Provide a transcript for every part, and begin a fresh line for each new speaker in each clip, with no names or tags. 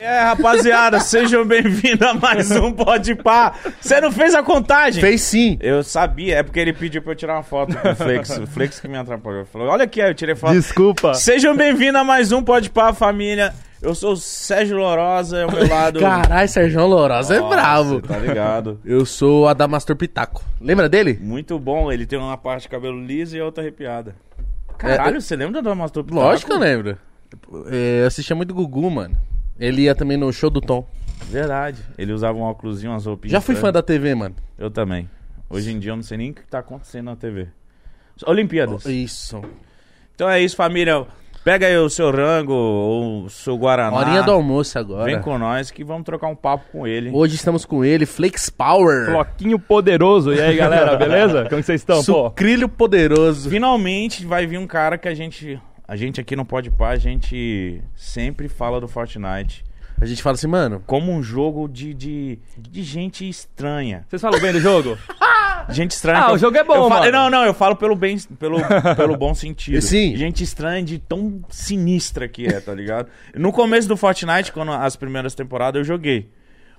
É, rapaziada, sejam bem-vindos a mais um Pode Pá. Você não fez a contagem?
Fez sim.
Eu sabia, é porque ele pediu pra eu tirar uma foto com o Flex. O Flex que me atrapalhou. Falou, olha aqui, aí eu tirei foto.
Desculpa.
Sejam bem-vindos a mais um Pode Pá, família. Eu sou o Sérgio Lorosa, ao meu lado...
Caralho, Sérgio Lourosa é
Nossa,
bravo.
Tá ligado.
Eu sou o Adamastor Pitaco. Lembra dele?
Muito bom, ele tem uma parte de cabelo liso e a outra arrepiada. É, Caralho, você lembra da Damastor Pitaco?
Lógico que eu lembro. É, Eu assistia muito Gugu, mano. Ele ia também no show do Tom.
Verdade. Ele usava um óculosinho, umas roupinhas.
Já fui fã
estranhas.
da TV, mano.
Eu também. Hoje em dia eu não sei nem o que tá acontecendo na TV. Olimpíadas.
Isso.
Então é isso, família. Pega aí o seu rango ou o seu guaraná.
Horinha do né? almoço
Ah. Vem
agora.
com nós que vamos trocar um papo com ele.
Hoje estamos com ele, Flex Power.
Floquinho Um poderoso. E aí, galera, beleza? Como que vocês estão, pô?
Sucrilho poderoso.
Finalmente vai vir um cara que a gente a gente aqui no Pode Par, a gente sempre fala do Fortnite
A gente fala assim, mano.
como um jogo de, de, de gente estranha.
Vocês falam bem do jogo?
Gente estranha.
Ah,
que
o
eu-
jogo é bom,
eu falo-
mano.
Não, não, eu falo pelo bem, pelo, pelo bom sentido.
Sim.
Gente estranha de tão sinistra que é, tá ligado? No começo do Fortnite, quando as primeiras temporadas eu joguei.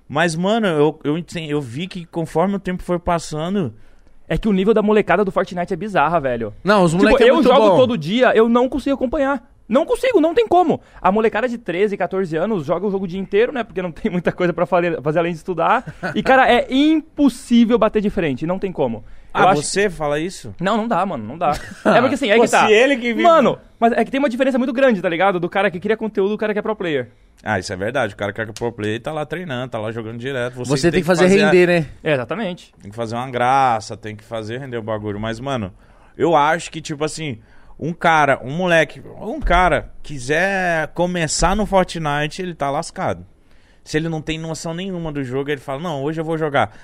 Mas, mano, eu, eu, enten- eu vi que conforme o tempo foi passando.
É que o nível da molecada do Fortnite é bizarra, velho.
Não, os
Tipo,
moleques é
eu
muito
jogo
bom.
todo dia, eu não consigo acompanhar. Não consigo, não tem como. A molecada de 13, 14 anos joga o jogo o dia inteiro, né? Porque não tem muita coisa pra fale- fazer além de estudar. E, cara, é impossível bater de frente, não tem como. Eu
Ah,
acho-
você fala isso?
Não, não dá, mano, não dá. É porque assim, é que
Fosse
tá.
ele que vi-
Mano, mas é que tem uma diferença muito grande, tá ligado? Do cara que cria conteúdo e do cara que é pro player.
Ah, isso é verdade. O cara quer que é pro play tá lá treinando, tá lá jogando direto. Você,
Você tem que fazer render, né?
É, exatamente.
Tem que fazer uma graça, tem que fazer render o bagulho. Mas, mano, eu acho que, tipo assim, um cara, um moleque, um cara quiser começar no Fortnite, ele tá lascado. Se ele não tem noção nenhuma do jogo, ele fala, não, hoje eu vou jogar.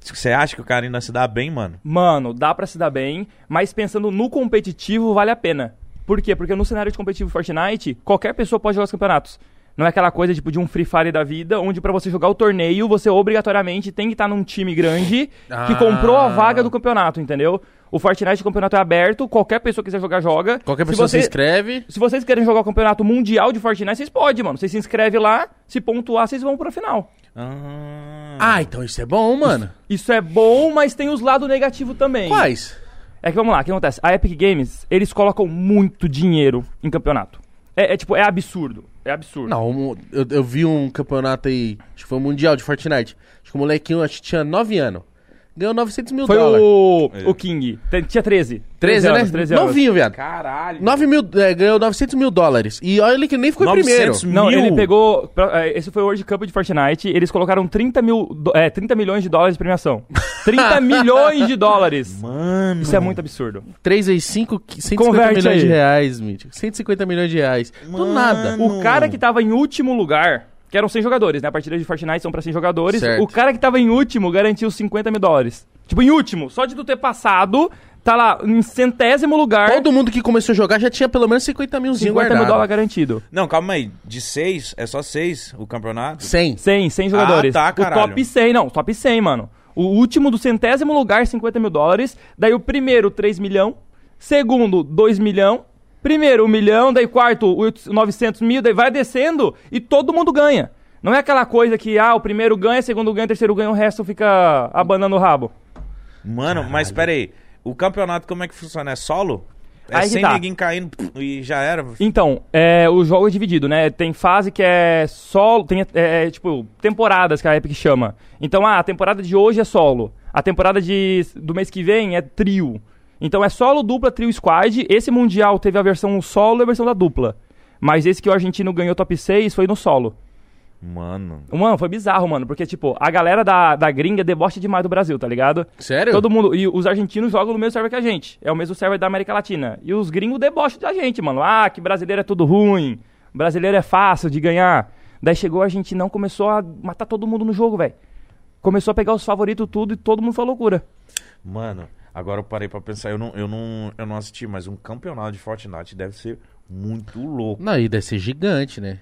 Você acha que o cara ainda se dá bem, mano?
Mano, dá pra se dar bem, mas pensando no competitivo, vale a pena. Por quê? Porque no cenário de competitivo Fortnite, qualquer pessoa pode jogar os campeonatos. Não é aquela coisa tipo de um Free Fire da vida, onde pra você jogar o torneio, você obrigatoriamente tem que estar num time grande que
Ah.
comprou a vaga do campeonato, entendeu? O Fortnite, o campeonato é aberto, qualquer pessoa que quiser jogar, joga.
Qualquer pessoa se
você-
inscreve.
se vocês querem jogar o campeonato mundial de Fortnite, vocês podem, mano. Vocês se inscrevem lá, se pontuar, vocês vão pra final.
Ah,
Ah, então isso é bom, mano.
Isso é bom, mas tem os lados negativos também.
Quais?
É que vamos lá, o que acontece? A Epic Games, eles colocam muito dinheiro em campeonato. É, é tipo, é absurdo. É absurdo.
Não, um- eu, eu vi um campeonato aí, acho que foi o Mundial de Fortnite. Acho que o molequinho acho que tinha 9 anos. Ganhou 900 mil
Foi
dólares.
o, o King. T- É. Tinha 13.
13,
anos,
né?
13 anos.
Novinho, viado.
caralho.
9 mil, é, ganhou 900 mil dólares. E olha ele que nem ficou em
900
primeiro.
mil.
Não, ele pegou. pra- é, Esse foi o World Cup de Fortnite. Eles colocaram 30, mil, do- é, 30 milhões de dólares de premiação. 30 milhões de dólares!
Mano.
Isso é muito absurdo.
3 vezes 5, 150
Converte
milhões
aí.
de reais, mítico. 150 milhões de reais. Do
Mano.
nada.
O cara que tava em último lugar, que eram 100 jogadores, né? A partida de Fortnite são pra 100 jogadores.
Certo.
O cara que tava em último garantiu 50 mil dólares. Tipo, em último, só de tu ter passado, tá lá em centésimo lugar,
Todo mundo que começou a jogar já tinha pelo menos 50 milzinho
50 mil dólares
guardado.
garantido.
Não, calma aí. De seis, é só seis o campeonato?
100.
100, 100 jogadores.
tá,
o
caralho.
top 100, não, top 100, mano. O último do centésimo lugar, 50 mil dólares. Daí o primeiro, 3 milhão. Segundo, 2 milhão. Primeiro, 1 milhão. Daí quarto, 800, 900 mil. Daí vai descendo e todo mundo ganha. Não é aquela coisa que, ah, o primeiro ganha, o segundo ganha, o terceiro ganha, o resto fica abanando o rabo.
Mano, mas pera aí. O campeonato como é que funciona? É solo? É
Aí que
sem
tá.
ninguém caindo e já era?
Então, é, o jogo é dividido, né? Tem fase que é solo, tem é, é, tipo temporadas que a Epic chama. Então, ah, a temporada de hoje é solo, a temporada de, do mês que vem é trio. Então é solo, dupla, trio, squad. Esse mundial teve a versão solo e a versão da dupla. Mas esse que o argentino ganhou top 6 foi no solo.
Mano.
Mano, foi bizarro, mano, porque, tipo, a galera da, da gringa debocha demais do Brasil, tá ligado?
Sério?
Todo mundo. E os argentinos jogam no mesmo server que a gente. É o mesmo server da América Latina. E os gringos debocham da gente, mano. Ah, que brasileiro é tudo ruim. Brasileiro é fácil de ganhar. Daí chegou a Argentina, começou a matar todo mundo no jogo, velho. Começou a pegar os favoritos tudo e todo mundo foi loucura.
Mano, agora eu parei pra pensar. Eu não, eu não, eu não assisti, mas um campeonato de Fortnite deve ser muito louco.
Não, e deve ser gigante, né?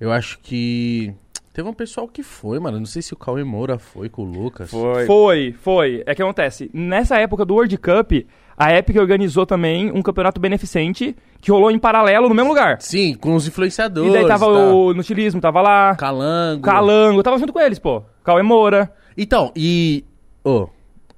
Eu acho que. Teve um pessoal que foi, mano. Não sei se o Cauê Moura foi com o Lucas.
Foi.
Foi, foi. É que acontece. Nessa época do World Cup, a Epic organizou também um campeonato beneficente que rolou em paralelo no mesmo lugar.
Sim, com os influenciadores.
E daí tava
tá?
o Nutilismo, tava lá,
Calango.
Calango, tava junto com eles, pô. Cauê Moura.
Então, e. Ô,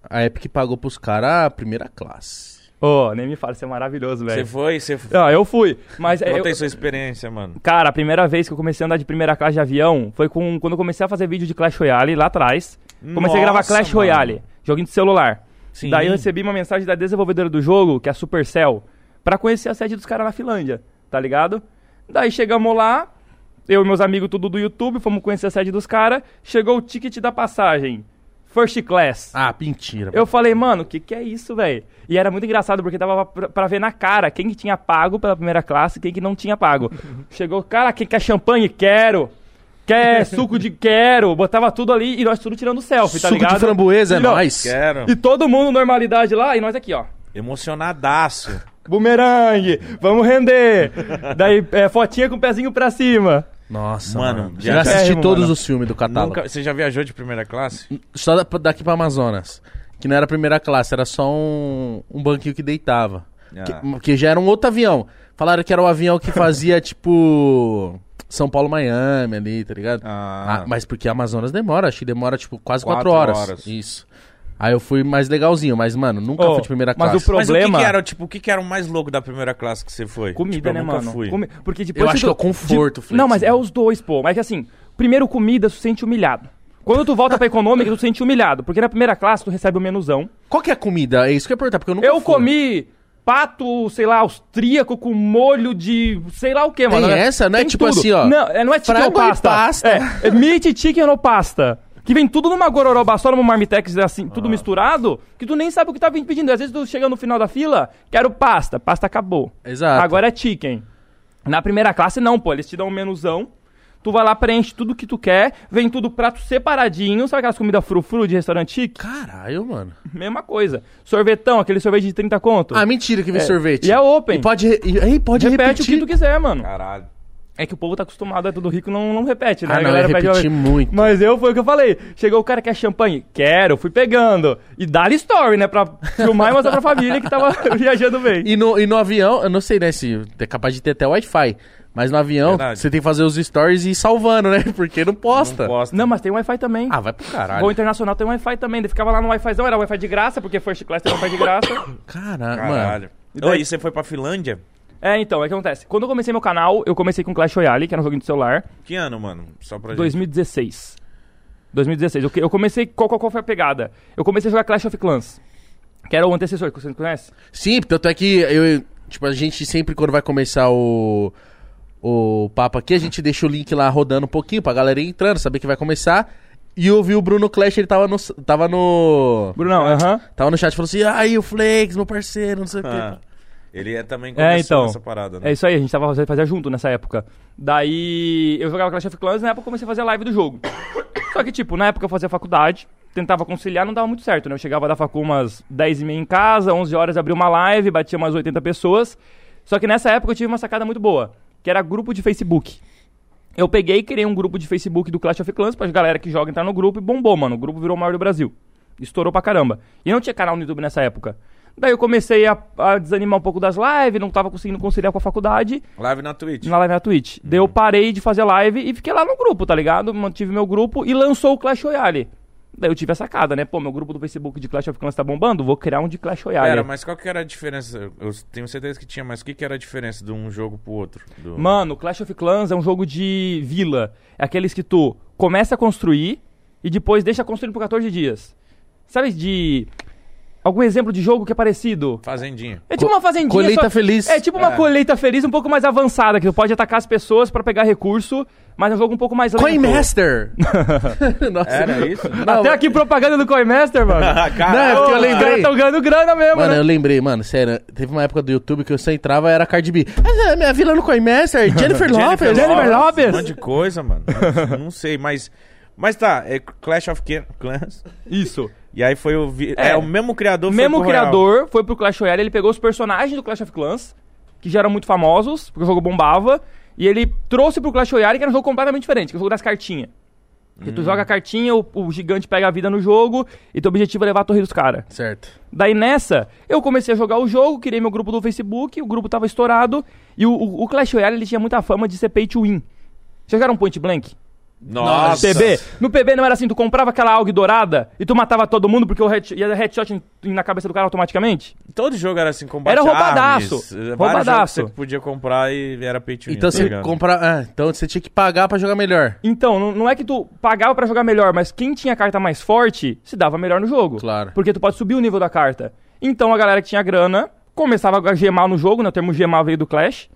a Epic pagou pros caras a primeira classe.
Ô, nem me fala, isso é maravilhoso,
Você
velho.
foi, você foi.
Ah, eu fui. Mas é, eu,
Conta aí sua experiência, mano.
Cara, a primeira vez que eu comecei a andar de primeira classe de avião foi com, quando eu comecei a fazer vídeo de Clash Royale lá atrás. Comecei
Nossa,
a gravar Clash
mano.
Royale, joguinho de celular.
Sim.
Daí eu recebi uma mensagem da desenvolvedora do jogo, que é a Supercell, pra conhecer a sede dos caras na Finlândia, tá ligado? Daí chegamos lá, eu e meus amigos tudo do YouTube, fomos conhecer a sede dos caras, chegou o ticket da passagem, first class.
Ah, mentira.
Eu falei, mano, o que, que é isso, velho? E era muito engraçado, porque dava pra, pra ver na cara quem que tinha pago pela primeira classe e quem que não tinha pago. Chegou, cara, quem quer champanhe? Quero! Quer suco de quero! Botava tudo ali e nós tudo tirando selfie, tá
Suco
ligado?
de framboesa é
Não,
nóis.
Quero.
E todo mundo normalidade lá e nós aqui, ó.
Emocionadaço.
Bumerangue, vamos render! Daí, é, fotinha com o pezinho pra cima.
Nossa,
Mano,
mano.
já-
Já assisti
Mano.
todos os filmes do catálogo.
Nunca... Você já viajou de primeira classe?
Só da- daqui pra Amazonas. Que não era primeira classe, era só um, um banquinho que deitava.
Ah.
Que, que já era um outro avião. Falaram que era o avião que fazia, tipo, São Paulo-Miami ali, tá ligado?
Ah.
mas porque Amazonas demora, acho que demora, tipo, quase
Quatro
quatro horas.
horas.
Isso. Aí eu fui mais legalzinho, mas, mano, nunca
Ô,
fui de primeira
mas
classe.
o pro-
Mas o que,
Problema-
que era, tipo, o que, que era o mais louco da primeira classe que você foi?
Comida,
Tipo, eu
né,
nunca
mano?
Fui.
Comi- Porque depois
Eu
se
acho
tu-
que é o conforto, Flex. né?
Não, mas é os dois, pô. Mas que assim, primeiro comida, tu se sente humilhado. Quando tu volta pra econômica, tu se sente humilhado. Porque na primeira classe, tu recebe o menuzão.
Qual que é a comida? É isso que eu ia perguntar, porque eu nunca
Eu
fui.
comi pato, sei lá, austríaco com molho de sei lá o que, mano. né?
essa? Não é
Tem
tipo
tudo.
assim, ó,
Não, é- não é chicken ou
frango e
pasta.
pasta.
É, é meat, chicken ou pasta. Que vem tudo numa gororoba só, numa marmitex, assim,
Ah.
tudo misturado, que tu nem sabe o que tá pedindo. Às vezes tu chega no final da fila, quero pasta. Pasta acabou.
Exato.
Agora é chicken. Na primeira classe, não, pô. Eles te dão um menuzão. Tu vai lá, preenche tudo que tu quer, vem tudo prato separadinho. Sabe aquelas comidas frufru de restaurante chique?
Caralho, mano.
Mesma coisa. Sorvetão, aquele sorvete de 30 conto.
Ah, mentira que vem
É,
sorvete.
e é open.
E pode, re- e, aí pode
Repete
repetir.
o que tu quiser, mano.
Caralho.
É que o povo tá acostumado, é tudo rico, não, não repete, né?
Ah,
A
não, eu
galera pede uma
repeti
vez.
muito.
Mas eu, foi o que eu falei. Chegou o cara, quer champanhe? Quero, fui pegando. E dá-lhe story, né? Pra filmar e mostrar pra família que tava viajando bem.
E no, e no avião, eu não sei, né, se é capaz de ter até Wi-Fi. Mas no avião,
Verdade.
você tem que fazer os stories e ir salvando, né? Porque não posta.
Bosta.
Não, mas tem Wi-Fi também.
Ah, vai pro caralho.
Voo internacional tem Wi-Fi também. Ele ficava lá no Wi-Fizão, era Wi-Fi de graça, porque first class tem Wi-Fi de graça.
Caralho,
Caralho.
mano.
E daí? Ô, e você foi pra Finlândia?
É, então, é que acontece. Quando eu comecei meu canal, eu comecei com Clash Royale, que era um joguinho de celular,
Que ano, mano? Só pra
2016. 2016. Eu, que- eu comecei. Qual, qual, qual foi a pegada? Eu comecei a jogar Clash of Clans, que era o antecessor, que você não conhece?
Sim, tanto é que eu, tipo, a gente sempre, quando vai começar o, o papo aqui, a gente deixa o link lá rodando um pouquinho pra galera ir entrando, saber que vai começar. E eu vi o Bruno Clash, ele tava no. Tava no.
Brunão, aham.
Tava no chat e falou assim, aí o Flex, meu parceiro, não sei o
gente.
quê.
Ah, ele é também
É,
começou
então.
essa parada,
É
né?
isso aí, a gente tava fazendo fazia junto nessa época. Daí eu jogava Clash of Clans e na época eu comecei a fazer live do jogo. Só que, tipo, na época eu fazia faculdade, tentava conciliar, não dava muito certo, né? Eu chegava da facu umas 10 e meia em casa, 11 horas abria uma live, batia umas 80 pessoas. Só que nessa época eu tive uma sacada muito boa, que era grupo de Facebook. Eu peguei e criei um grupo de Facebook do Clash of Clans pra galera que joga entrar no grupo e bombou, mano. O grupo virou o maior do Brasil. Estourou pra caramba. E não tinha canal no YouTube nessa época. Daí eu comecei a, a desanimar um pouco das lives, não tava conseguindo conciliar com a faculdade,
Live na Twitch.
na live na Twitch. Daí eu parei de fazer live e fiquei lá no grupo, tá ligado? Mantive meu grupo e lançou o Clash Royale. Daí eu tive a sacada, né? Pô, meu grupo do Facebook de Clash of Clans tá bombando, vou criar um de Clash Royale.
Pera, mas qual que era a diferença? Eu tenho certeza que tinha, mas o que que era a diferença de um jogo pro outro?
Tipo-
Do-
Mano, Clash of Clans é um jogo de vila. É aqueles que tu começa a construir e depois deixa construindo por 14 dias. Sabe de. Algum exemplo de jogo que é parecido?
Fazendinha.
É tipo uma fazendinha.
colheita
só-
feliz.
É tipo uma
É.
colheita feliz um pouco mais avançada, que tu pode atacar as pessoas pra pegar recurso, mas é um jogo um pouco mais lento.
Coinmaster! Nossa,
Era isso?
Não,
Até aqui propaganda do Coinmaster, mano.
Ah,
Não, é porque eu
Os caras
lembrei.
tão ganhando grana mesmo,
Mano,
né?
eu lembrei, mano, sério, teve uma época do YouTube que eu só entrava era Cardi B. Ah, minha vila no Coinmaster, é Jennifer Lopez.
Jennifer Lopez.
Um monte de coisa, mano. Não sei, mas. Mas tá, é Clash of Clan- Clans.
Isso.
E aí foi o. vi- É,
É.
o mesmo criador
O
foi
mesmo
pro Royal.
criador foi pro Clash Royale, ele pegou os personagens do Clash of Clans, que já eram muito famosos, porque o jogo bombava, e ele trouxe pro Clash Royale, que era um jogo completamente diferente, que é o jogo das cartinhas. Porque
Hum.
tu joga a cartinha, o, o gigante pega a vida no jogo e teu objetivo é levar a torre dos caras.
Certo.
Daí nessa, eu comecei a jogar o jogo, criei meu grupo do Facebook, o grupo tava estourado e o, o- o Clash Royale ele tinha muita fama de ser pay to win. Vocês Jogaram Point Blank?
Nossa.
PB. No PB não era assim, tu comprava aquela AUG dourada e tu matava todo mundo porque o head, ia dar headshot em- na cabeça do cara automaticamente?
Todo jogo era assim, combate
Era roubadaço,
arms, eh, vários
roubadaço.
jogos que Você podia comprar e era pay to win,
Então
tá
você
ligado?
compra. Ah, então você tinha que pagar pra jogar melhor.
Então, não, não é que tu pagava pra jogar melhor, mas quem tinha a carta mais forte se dava melhor no jogo.
Claro.
Porque tu pode subir o nível da carta. Então a galera que tinha grana começava a gemar no jogo, né? O termo gemar veio do Clash.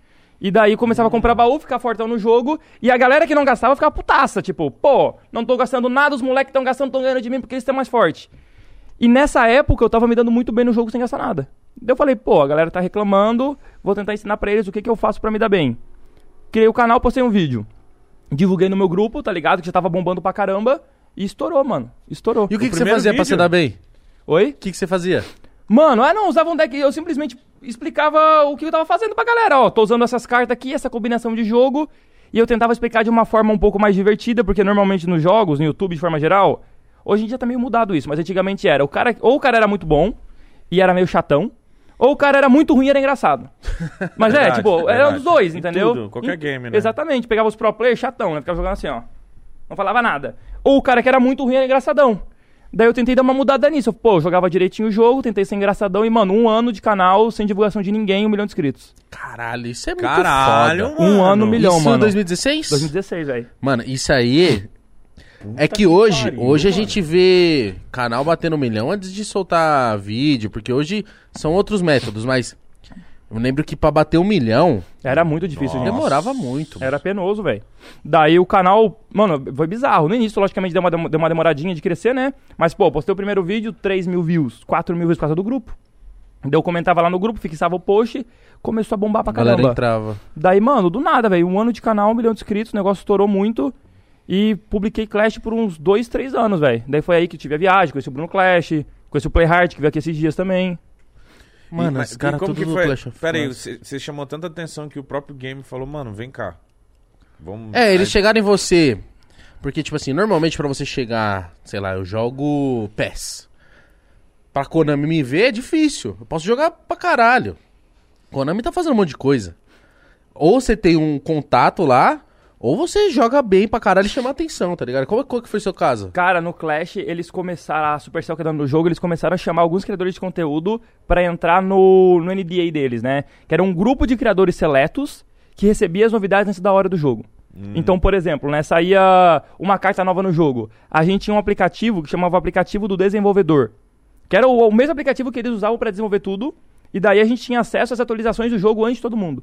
E daí começava a comprar baú, ficar fortão no jogo. E a galera que não gastava ficava putaça. Tipo, pô, não tô gastando nada, os moleques estão gastando, tão ganhando de mim porque eles estão mais fortes. E nessa época eu tava me dando muito bem no jogo sem gastar nada. Daí eu falei, pô, a galera tá reclamando, vou tentar ensinar pra eles o que, que eu faço pra me dar bem. Criei o canal, postei um vídeo. Divulguei no meu grupo, tá ligado? Que já tava bombando pra caramba. E estourou, mano. Estourou.
E o que,
O
que você
primeiro
fazia pra
vídeo?
se dar bem?
Oi?
O que, que você fazia?
Mano, eu não usava um deck, eu simplesmente explicava o que eu tava fazendo pra galera. Ó, tô usando essas cartas aqui, essa combinação de jogo. E eu tentava explicar de uma forma um pouco mais divertida, porque normalmente nos jogos, no YouTube de forma geral, hoje em dia tá meio mudado isso, mas antigamente era. O cara, ou o cara era muito bom e era meio chatão, ou o cara era muito ruim e era engraçado. Mas é,
Verdade,
tipo, era
verdade.
dos dois,
Em
entendeu?
tudo, qualquer
Em-
game, né?
Exatamente, pegava os pro players chatão, né? Ficava jogando assim, ó. Não falava nada. Ou o cara que era muito ruim era engraçadão. Daí eu tentei dar uma mudada nisso. Eu, Pô, eu jogava direitinho o jogo, tentei ser engraçadão e, mano, um ano de canal sem divulgação de ninguém, um milhão de inscritos.
Caralho, isso é muito
Caralho,
foda.
mano.
Um ano, um milhão.
isso
mano.
em 2016?
2016, velho.
Mano, isso aí. é que hoje,
pariu,
hoje a
mano.
gente vê canal batendo um milhão antes de soltar vídeo, porque hoje são outros métodos, mas eu lembro que pra bater um milhão
Era muito difícil,
Nossa.
gente.
demorava muito.
Era penoso, velho. Daí o canal, mano, foi bizarro. No início, logicamente, deu uma, deu uma demoradinha de crescer, né? Mas, pô, postei o primeiro vídeo, 3 mil views, 4 mil views por causa do grupo. Daí eu comentava lá no grupo, fixava o post, começou a bombar pra
a galera
caramba.
entrava.
Daí, mano, do nada, velho. Um ano de canal, um milhão de inscritos, o negócio estourou muito. E publiquei Clash por uns dois, três anos, velho. Daí foi aí que eu tive a viagem, conheci o Bruno Clash, conheci o Playhard, que veio aqui esses dias também.
E,
Mano,
mas-
esse cara
e como
tudo
que
do
foi?
Clash of
Pera aí,
Clans.
você você chamou tanta atenção que o próprio game falou, mano, vem cá. Vamos...
É, eles
Aí-
chegaram em você. Porque, tipo assim, normalmente pra você chegar, sei lá, eu jogo PES. Pra Konami me ver é difícil. Eu posso jogar pra caralho. Konami tá fazendo um monte de coisa. Ou você tem um contato lá, ou você joga bem pra caralho e chama atenção, tá ligado? Qual, qual que foi o seu caso?
Cara, no Clash, eles começaram, a Supercell que é dona do jogo, eles começaram a chamar alguns criadores de conteúdo pra entrar no, no NDA deles, né? Que era um grupo de criadores seletos que recebia as novidades antes da hora do jogo. Então, por exemplo, né, saía uma carta nova no jogo. A gente tinha um aplicativo que chamava aplicativo do desenvolvedor, que era o, o mesmo aplicativo que eles usavam pra desenvolver tudo, e daí a gente tinha acesso às atualizações do jogo antes de todo mundo.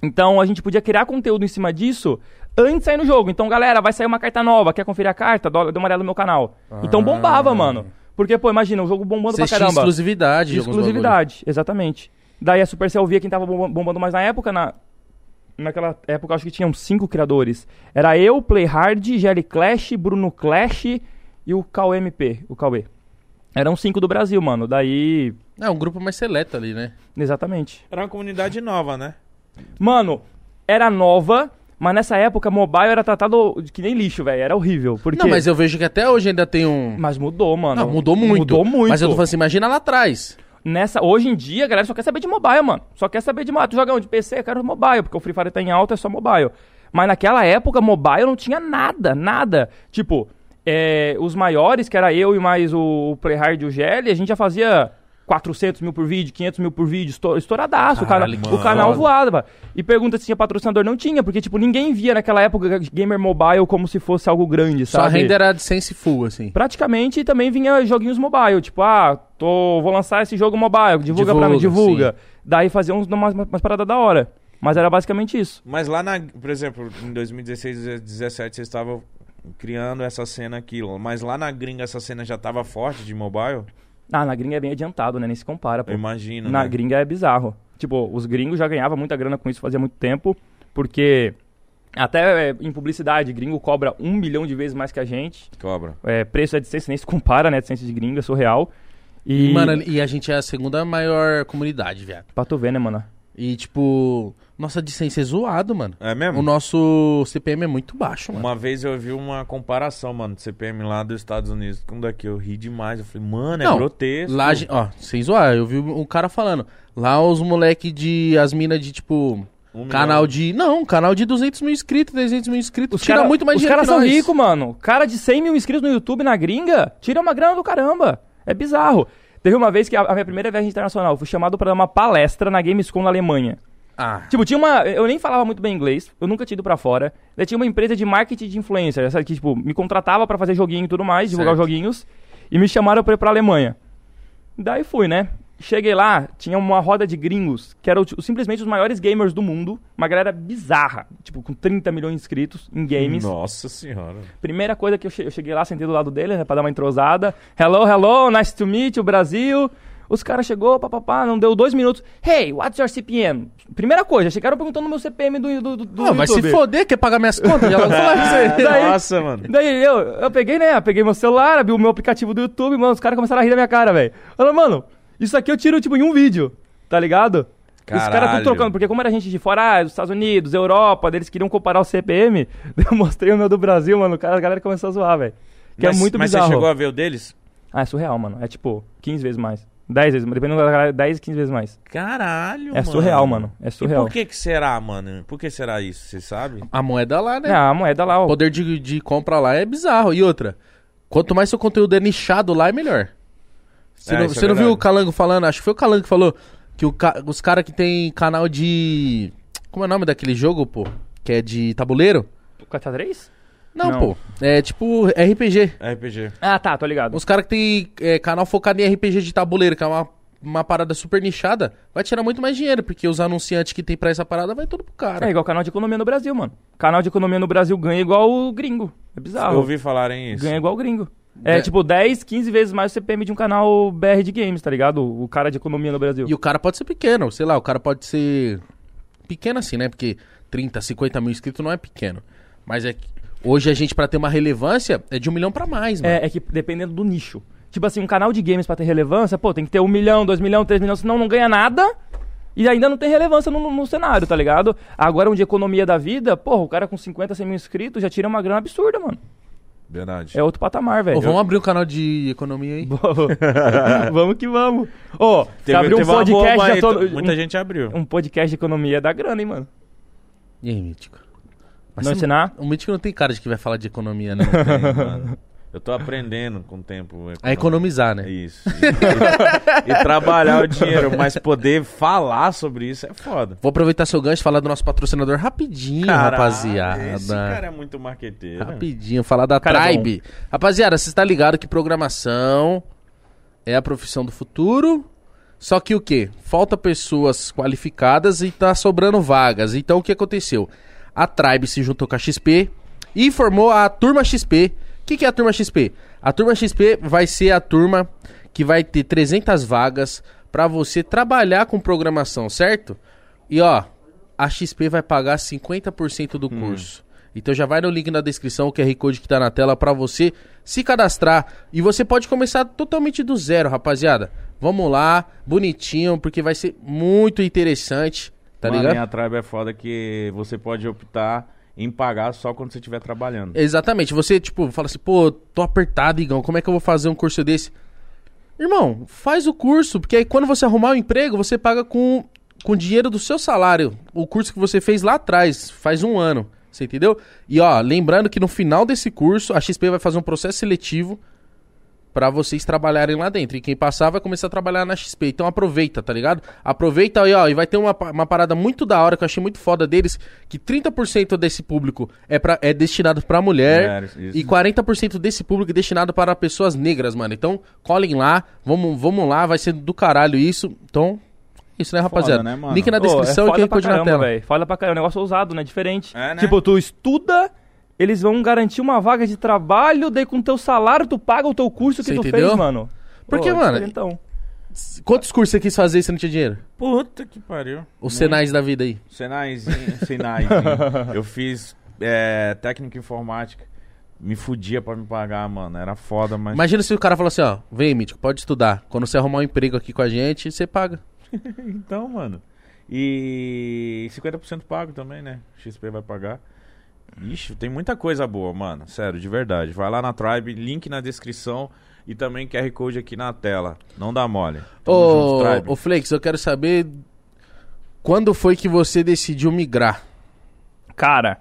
Então a gente podia criar conteúdo em cima disso antes de sair no jogo. Então, galera, vai sair uma carta nova, quer conferir a carta? Dó- Dá uma olhada no meu canal. Então bombava, mano. Porque, pô, imagina, o jogo bombando
Ah. Você
pra
tinha
caramba.
exclusividade. de alguns bagulho.
Exclusividade, exatamente. Daí a Supercell via quem tava bomba- bombando mais na época, na... Naquela época, eu acho que tinham cinco criadores. Era eu, Playhard, GL Clash, Bruno Clash e o KMP, o Cauê. Eram cinco do Brasil, mano. Daí...
É, um grupo mais seleto ali, né?
Exatamente.
Era uma comunidade nova, né?
Mano, era nova, mas nessa época mobile era tratado de que nem lixo, velho. Era horrível. Porque...
Não, mas eu vejo que até hoje ainda tem um...
Mas mudou, mano.
Não, mudou muito.
Mudou muito.
Mas eu tô falando assim, imagina lá atrás.
Nessa, hoje em dia, a galera só quer saber de mobile, mano. Só quer saber de mobile. Tu joga onde? PC? Eu quero mobile, porque o Free Fire tá em alta, é só mobile. Mas naquela época, mobile não tinha nada, nada. Tipo, é, os maiores, que era eu e mais o Playhard e o GL, a gente já fazia 400 mil por vídeo, 500 mil por vídeo, esto- estouradaço. O cana-
Caralho,
o,
mano.
canal voava. E pergunta se tinha patrocinador, não tinha, porque, tipo, ninguém via naquela época gamer mobile como se fosse algo grande,
Sua
sabe?
renda era de sense full, assim.
Praticamente e também vinha joguinhos mobile, tipo, ah, tô, vou lançar esse jogo mobile, divulga, pra mim,
Divulga,
divulga. Daí fazia uns, umas, umas paradas da hora. Mas era basicamente isso.
Mas lá na. Por exemplo, em 2016, 2017, vocês estavam criando essa cena aqui. Mas lá na gringa essa cena já tava forte de mobile?
Ah, na gringa é bem adiantado, né? Nem se compara, pô.
Eu imagino.
Na
né?
gringa é bizarro. Tipo, os gringos já ganhavam muita grana com isso fazia muito tempo, porque até é, em publicidade, gringo cobra um milhão de vezes mais que a gente.
Cobra.
É, preço da AdSense nem se compara, né? AdSense de gringa, é surreal. E...
Mano, e a gente é a segunda maior comunidade, viado.
Pra tu ver, né, mano?
E, tipo, nossa dissenha é zoado, mano.
É mesmo?
O nosso CPM é muito baixo, mano.
Uma vez eu vi uma comparação, mano, do CPM lá dos Estados Unidos com o daqui. Eu ri demais. Eu falei, mano, é
Não,
grotesco.
Lá, a gen- ó, sem zoar, eu vi um cara falando. Lá os moleque de. As minas de, tipo.
Um
canal de. Não, canal de 200 mil inscritos, 300 mil inscritos.
Os
tira
cara-
muito mais
Os
dinheiro
caras
que
são
nós.
ricos, mano. Cara de 100 mil inscritos no YouTube na gringa, tira uma grana do caramba. É bizarro. Teve uma vez que a, a minha primeira viagem internacional, eu fui chamado pra dar uma palestra na Gamescom na Alemanha.
Ah,
Tipo, tinha uma. Eu nem falava muito bem inglês, eu nunca tinha ido pra fora. Daí tinha uma empresa de marketing de influencer, sabe? Que, tipo, me contratava pra fazer joguinho e tudo mais, divulgar
Certo.
os joguinhos. E me chamaram pra ir pra Alemanha. Daí fui, né? Cheguei lá, tinha uma roda de gringos, que eram tipo, simplesmente os maiores gamers do mundo. Uma galera bizarra, tipo, com 30 milhões de inscritos em games.
Nossa senhora.
Primeira coisa que eu, che- eu cheguei lá, sentei do lado dele, né, pra dar uma entrosada. Hello, hello, nice to meet you, Brasil. Os caras chegou, papapá, não deu dois minutos. Hey, what's your CPM? Primeira coisa, chegaram perguntando o meu CPM do, do, do, do
ah, vai se
YouTube.
foder, quer pagar minhas contas? Já logo falar isso aí.
Daí-
Nossa, mano.
Daí eu, eu peguei, né? eu Peguei meu celular, abri o meu aplicativo do YouTube, mano. Os caras começaram a rir da minha cara, velho. Falando, mano, isso aqui eu tiro, tipo, em um vídeo, tá ligado? Os caras
Caralho.
tudo trocando, porque como era gente de fora, ah, dos Estados Unidos, Europa, daí eles queriam comparar o CPM, daí eu mostrei o meu do Brasil, mano. o cara- A galera começou a zoar, velho. Que
mas,
é muito
mas
bizarro.
você chegou a ver o deles?
Ah, é surreal, mano. É tipo 15 vezes mais. 10 vezes, dependendo da galera, 10, 15 vezes mais.
Caralho,
É
mano.
surreal, mano. É
E
surreal.
por que que será, mano? Por que será isso? Você sabe?
A moeda lá, né?
É, a moeda lá, ó.
O poder de, de compra lá é bizarro. E outra, quanto mais seu conteúdo é nichado lá, é melhor. Você
É,
não,
isso é
você não viu
verdade.
o Calango falando? Acho que foi o Calango que falou que o ca- os caras que tem canal de. Como é o nome daquele jogo, pô? Que é de tabuleiro?
4x3?
Não,
Não.
pô. É tipo RPG.
RPG.
Ah, tá, tô ligado.
Os caras que tem é, canal focado em RPG de tabuleiro, que é uma, uma parada super nichada, vai tirar muito mais dinheiro, porque os anunciantes que tem pra essa parada vai tudo pro cara.
É igual canal de economia no Brasil, mano. Canal de economia no Brasil ganha igual o gringo. É bizarro.
Eu ouvi falarem isso.
Ganha igual o gringo. É,
É.
tipo 10, 15 vezes mais o CPM de um canal BR de games, tá ligado? O cara de economia no Brasil.
E o cara pode ser pequeno, sei lá, o cara pode ser pequeno assim, né? Porque 30, 50 mil inscritos não é pequeno. Mas é que hoje a gente, pra ter uma relevância, é de um milhão pra mais, mano.
Né?
É, é que dependendo do nicho. Tipo assim, um canal de games pra ter relevância, pô, tem que ter um milhão, dois milhão, três milhões, senão não ganha nada e ainda não tem relevância no, no cenário, tá ligado? Agora, um de economia da vida, porra, o cara com 50, 100 mil inscritos já tira uma grana absurda, mano.
Verdade.
É outro patamar, velho.
Ô, vamos abrir um canal de economia aí?
vamos que vamos. Ô, se
Teve-
abrir um
teve uma
podcast,
bomba
já
aí,
tô...
t- Muita gente abriu.
um podcast de economia dá grana, hein, mano?
E aí, Mítico? Mas
Não
você-
ensinar?
O um Mítico não tem cara de que vai falar de economia, não.
Tem, mano. Eu tô aprendendo com o tempo.
A economizar,
É
né?
Isso. E, e- e trabalhar o dinheiro, mas poder falar sobre isso é foda.
Vou aproveitar seu gancho e falar do nosso patrocinador rapidinho,
Caralho,
rapaziada.
Esse cara é muito marqueteiro.
Rapidinho, falar da
né? Cara é bom.
Tribe. Rapaziada, você está ligado que programação é a profissão do futuro. Só que o quê? Falta pessoas qualificadas e tá sobrando vagas. Então o que aconteceu? A Tribe se juntou com a XP e formou a Turma XP. O que, que é a Turma XP? A Turma XP vai ser a turma que vai ter 300 vagas para você trabalhar com programação, certo? E ó, a XP vai pagar 50% do curso. Então já vai no link na descrição, o QR Code que tá na tela pra você se cadastrar. E você pode começar totalmente do zero, rapaziada. Vamos lá, bonitinho, porque vai ser muito interessante, tá
Mano,
ligado?
e a tribe é foda que você pode optar em pagar só quando você estiver trabalhando.
Exatamente. Você, tipo, fala assim, pô, tô apertado, Igão, como é que eu vou fazer um curso desse? Irmão, faz o curso, porque aí quando você arrumar o emprego, você paga com, com dinheiro do seu salário. O curso que você fez lá atrás, faz um ano. Você entendeu? E ó, lembrando que no final desse curso, a XP vai fazer um processo seletivo pra vocês trabalharem lá dentro. E quem passar vai começar a trabalhar na XP. Então aproveita, tá ligado? Aproveita aí, ó. E vai ter uma, pa- uma parada muito da hora que eu achei muito foda deles: que 30% desse público é, pra, é destinado pra mulher
Mulheres, isso.
e 40% desse público é destinado para pessoas negras, mano. Então colhem lá, vamos, vamos lá, vai ser do caralho isso. Então, isso né, rapaziada?
né, mano?
Link na
Ô,
descrição
é
e
foda
QR
pra
Code na
caramba,
tela.
velho. Foda pra caramba. É um negócio ousado, né? Diferente.
É, né?
Tipo, tu estuda, eles vão garantir uma vaga de trabalho, daí com teu salário tu paga o teu curso que
Cê
tu
entendeu?
fez, mano.
Porque,
Pô,
mano,
Então.
Quantos cursos você quis fazer e você não tinha dinheiro?
Puta que pariu.
Os Senais da vida aí.
Senaizinho, Senaizinho. Eu fiz é, técnico em informática. Me fudia pra me pagar, mano. Era foda, mas.
Imagina se o cara fala assim, ó, vem, Mítico, pode estudar. Quando você arrumar um emprego aqui com a gente, você paga.
Então, mano. E 50% pago também, né? XP vai pagar. Ixi, tem muita coisa boa, mano. Sério, de verdade. Vai lá na Tribe, link na descrição e também QR Code aqui na tela. Não dá mole. Tamo
Ô,
junto, Tribe.
ô Flex, eu quero saber quando foi que você decidiu migrar?
Cara,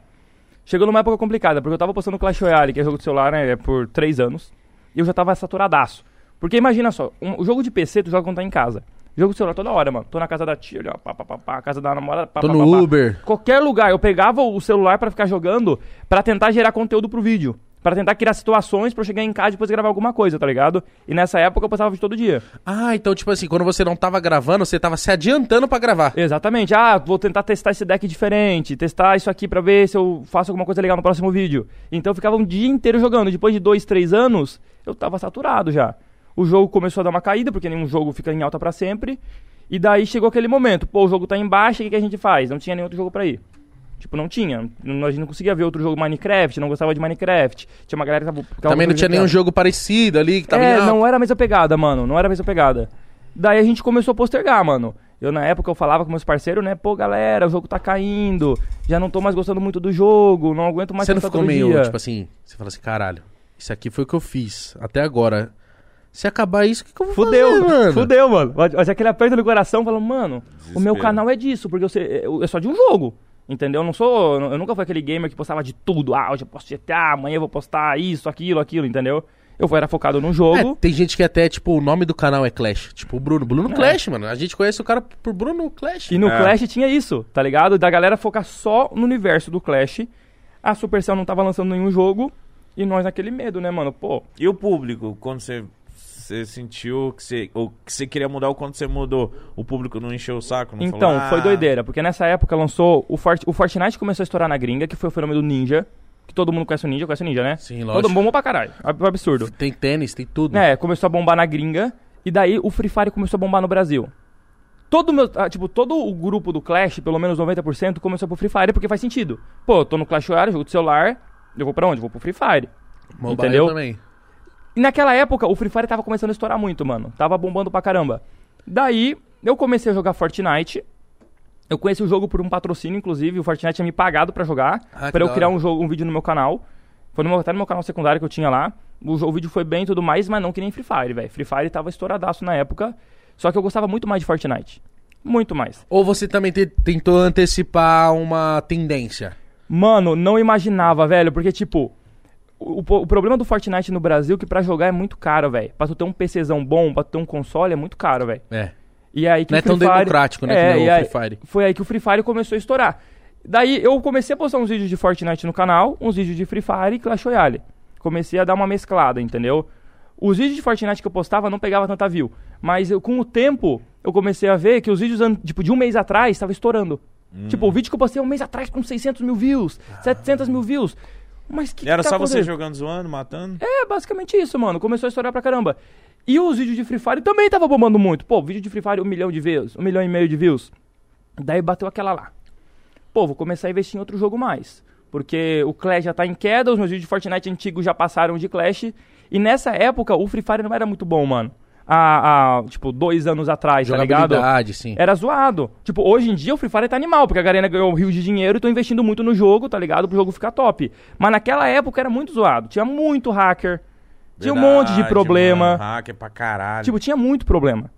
chegou numa época complicada, porque eu tava postando Clash Royale, que é jogo de celular, né, por três anos, e eu já tava saturadaço. Porque imagina só, um- o jogo de PC tu joga quando tá em casa. Jogo de celular toda hora, mano. Tô na casa da tia, ali, ó, pá, pá, pá, pá, casa da namorada, pá,
Tô
pá,
no
pá, pá.
Uber.
Qualquer lugar, eu pegava o celular pra ficar jogando, pra tentar gerar conteúdo pro vídeo. Pra tentar criar situações pra eu chegar em casa e depois gravar alguma coisa, tá ligado? E nessa época eu postava de todo dia.
Ah, então tipo assim, quando você não tava gravando, você tava se adiantando pra gravar.
Exatamente. Ah, vou tentar testar esse deck diferente, testar isso aqui pra ver se eu faço alguma coisa legal no próximo vídeo. Então eu ficava um dia inteiro jogando. Depois de dois, três anos, eu tava saturado já. O jogo começou a dar uma caída, porque nenhum jogo fica em alta pra sempre. E daí chegou aquele momento, pô, o jogo tá em baixa, o que, que a gente faz? Não tinha nenhum outro jogo pra ir. Tipo, não tinha. Não- A gente não conseguia ver outro jogo Minecraft, não gostava de Minecraft. Tinha uma galera que tava. ficava
Também não tinha
jogando-
nenhum jogo parecido ali ah, que tava em
é,
alta.
não era a mesma pegada, mano. Não era a mesma pegada. Daí a gente começou a postergar, mano. Eu, na época, eu falava com meus parceiros, né? Pô, galera, o jogo tá caindo. Já não tô mais gostando muito do jogo. Não aguento mais
Você não
tanta
ficou meio,
antologia."
tipo assim, você fala assim, caralho, isso aqui foi o que eu fiz até agora. Se acabar isso, o que, que eu vou
Fudeu,
fazer, mano?
fudeu, mano. Mas mas aquele aperto no coração falando, mano, o meu
Desespero.
canal é disso, porque eu, sei- eu- é só de um jogo. Entendeu? Eu não sou. Eu nunca fui aquele gamer que postava de tudo. Ah, hoje eu posto GTA, amanhã eu vou postar isso, aquilo, aquilo, entendeu? Eu era focado num
É,
jogo.
tem gente que até, tipo, o nome do canal é Clash. Tipo, o Bruno. Bruno Clash, mano. A gente conhece o cara por Bruno Clash.
É. E no
É.
Clash tinha isso, tá ligado? Da galera focar só no universo do Clash. A Supercell não tava lançando nenhum jogo. E nós naquele medo, né, mano? Pô,
E o público, quando você, você sentiu que você, ou que você queria mudar ou quando você mudou, o público não encheu o saco? Não
então,
falou,
foi
"Ah,
doideira. Porque nessa época lançou... O, Fort, o Fortnite começou a estourar na gringa, que foi o fenômeno do Ninja. Que todo mundo conhece o Ninja, conhece o Ninja, né?
Sim, lógico.
Todo mundo bombou pra caralho. Ab- Absurdo.
Tem tênis, tem tudo.
né, começou a bombar na gringa, e daí o Free Fire começou a bombar no Brasil. Todo meu, ah, tipo, todo o grupo do Clash, pelo menos 90%, começou pro Free Fire porque faz sentido. Pô, eu tô no Clash Royale, jogo de celular, eu vou pra onde? Eu Vou pro Free Fire.
Mobile
entendeu?
também.
E naquela época, o Free Fire tava começando a estourar muito, mano. Tava bombando pra caramba. Daí, eu comecei a jogar Fortnite. Eu conheci o jogo por um patrocínio, inclusive. O Fortnite tinha me pagado pra jogar.
Ah, que
pra eu
da
criar
hora.
um, jogo, um vídeo no meu canal. Foi no meu, até no meu canal secundário que eu tinha lá. O, jo- o vídeo foi bem e tudo mais, mas não que nem Free Fire, velho. Free Fire tava estouradaço na época. Só que eu gostava muito mais de Fortnite. Muito mais.
Ou você também te- tentou antecipar uma tendência.
Mano, não imaginava, velho, porque tipo, o, o po- o problema do Fortnite no Brasil é que pra jogar é muito caro, velho. Pra tu ter um PCzão bom, pra tu ter um console é muito caro, velho.
É.
E aí que
Não
o
é tão
Free Fire-
democrático, né, que nem
e
o
aí-
Free Fire.
Foi aí que o Free Fire começou a estourar. Daí eu comecei a postar uns vídeos de Fortnite no canal, uns vídeos de Free Fire e Clash Royale. Comecei a dar uma mesclada, entendeu? Os vídeos de Fortnite que eu postava não pegava tanta view. Mas eu, com o tempo, eu comecei a ver que os vídeos an- tipo, de um mês atrás estavam estourando. Tipo,
Hum.
o vídeo que eu postei um mês atrás com 600 mil views, 700 mil views. Mas que que
Era
tá
só você
acontecendo?
jogando, zoando, matando?
É basicamente isso, mano. Começou a estourar pra caramba. E os vídeos de Free Fire também tava bombando muito. Pô, vídeo de Free Fire, um milhão de views, um milhão e meio de views. Daí bateu aquela lá. Pô, vou começar a investir em outro jogo mais. Porque o Clash já tá em queda, os meus vídeos de Fortnite antigos já passaram de Clash. E nessa época, o Free Fire não era muito bom, mano. Há, há, tipo, dois anos atrás, tá ligado?
Jogabilidade, sim.
Era zoado. Tipo, hoje em dia o Free Fire tá animal, porque a galera ganhou um rio de dinheiro e tô investindo muito no jogo, tá ligado? Pro jogo ficar top. Mas naquela época era muito zoado. Tinha muito hacker. Tinha um monte de
Verdade,
problema.
Mano, hacker pra caralho. É
Tipo, tinha muito problema.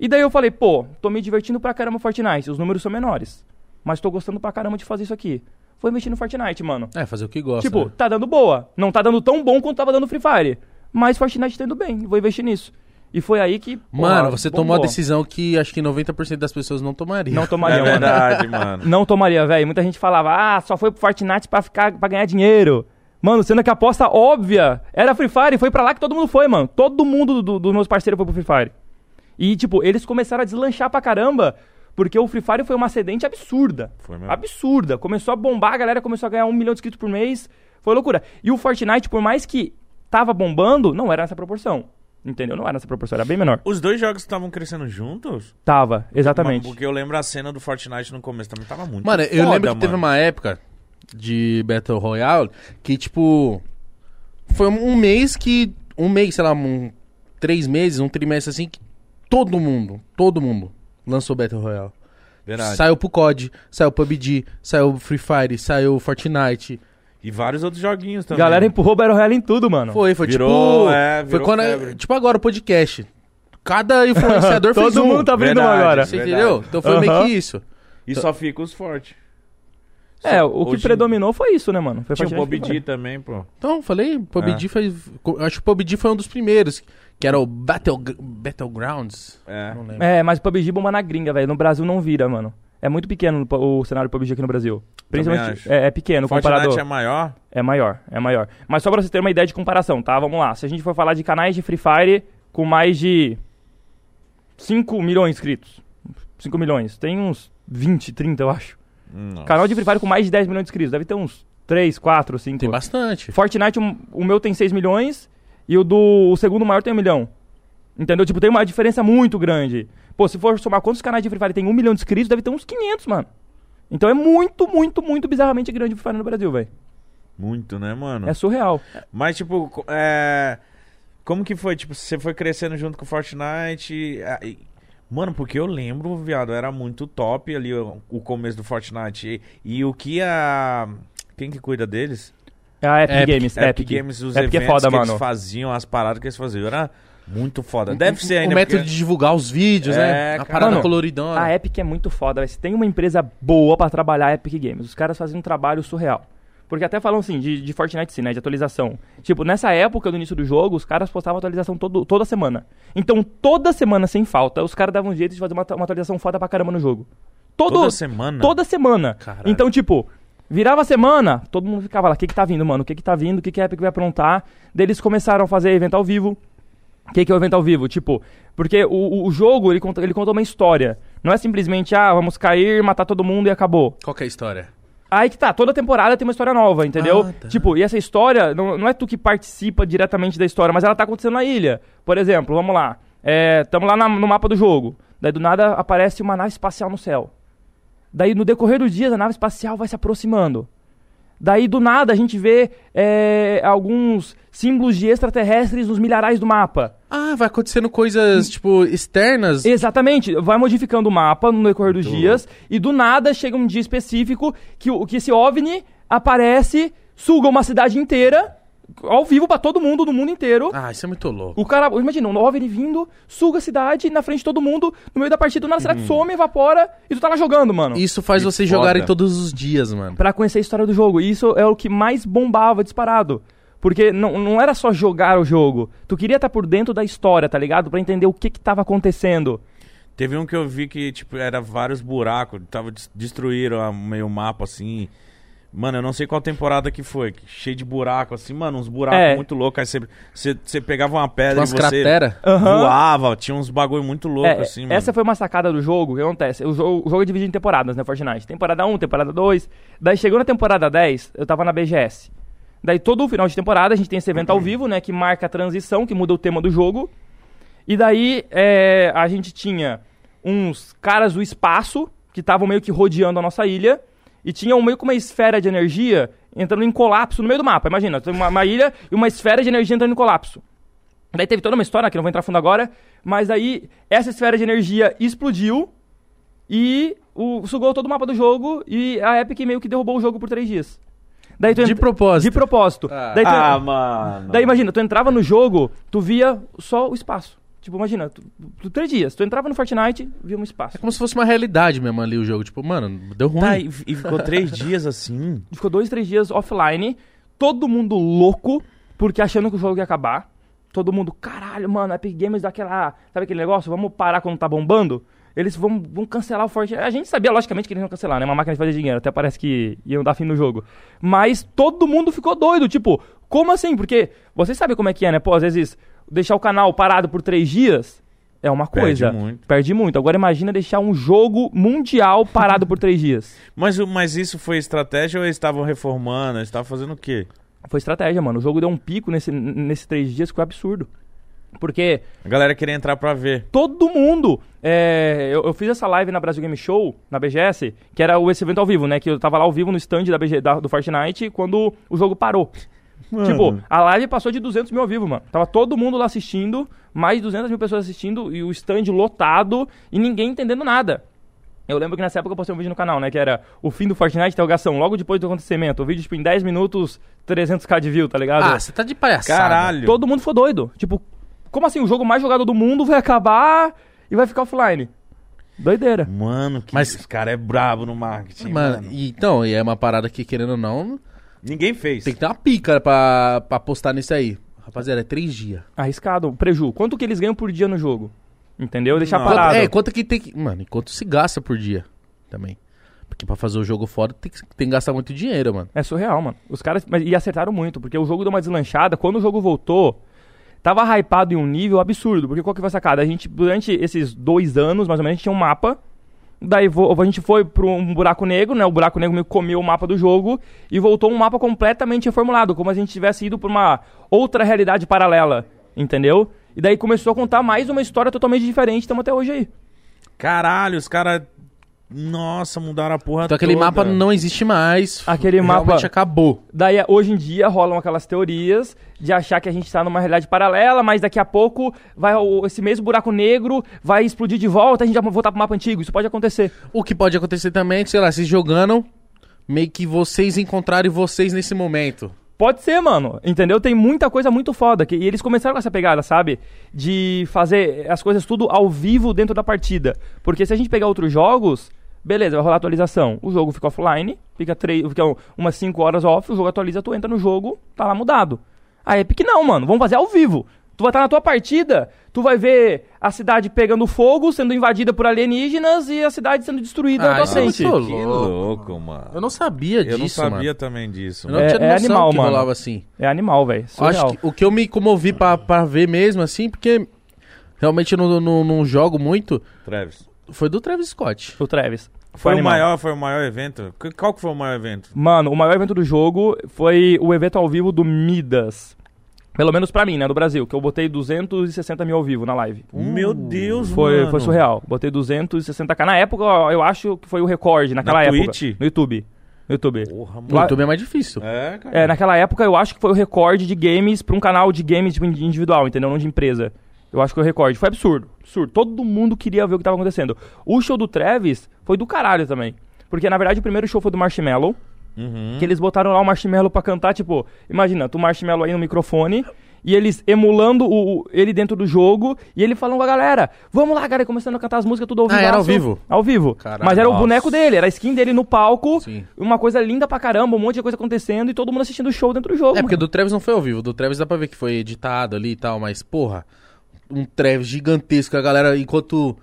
E daí eu falei, pô, tô me divertindo pra caramba no Fortnite. Os números são menores. Mas tô gostando pra caramba de fazer isso aqui. Vou investir no Fortnite, mano.
É, fazer o que gosta.
Tipo,
né?
tá dando boa. Não tá dando tão bom quanto tava dando Free Fire. Mas Fortnite tá indo bem. Vou investir nisso. E foi aí que. pô,
Mano, você tomou a
bombou.
decisão que acho que 90% das pessoas não tomariam.
Não
é
tomaria, mano.
verdade, mano.
Não tomaria, velho. Muita gente falava, ah, só foi pro Fortnite pra, ficar, pra ganhar dinheiro. Mano, sendo que a aposta óbvia era Free Fire. Foi pra lá que todo mundo foi, mano. Todo mundo do- do- dos meus parceiros foi pro Free Fire. E, tipo, eles começaram a deslanchar pra caramba. Porque o Free Fire foi uma ascendente absurda.
Foi mesmo.
absurda. Começou a bombar, a galera começou a ganhar um milhão de inscritos por mês. Foi loucura. E o Fortnite, por mais que tava bombando, não era nessa proporção. Entendeu? Não era nessa proporção, era bem menor.
Os dois jogos estavam crescendo juntos?
Tava, exatamente.
Mano, Porque eu lembro a cena do Fortnite no começo também tava muito
Mano, eu
foda,
lembro que teve
mano.
uma época de Battle Royale que, tipo, foi um mês que. Um mês, sei lá, um, três meses, um trimestre assim, que todo mundo, todo mundo lançou Battle Royale.
Verdade.
Saiu pro COD, saiu pro PUBG, saiu Free Fire, saiu Fortnite.
E vários outros joguinhos também. né?
Galera empurrou Battle Royale em tudo, mano.
Foi, foi
Então, Virou,
tipo.
é,
foi
virou
quando.
febre.
Tipo agora o podcast. Cada influenciador fez
Todo
um.
mundo tá abrindo um
Verdade,
agora.
Você
É Verdade.
entendeu? Então foi meio
Aham.
que isso.
E só fica os fortes.
É,
Só-
o que
hoje
predominou foi isso, né, mano? Foi
Tinha o
Fortnite e Free
PUBG também, pô.
Então, falei, PUBG
É.
foi. eu Acho que o PUBG foi um dos primeiros. Que era o Battle, Battlegrounds.
É.
Não lembro.
Fire. É, mas o PUBG bomba na gringa, velho. No Brasil não vira, mano. É muito pequeno o cenário do PUBG aqui no Brasil. Principalmente.
acho.
É, é pequeno, comparado.
Fortnite é maior?
É maior, é maior. Mas só pra vocês terem uma ideia de comparação, tá? Vamos lá. Se a gente for falar de canais de Free Fire com mais de 5 milhões de inscritos. 5 milhões. Tem uns 20, 30, eu acho.
Nossa.
Canal de Free Fire com mais de 10 milhões de inscritos. Deve ter uns 3, 4, 5.
Tem bastante.
Fortnite, um- o meu tem 6 milhões e o do o segundo maior tem 1 milhão. Entendeu? Tipo, tem uma diferença muito grande. Pô, se for somar quantos canais de Free Fire tem 1 milhão de inscritos, deve ter uns 500, mano. Então é muito, muito, muito bizarramente grande o Free Fire no Brasil, velho.
Muito, né, mano?
É surreal.
Mas, tipo, co- é... como que foi? Tipo, você foi crescendo junto com o Fortnite. e- ah, e- Mano, porque eu lembro, viado, era muito top ali o o começo do Fortnite. E, e o que a. Quem que cuida deles?
É a Epic,
Epic-
Games. Epic,
Games, os
Epic é
eventos
foda,
que
mano.
eles faziam, as paradas que eles faziam. Era muito foda. Deve ser ainda.
O método
porque-
de divulgar os vídeos,
É,
né? A
cara.
parada
Mano,
coloridona.
A Epic é muito foda, velho. Se tem uma empresa boa pra trabalhar, é a Epic Games. Os caras fazem um trabalho surreal. Porque até falam assim, de, de Fortnite sim, né? De atualização. Tipo, nessa época do início do jogo, os caras postavam atualização todo, toda semana. Então, toda semana, sem falta, os caras davam um jeito de fazer uma, atu- uma atualização foda pra caramba no jogo. Todo,
Toda semana?
Toda semana.
Caralho.
Então, tipo, virava a semana, todo mundo ficava lá, o que que tá vindo, mano? O que que tá vindo? O que que a Epic vai aprontar? Daí eles começaram a fazer evento ao vivo. O que, que é o evento ao vivo? Tipo, porque o- o, o jogo, ele conta, ele conta uma história. Não é simplesmente, ah, vamos cair, matar todo mundo e acabou.
Qual que é a história?
Aí que tá, toda temporada tem uma história nova, entendeu?
Ah, tá.
Tipo, e essa história, não, não é tu que participa diretamente da história, mas ela tá acontecendo na ilha. Por exemplo, vamos lá. É, tamo lá na- no mapa do jogo. Daí do nada aparece uma nave espacial no céu. Daí no decorrer do dia, a nave espacial vai se aproximando. Daí do nada a gente vê é, alguns símbolos de extraterrestres nos milharais do mapa.
Ah, vai acontecendo coisas, tipo, externas.
Exatamente, vai modificando o mapa no decorrer dos dias e do nada chega um dia específico que, o- que esse OVNI aparece, suga uma cidade inteira, ao vivo pra todo mundo, do mundo inteiro.
Ah, isso é muito louco.
O cara, imagina, um OVNI vindo, suga a cidade na frente de todo mundo, no meio da partida, do nada a cidade some, evapora e tu tá lá jogando, mano.
Uhum. Isso faz vocês
foda.
jogarem todos os dias, mano.
Pra conhecer a história do jogo. E isso é o que mais bombava disparado. Porque não, não era só jogar o jogo. Tu queria estar por dentro da história, tá ligado? Pra entender o que que tava acontecendo.
Teve um que eu vi que, tipo, era vários buracos, tava, des- destruíram a- meio mapa, assim. Mano, eu não sei qual temporada que foi, que- cheio de buraco, assim, mano, uns buracos
É.
muito loucos. Aí você- você você pegava uma pedra
Umas
e você
crateras.
Aham.
voava, tinha uns bagulho muito louco,
É,
assim, mano.
essa foi uma sacada do jogo, o que acontece? O jogo, o jogo é dividido em temporadas, né, Fortnite? Temporada 1, temporada 2. Daí chegou na temporada 10, eu tava na BGS. Daí todo o final de temporada a gente tem esse evento ao vivo, né, que marca a transição, que muda o tema do jogo. E daí é, a gente tinha uns caras do espaço que estavam meio que rodeando a nossa ilha e tinha um- meio que uma esfera de energia entrando em colapso no meio do mapa. Imagina, tem uma, uma ilha e uma esfera de energia entrando em colapso. Daí teve toda uma história que eu não vou entrar fundo agora, mas daí essa esfera de energia explodiu e o, sugou todo o mapa do jogo e a Epic meio que derrubou o jogo por três dias. Daí tu
De
ent-
propósito.
De propósito.
Ah.
Daí tu-
Ah, mano.
Daí imagina, tu entrava no jogo, tu via só o espaço. Tipo, imagina, tu, tu- três dias, tu entrava no Fortnite, via um espaço.
É como se fosse uma realidade mesmo ali o jogo. Tipo, mano, deu ruim.
Tá, e, e ficou três dias assim.
Ficou dois, três dias offline, todo mundo louco, porque achando que o jogo ia acabar. Todo mundo, caralho, mano, Epic Games daquela. Sabe aquele negócio? Vamos parar quando tá bombando? Eles vão, vão cancelar o Fortnite. A gente sabia, logicamente, que eles iam cancelar, né? Uma máquina de fazer dinheiro. Até parece que iam dar fim no jogo. Mas todo mundo ficou doido. Tipo, como assim? Porque vocês sabem como é que é, né? Pô, às vezes, deixar o canal parado por três dias é uma
Perde
coisa.
muito.
Perde muito. Agora imagina deixar um jogo mundial parado por três dias.
Mas, o- mas isso foi estratégia ou eles estavam reformando? Eles estavam fazendo o quê?
Foi estratégia, mano. O jogo deu um pico nesse- nesses três dias que foi absurdo. Porque
A galera queria entrar pra ver.
todo mundo. é, eu, eu fiz essa live na Brasil Game Show, na BGS, que era o- esse evento ao vivo, né? Que eu tava lá ao vivo no stand da BG, da- do Fortnite quando o jogo parou. Tipo, a live passou de 200 mil ao vivo, mano. Tava todo mundo lá assistindo, mais de 200 mil pessoas assistindo e o stand lotado e ninguém entendendo nada. Eu lembro que nessa época eu postei um vídeo no canal, né? Que era o fim do Fortnite interrogação, logo depois do acontecimento. O vídeo, tipo, em 10 minutos, 300k de view, tá ligado?
Ah, você tá de palhaçada.
Caralho.
Todo mundo ficou doido. Tipo, como assim? O jogo mais jogado do mundo vai acabar e vai ficar offline. Doideira.
Mano, que
Mas-
esse cara é brabo no marketing, mano.
Mano, e- então, e é uma parada que, querendo ou não,
Ninguém fez.
tem que ter uma pica pra, pra apostar nisso aí. Rapaziada, é três dias.
Arriscado. Preju. Quanto que eles ganham por dia no jogo? Entendeu? Deixar
Não.
parado.
É, quanto que tem que. Mano, e quanto se gasta por dia também? Porque pra fazer o jogo foda tem que, tem que gastar muito dinheiro, mano.
É surreal, mano. Os caras. Mas, e acertaram muito, porque o jogo deu uma deslanchada. Quando o jogo voltou, tava hypado em um nível absurdo. Porque qual que foi a sacada? A gente, durante esses dois anos, mais ou menos, a gente tinha um mapa. Daí vo- a gente foi pra um buraco negro, né? O buraco negro meio que comeu o mapa do jogo e voltou um mapa completamente reformulado, como se a gente tivesse ido pra uma outra realidade paralela, entendeu? E daí começou a contar mais uma história totalmente diferente, estamos até hoje aí.
Caralho, os caras. Nossa, mudaram a porra
Então aquele
toda.
mapa não existe mais.
Aquele
Realmente
mapa-
acabou.
Daí, hoje em dia, rolam aquelas teorias de achar que a gente tá numa realidade paralela, mas daqui a pouco vai o- esse mesmo buraco negro vai explodir de volta, a gente vai voltar pro mapa antigo. Isso pode acontecer.
O que pode acontecer também, é que, sei lá, vocês jogando, meio que vocês encontrarem vocês nesse momento.
Pode ser, mano. Entendeu? Tem muita coisa muito foda. Que, e eles começaram com essa pegada, sabe? De fazer as coisas tudo ao vivo dentro da partida. Porque se a gente pegar outros jogos, beleza, vai rolar atualização. O jogo fica offline, fica, três, fica um- umas 5 horas off, o jogo atualiza, tu entra no jogo, tá lá mudado. A Epic não, mano. Vamos fazer ao vivo. Tu vai estar na tua partida, tu vai ver a cidade pegando fogo, sendo invadida por alienígenas e a cidade sendo destruída
Ah, isso é
totalmente.
muito
Que
Ô,
louco, mano.
Eu não sabia disso,
Eu não sabia
mano.
também disso.
Eu não
mano.
É-
tinha
é
noção
animal,
que
mano.
rolava assim.
É animal, velho.
Acho
Surreal.
que o que eu me comovi pra, pra ver mesmo, assim, porque realmente eu não, não, não jogo muito,
Travis.
foi do Travis Scott.
O Travis.
Foi o
animal.
maior, foi o maior evento. Que- Qual que foi o maior evento?
Mano, o maior evento do jogo foi o evento ao vivo do Midas. Pelo menos pra mim, né? Do Brasil. Que eu botei 260 mil ao vivo na live.
Uh,
Meu Deus,
Foi,
mano.
foi surreal. Botei 260k. Na época, ó, eu acho que foi o recorde. Naquela
Na
época.
Twitch?
No YouTube. No YouTube.
Porra, mano.
No YouTube é mais difícil.
É, cara.
É, naquela época eu acho que foi o recorde de games pra um canal de games tipo, indi- individual, entendeu? Não de empresa. Eu acho que foi o recorde. Foi absurdo. Absurdo. Todo mundo queria ver o que tava acontecendo. O show do Travis foi do caralho também. Porque, na verdade, o primeiro show foi do Marshmallow.
Uhum.
Que eles botaram lá o marshmallow pra cantar, tipo, imagina, tu marshmallow aí no microfone e eles emulando o, o- ele dentro do jogo e ele falando com a galera: Vamos lá, galera, e começando a cantar as músicas tudo ao
Ah,
vivo.
era ao vivo?
Ao vivo.
Caralho.
Mas era o
Nossa.
boneco dele, era a skin dele no palco,
Sim.
uma coisa linda pra caramba, um monte de coisa acontecendo e todo mundo assistindo o show dentro do jogo.
É porque
mano.
do Travis não foi ao vivo, do Travis dá pra ver que foi editado ali e tal, mas porra, um Travis gigantesco, a galera enquanto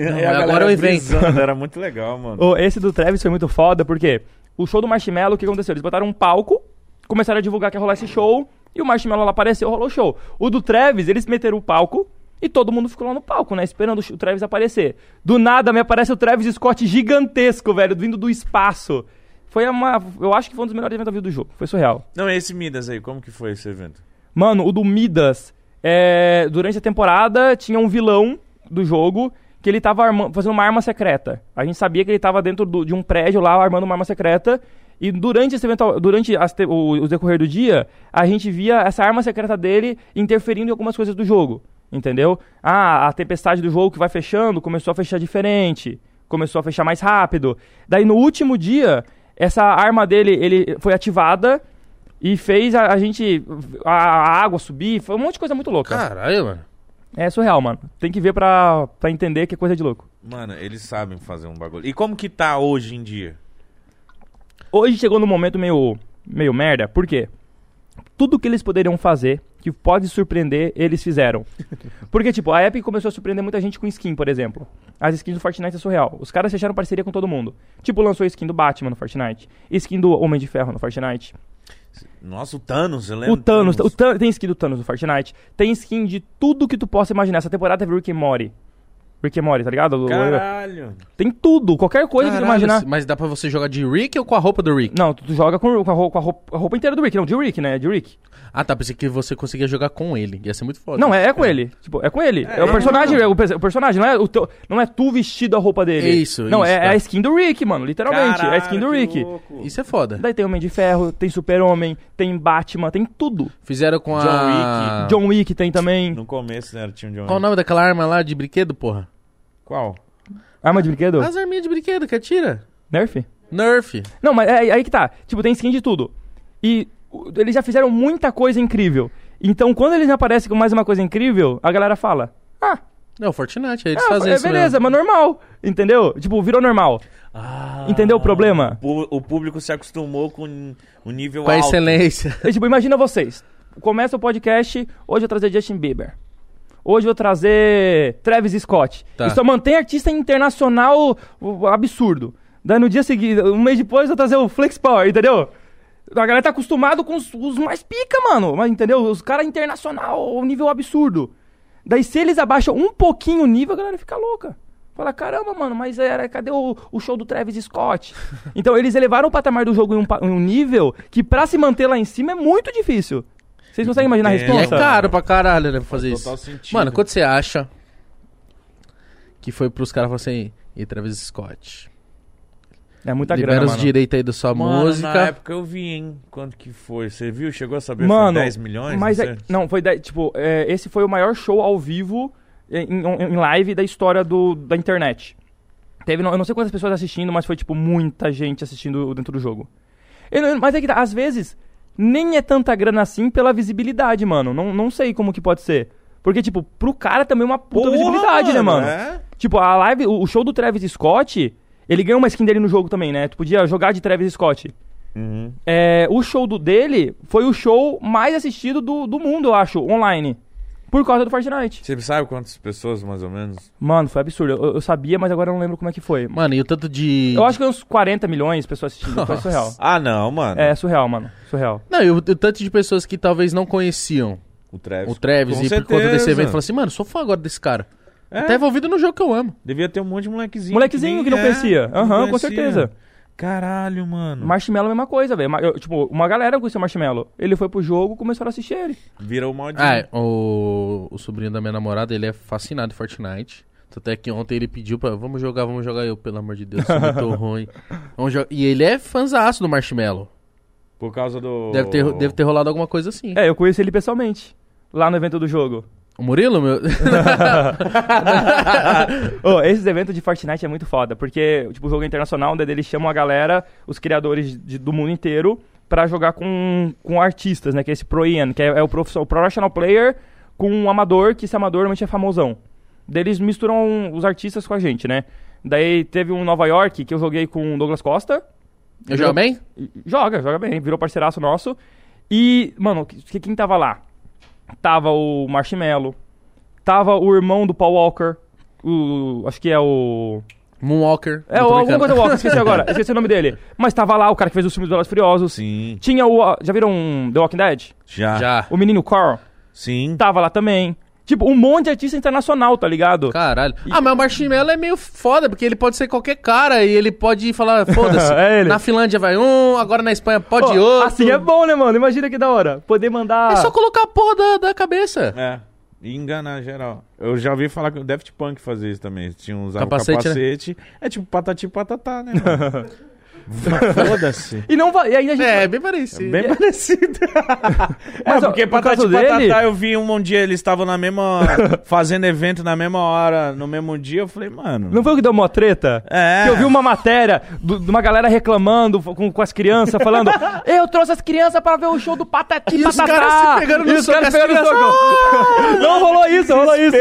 E a
agora
galera
é o evento.
brisando, Era muito legal, mano.
Ô, Esse do Travis foi muito foda, porque o show do Marshmallow, o que aconteceu? Eles botaram um palco, começaram a divulgar que ia rolar esse show, e o Marshmallow lá apareceu, rolou o show. O do Travis, eles meteram o palco, e todo mundo ficou lá no palco, né? Esperando o sh- o Travis aparecer. Do nada me aparece o Travis Scott gigantesco, velho, vindo do espaço. Foi uma. Eu acho que foi um dos melhores eventos da vida do jogo. Foi surreal.
Não, esse Midas aí, como que foi esse evento?
Mano, o do Midas, é, durante a temporada, tinha um vilão do jogo que ele tava arma- fazendo uma arma secreta. A gente sabia que ele tava dentro do- de um prédio lá armando uma arma secreta. E durante esse evento, durante as te- o, o decorrer do dia, a gente via essa arma secreta dele interferindo em algumas coisas do jogo. Entendeu? Ah, a tempestade do jogo que vai fechando começou a fechar diferente. Começou a fechar mais rápido. Daí no último dia, essa arma dele ele foi ativada e fez a, a gente. A, a água subir. Foi um monte de coisa muito louca.
Caralho, mano.
É surreal, mano. Tem que ver pra, pra entender que é coisa de louco.
Mano, eles sabem fazer um bagulho. E como que tá hoje em dia?
Hoje chegou num momento meio, meio merda, por quê? Tudo que eles poderiam fazer, que pode surpreender, eles fizeram. Porque, tipo, a Epic começou a surpreender muita gente com skin, por exemplo. As skins do Fortnite é surreal. Os caras fecharam parceria com todo mundo. Tipo, lançou skin do Batman no Fortnite, skin do Homem de Ferro no Fortnite.
Nossa, o Thanos, eu lembro.
O Thanos, o Thanos- tem skin do Thanos no Fortnite, tem skin de tudo que tu possa imaginar. Essa temporada teve Rick and Morty. Rick and Morty, tá ligado?
Caralho.
Tem tudo, qualquer coisa que tu
Caralho,
imaginar.
Mas dá pra você jogar de Rick ou com a roupa do Rick?
Não, tu, tu joga com, com a roupa, com a roupa- a roupa inteira do Rick, não, de Rick, né? De Rick.
Ah, tá, pensei que você conseguia jogar com ele, ia ser muito foda.
Não, é, é com ele. Tipo, é com ele. É, o personagem, é o, pe- o personagem, não é, o teu, não é tu vestido a roupa dele.
Isso,
Não,
isso,
é,
tá.
é a skin do Rick, mano, literalmente. é a skin do
Caralho, que
Rick.
louco.
Isso é foda.
Daí tem Homem de Ferro, tem Super-Homem, tem Batman, tem tudo.
Fizeram com a...
John Wick tem também.
No começo, né, era time de
Qual o
homem.
nome daquela arma lá de brinquedo, porra?
Qual?
Arma de brinquedo?
As arminhas de brinquedo que atira.
Nerf?
Nerf.
Não, mas é, aí que tá. Tipo, tem skin de tudo. E o- eles já fizeram muita coisa incrível. Então, quando eles aparecem com mais uma coisa incrível, a galera fala: Ah,
É o Fortnite, aí eles
ah,
fazem
é
isso
beleza, mas normal. Entendeu? Tipo, virou normal.
mesmo. Ah,
Entendeu o problema?
Pu- O público se acostumou com o nível
Com a
alto.
excelência.
É, tipo, imagina vocês. Começa o podcast, hoje eu vou trazer Justin Bieber. Hoje eu vou trazer Travis Scott.
Tá.
E só mantém artista internacional o- absurdo. Daí no dia seguinte, um mês depois, eu vou trazer o Flex Power, entendeu? A galera tá acostumado com os, os mais pica, mano. Mas, entendeu? Os caras internacional, o nível absurdo. Daí se eles abaixam um pouquinho o nível, a galera fica louca. Fala, caramba, mano, mas era, cadê o, o show do Travis Scott? então eles elevaram o patamar do jogo em um, pa- em um nível que pra se manter lá em cima é muito difícil. Vocês conseguem imaginar a
Entendo.
E é
resposta?
caro pra caralho, né, pra fazer
Faz total
isso.
sentido.
Mano, quando você acha que foi pros caras falarem assim, e Travis Scott,
É muita
libera
grana,
os
mano.
direitos aí da sua
Mano, na
música.
época eu vi, hein? Quanto que foi? Você viu? Chegou a saber?
Mano,
foi 10 milhões?
Mas
não
é-
sei.
não, foi dez- tipo, é, esse foi o maior show ao vivo em, em- em live da história do, da internet. Teve, não- eu não sei quantas pessoas assistindo, mas foi tipo muita gente assistindo dentro do jogo. Eu não- mas é que tá, às vezes nem é tanta grana assim pela visibilidade, mano. Não, não sei como que pode ser. Porque, tipo, pro cara também é uma puta
Porra,
visibilidade, né, mano?
É?
Tipo, a live, o o show do Travis Scott, ele ganhou uma skin dele no jogo também, né? Tu podia jogar de Travis Scott.
Uhum.
É, o show do dele foi o show mais assistido do, do mundo, eu acho, online. Por causa do Fortnite.
Você sabe quantas pessoas, mais ou menos?
Mano, foi absurdo. Eu, eu sabia, mas agora eu não lembro como é que foi.
Mano, e o tanto de.
Eu acho que uns 40 milhões de pessoas assistindo. Foi
Nossa.
surreal.
Ah, não, mano.
É, surreal, mano. Surreal.
Não, e o, o tanto de pessoas que talvez não conheciam
O Travis.
o Travis
Com
e por conta
certeza.
desse evento falaram assim, mano, sou fã agora desse cara.
É.
Tá envolvido no jogo que eu amo.
Devia ter um monte de molequezinho.
Molequezinho que não
nem- é,
conhecia.
não
Aham, com
conhecia.
certeza.
Caralho, mano.
Marshmallow é a mesma coisa, velho. Ma- eu- Tipo, uma galera conheceu o Marshmallow. Ele foi pro jogo, começaram a assistir ele.
Virou maldito.
Ah, é, o,
Uhum.
o sobrinho da minha namorada, ele é fascinado em Fortnite. Até que ontem ele pediu pra. Vamos jogar, vamos jogar. Eu, pelo amor de Deus, sou muito ruim. Vamos jo- E ele é fãzaço do Marshmallow.
Por causa do...
Deve
Oh.
ter, deve ter rolado alguma coisa assim.
É, eu conheci ele pessoalmente. Lá no evento do jogo.
O Murilo, meu.
Ô, esses eventos de Fortnite é muito foda, porque tipo, o jogo é internacional, onde eles chamam a galera, os criadores de- do mundo inteiro, pra jogar com, com artistas, né? Que é esse Pro Ian, que é, é o, profissional, o professional player com um amador, que esse amador normalmente é famosão. Daí eles misturam os artistas com a gente, né? Daí teve um Nova York que eu joguei com o Douglas Costa.
Eu jogo bem?
Joga, joga bem, virou parceiraço nosso. E, mano, que- quem tava lá? Tava o Marshmello, tava o irmão do Paul Walker, o, acho que é o...
Moonwalker.
É,
Não,
o
tô
alguma coisa
brincando.
Walker, esqueci agora, esqueci o nome dele. Mas tava lá o cara que fez o filme do Velozes e Furiosos.
Sim.
Tinha o... Já viram um The Walking Dead?
Já.
Já.
O menino Carl
Sim.
tava lá também. Tipo, um monte de artista internacional, tá ligado?
Caralho. Ah, mas o Marshmallow é meio foda, porque ele pode ser qualquer cara e ele pode falar, foda-se.
É ele.
Na Finlândia vai um, agora na Espanha pode
Pô,
outro.
assim é bom, né, mano? Imagina que da hora. Poder mandar...
É só colocar a porra da, da cabeça.
É. E enganar geral. Eu já ouvi falar que o Daft Punk fazia isso também. Tinha uns capacete.
Capacete, né?
capacete. É tipo patati e patatá, né? mano? Foda-se.
E não vai... E aí a gente...
É, bem parecido.
Bem parecido.
Mas,
é,
ó,
porque
no caso
patati e
dele-
patatá eu vi um, um dia, eles estavam na mesma. fazendo evento na mesma hora, no mesmo dia. Eu falei, mano.
Não foi o que deu mó treta?
É.
Que eu vi uma matéria do- de uma galera reclamando f- com, com as crianças, falando: Eu trouxe as crianças pra ver o show do Patati
E os
Patatá.
caras se pegando no
E os
soco,
caras
as
pegando no
crianças,
soco. "Ah!" Não rolou isso, rolou isso.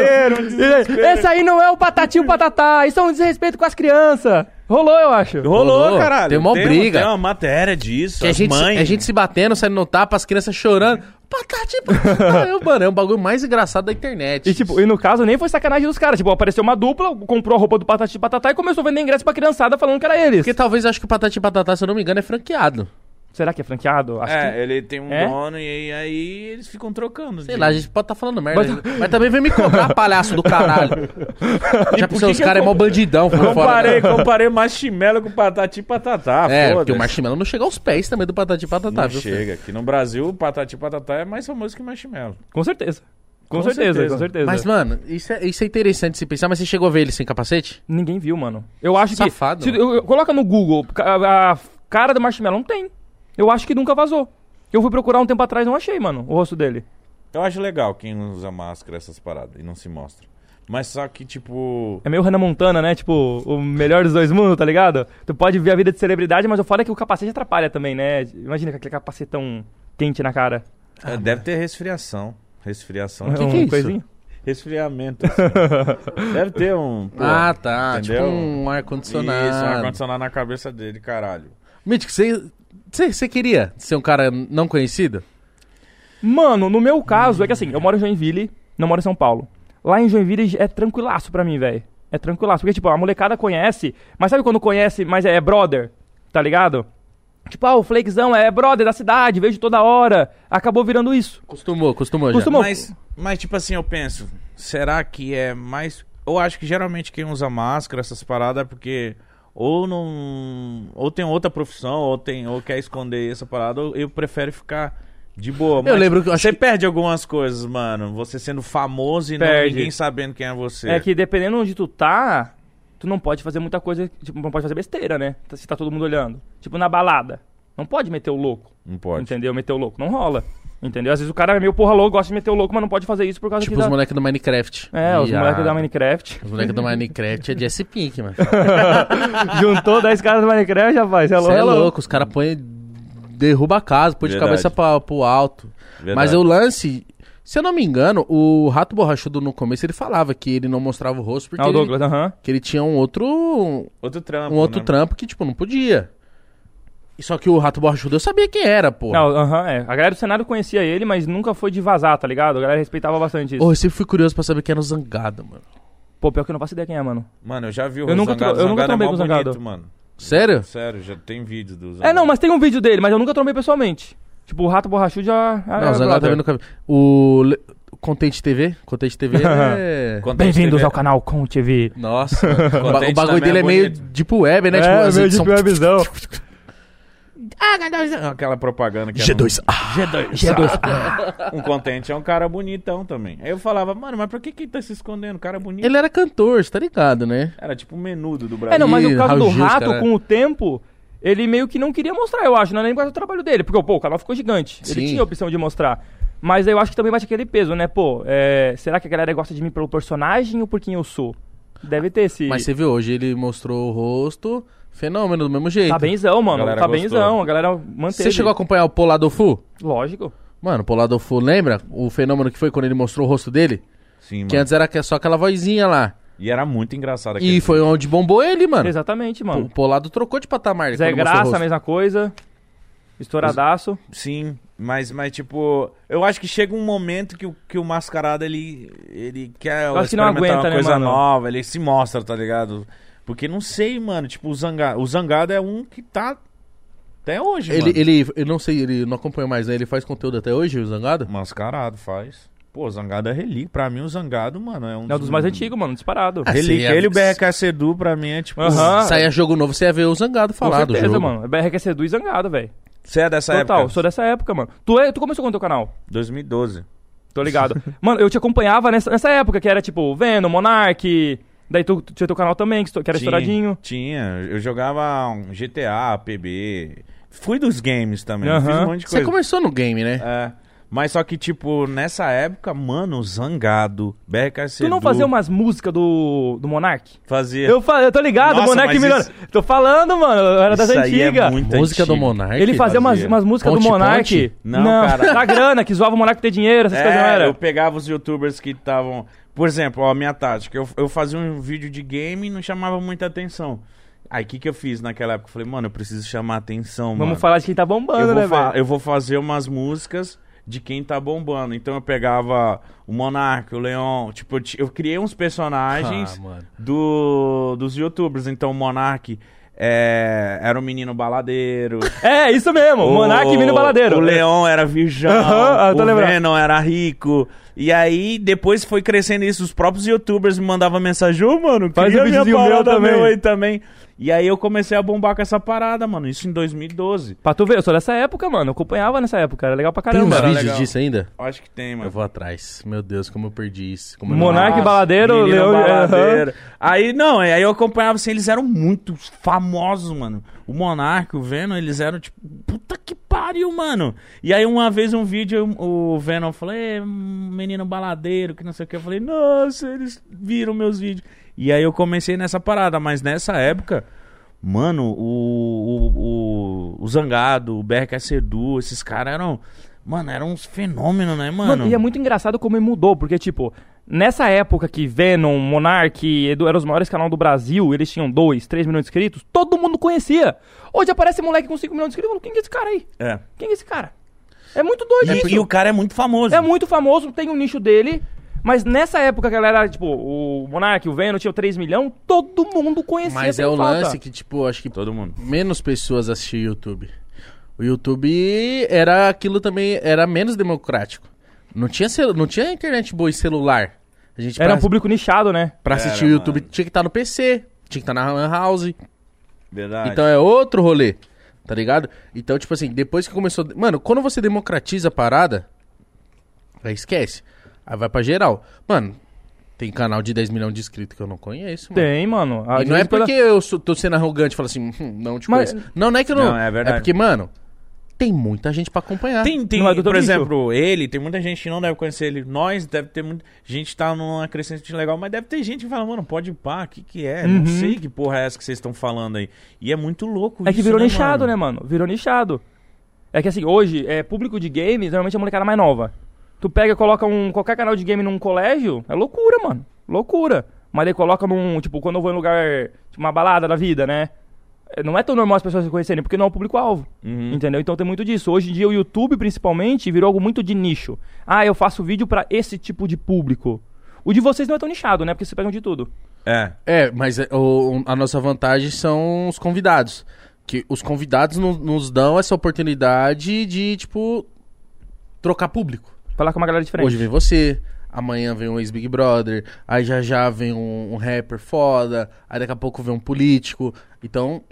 Esse aí não é o Patati e o Patatá. Isso é um desrespeito com as crianças. Rolou, eu acho.
Rolou,
Rolou.
caralho.
Tem uma briga.
Tem uma matéria disso.
Que a
as
gente,
mães.
a gente se batendo, saindo no tapa, as crianças chorando. Patati, patati. Eu, mano, é um bagulho mais engraçado da internet.
E, tipo, e no caso, nem foi sacanagem dos caras. Tipo, apareceu uma dupla, comprou a roupa do Patati e Patatá e começou a vender ingresso pra criançada falando que era eles.
Porque talvez acho que o Patati Patatá, se eu não me engano, é franqueado.
Será que é franqueado? Acho
É,
que...
ele tem um
É?
dono e aí eles ficam trocando.
Sei lá, a gente pode estar falando merda.
tá-
Mas, também vem me cobrar, palhaço do caralho. Já pensou,
que
os
que
caras
eu
é mó bandidão. por
Comparei,
fora.
comparei marshmallow com patati e patatá.
É, porque
foda-se.
o marshmallow não chega aos pés também do Patati Patatá,
Não
Tá, viu? filho?
chega. Aqui no Brasil, o patati e patatá é mais famoso que o marshmallow.
Com certeza. Com,
Com
certeza,
certeza.
com certeza.
Mas, mano, isso é, isso é interessante se pensar, mas você chegou a ver ele sem capacete?
Ninguém viu, mano. Eu acho
Safado,
que. Se,
mano.
eu, eu- coloca no Google ca- a, a cara do Marshmallow. Não tem. Eu acho que nunca vazou. Eu fui procurar um tempo atrás e não achei, mano, o rosto dele.
Eu acho legal quem usa máscara, essas paradas, e não se mostra. Mas só que, tipo.
É meio Hannah Montana, né? Tipo, o melhor dos dois mundos, tá ligado? Tu pode ver a vida de celebridade, mas o foda é que o capacete atrapalha também, né? Imagina com aquele capacetão quente na cara.
é, deve ter resfriação. Resfriação.
que
é
um
é isso?
coisinho.
Resfriamento. assim. deve ter um. pô,
ah, tá.
entendeu?
Tipo um
Isso, um
ar-condicionado.
ar-condicionado na cabeça dele, caralho.
Mítico, você- você você queria ser um cara não conhecido?
Mano, no meu caso, é que assim, eu moro em Joinville, não moro em São Paulo. Lá em Joinville é tranquilaço pra mim, velho. É tranquilaço. Porque, tipo, a molecada conhece, mas sabe quando conhece, mas é brother, tá ligado? Tipo, ah, o Flakezão é brother da cidade, vejo toda hora. Acabou virando isso.
Costumou, costumou já.
Costumou. Tomou-
Mas, mas, tipo assim, eu penso, será que é mais. Eu acho que geralmente quem usa máscara, essas paradas, é porque ou não. Ou tem outra profissão, ou, tem, ou quer esconder essa parada, ou eu prefiro ficar de boa. Mas
lembro que eu acho
Você perde algumas coisas, mano. Você sendo famoso e não-
Perde.
ninguém sabendo quem é você.
É que dependendo onde tu tá, tu não pode fazer muita coisa, tipo, não pode fazer besteira, né? Se tá todo mundo olhando. Tipo, na balada. Não pode meter o louco.
Não pode.
Entendeu? Meter o louco. Não rola. Entendeu? Às vezes o cara é meio porra louco, gosta de meter o louco, mas não pode fazer isso por causa
Tipo
que
os
dá-
moleques do Minecraft.
É, os
E a-
moleques da Minecraft.
Os moleques do Minecraft é de S-Pink, mano.
Juntou 10 caras do Minecraft, rapaz. Hello,
Você é
hello.
louco, os caras põem. Derruba a casa, põe de
Verdade.
cabeça pra, pro alto.
Verdade.
Mas o lance. Se eu não me engano, o Rato Borrachudo no começo ele falava que ele não mostrava o rosto porque
Ah, o
ele,
Douglas, aham.
que ele tinha um outro. Um
Outro trampo.
outro
né?
trampo que, tipo, não podia. E Só que o Rato Borrachudo eu sabia quem era, pô.
Não, aham, é. A galera do Senado conhecia ele, mas nunca foi de vazar, tá ligado? A galera respeitava bastante isso.
Ô, eu sempre fui curioso pra saber quem era o Zangado, mano.
Pô, pior que eu não faço ideia quem é, mano.
Mano, eu já vi o
Eu nunca
Zangado.
tro- eu nunca
Zangado é
trombei
mó
com o Zangado.
bonito, mano.
Sério?
Sério, já tem vídeo do
Tá.
Zangado.
É, não, mas tem um vídeo dele, mas eu nunca trombei pessoalmente. Tipo, o Rato Borrachudo já...
não, o Zangado tá vendo o cabelo. O. Le- Contente TV? Contente TV é.
Quando a gente
Bem-vindos
teve-
ao canal ConTV.
Nossa, mano.
Contente
o bagulho
também
dele
é
é meio
bonito.
deep web, né?
É,
as edições-
visão.
Aquela propaganda que é
G2A.
Um contente é um cara bonitão também. Aí eu falava, mano, mas por que que tá se escondendo? O cara é bonito.
Ele era cantor, você tá ligado, né?
Era tipo o menudo do Brasil.
É, não, mas
Ih,
no caso
Raul
do
Gil,
Rato,
cara.
com o tempo, ele meio que não queria mostrar, eu acho. Não é nem quase o trabalho dele. Porque, pô, o canal ficou gigante.
Sim.
Ele tinha a opção de mostrar. Mas eu acho que também bate aquele peso, né? Pô, é, será que a galera gosta de mim pelo personagem ou por quem eu sou? Deve ter esse...
Mas você viu, hoje ele mostrou o rosto, fenômeno do mesmo jeito.
Tá benzão, mano.
A galera
Tá
gostou.
benzão. A galera manteve.
Você chegou a acompanhar o Poladofu?
Lógico.
Mano, o Poladofu, lembra o fenômeno que foi quando ele mostrou o rosto dele?
Sim,
Que
mano.
antes era que- só aquela vozinha lá.
E era muito engraçado aquele.
E foi onde bombou ele, mano.
Exatamente,
O
mano.
Polado trocou de patamar.
Zé
quando mostrou o
Graça, a
rosto.
mesma coisa. Estouradaço.
Sim, mas, mas tipo, eu acho que chega um momento que, o- que o mascarado ele, ele quer
acho que não
experimentar
aguenta,
uma
né,
coisa
mano?
nova, ele se mostra, tá ligado? Porque não sei, mano, tipo, o Zangado, o Zangado é um que tá até hoje, mano.
Ele, ele, eu não sei, ele não acompanha mais, né? Ele faz conteúdo até hoje, o Zangado?
Mascarado, faz. Pô, o Zangado é relíquia. Pra mim, o Zangado, mano, é um
É um dos mais antigos, mano. Disparado.
Ah,
Relíquia.
sim, é-
Ele e o BRK Sedu, pra mim, é tipo...
Aham.
Saia jogo novo, você ia ver o Zangado
Ah. Com
falar do
certeza,
jogo.
mano. BR quer seduz zangado, velho.
Você é dessa
Total,
época?
sou dessa época, mano. Tu, é, tu começou com o teu canal?
2012.
Tô ligado. mano, eu te acompanhava nessa, nessa época, que era tipo Venom, Monark. Daí tu, tu tinha teu canal também, que, esto- que era estouradinho.
Tinha. Eu jogava um GTA, PB. Fui dos games também.
Aham.
Fiz um monte de
Você
coisa.
começou no game, né?
É. Mas só que, tipo, nessa época, mano, zangado. BRK
Tu não fazia umas músicas do, do Monark?
Fazia.
Eu, fa- eu tô ligado,
É. Nossa,
Monark
mas
Milano. Tô falando, mano, eu era das
Isso aí é
antigas.
muito
Música do
antigo.
Monark.
Ele fazia umas,
fazia.
umas músicas
Ponte,
do Monark.
ponte?
Não, cara.
Da grana, que zoava o Monark ter dinheiro, essas coisas não
É,
era.
eu pegava os youtubers que estavam. Por exemplo, ó, a minha tática. Eu, eu fazia um vídeo de game e não chamava muita atenção. Aí o que, que eu fiz naquela época? Eu falei, mano, eu preciso chamar atenção,
Vamos
mano.
falar de quem tá bombando,
eu vou,
né,
fa-
velho?
eu vou fazer umas músicas de quem tá bombando. Então eu pegava o Monarca, o Leon. Tipo, eu, ti- eu criei uns personagens
Ah, mano.
do, dos youtubers. Então o Monark é, era um menino baladeiro.
É, isso mesmo, Monark e Mino Baladeiro.
O Leon era virgão,
Aham, eu tô
o
lembrando.
Venom era rico. E aí, depois foi crescendo isso. Os próprios youtubers me mandavam mensagem, ô, mano,
Faz
cria
um
minha
videozinho meu
parada
também."
meu aí também. E aí eu comecei a bombar com essa parada, mano. Isso em 2012.
Pra tu ver, eu sou dessa época, mano. Eu acompanhava nessa época, era legal pra
Tem uns
caramba.
era
vídeos
legal.
disso ainda?
Acho que tem, mano.
Eu vou atrás. Meu Deus, como eu perdi isso. Como eu não-
Monark
Nossa,
Baladeiro,
menino
Leão.
baladeiro. Aí, não, aí eu acompanhava assim, eles eram muito famosos, mano. O Monark, o Venom, eles eram tipo, puta que pariu, mano. E aí uma vez um vídeo, o Venom falou, "Ê, menino baladeiro, que não sei o que. Eu falei, nossa, eles viram meus vídeos. E aí eu comecei nessa parada, mas nessa época, mano, o, o, o, o Zangado, o BRK Sedu, esses caras eram, mano, eram uns fenômenos, né, mano?
Mano, e é muito engraçado como ele mudou, porque, tipo, nessa época que Venom, Monark Edu eram os maiores canal do Brasil, eles tinham 2, 3 milhões de inscritos, todo mundo conhecia. Hoje aparece moleque com 5 milhões de inscritos, mano, quem que é esse cara aí?
É.
Quem que é esse cara? É muito doido isso.
E, e o cara é muito famoso.
É muito famoso, tem o nicho dele. Mas nessa época, galera, tipo, o Monark, o Venom tinha 3 milhões, todo mundo conhecia.
Mas é
sem
o
falta.
lance que, tipo, acho que
Todo mundo.
menos pessoas assistiam YouTube. O YouTube era aquilo também, era menos democrático. Não tinha, celu- não tinha internet boa e celular. A gente
Era um
pra,
público nichado, né?
pra assistir
Era,
o YouTube
mano.
tinha que estar no PC, tinha que estar na Lan House.
Verdade.
Então é outro rolê, tá ligado? Então, tipo assim, depois que começou. Mano, quando você democratiza a parada, aí esquece. Aí vai pra geral. Mano, tem canal de 10 milhões de inscritos que eu não conheço, mano.
Tem, mano.
Hum. E
Às
não é
vezes pela-
porque eu sou- tô sendo arrogante e falo assim, "Hum, não te
Mas-
conheço. Não, não é que eu não.
Não, é verdade.
porque, mano, tem muita gente pra acompanhar.
Tem, tem,
Não é
por
do Torinho?
exemplo, ele, tem muita gente que não deve conhecer ele. Nós, deve ter muita gente que tá numa crescente legal, mas deve ter gente que fala, mano, pode ir pá, o que que é?
Uhum.
Não sei que porra é essa que vocês estão falando aí. E é muito louco
É
isso,
que virou
né,
nichado,
mano?
né, mano? Virou nichado. É que assim, hoje, é público de games, normalmente é a molecada mais nova. Tu pega e coloca um, qualquer canal de game num colégio, é loucura, mano. Loucura. Mas daí coloca num, tipo, quando eu vou em lugar, tipo, uma balada da vida, né? É, Não é tão normal as pessoas se conhecerem, porque não é o público-alvo.
Uhum.
Entendeu? Então tem muito disso. Hoje em dia o YouTube, principalmente, virou algo muito de nicho. Ah, eu faço vídeo pra esse tipo de público. O de vocês não é tão nichado, né? Porque vocês pegam de tudo.
É.
É, mas é, o- a nossa vantagem são os convidados. Que os convidados no- nos dão essa oportunidade de, tipo, trocar público.
Falar com uma galera diferente.
Hoje vem você, amanhã vem um ex-Big Brother, aí já já vem um, um rapper foda, aí daqui a pouco vem um político. Então,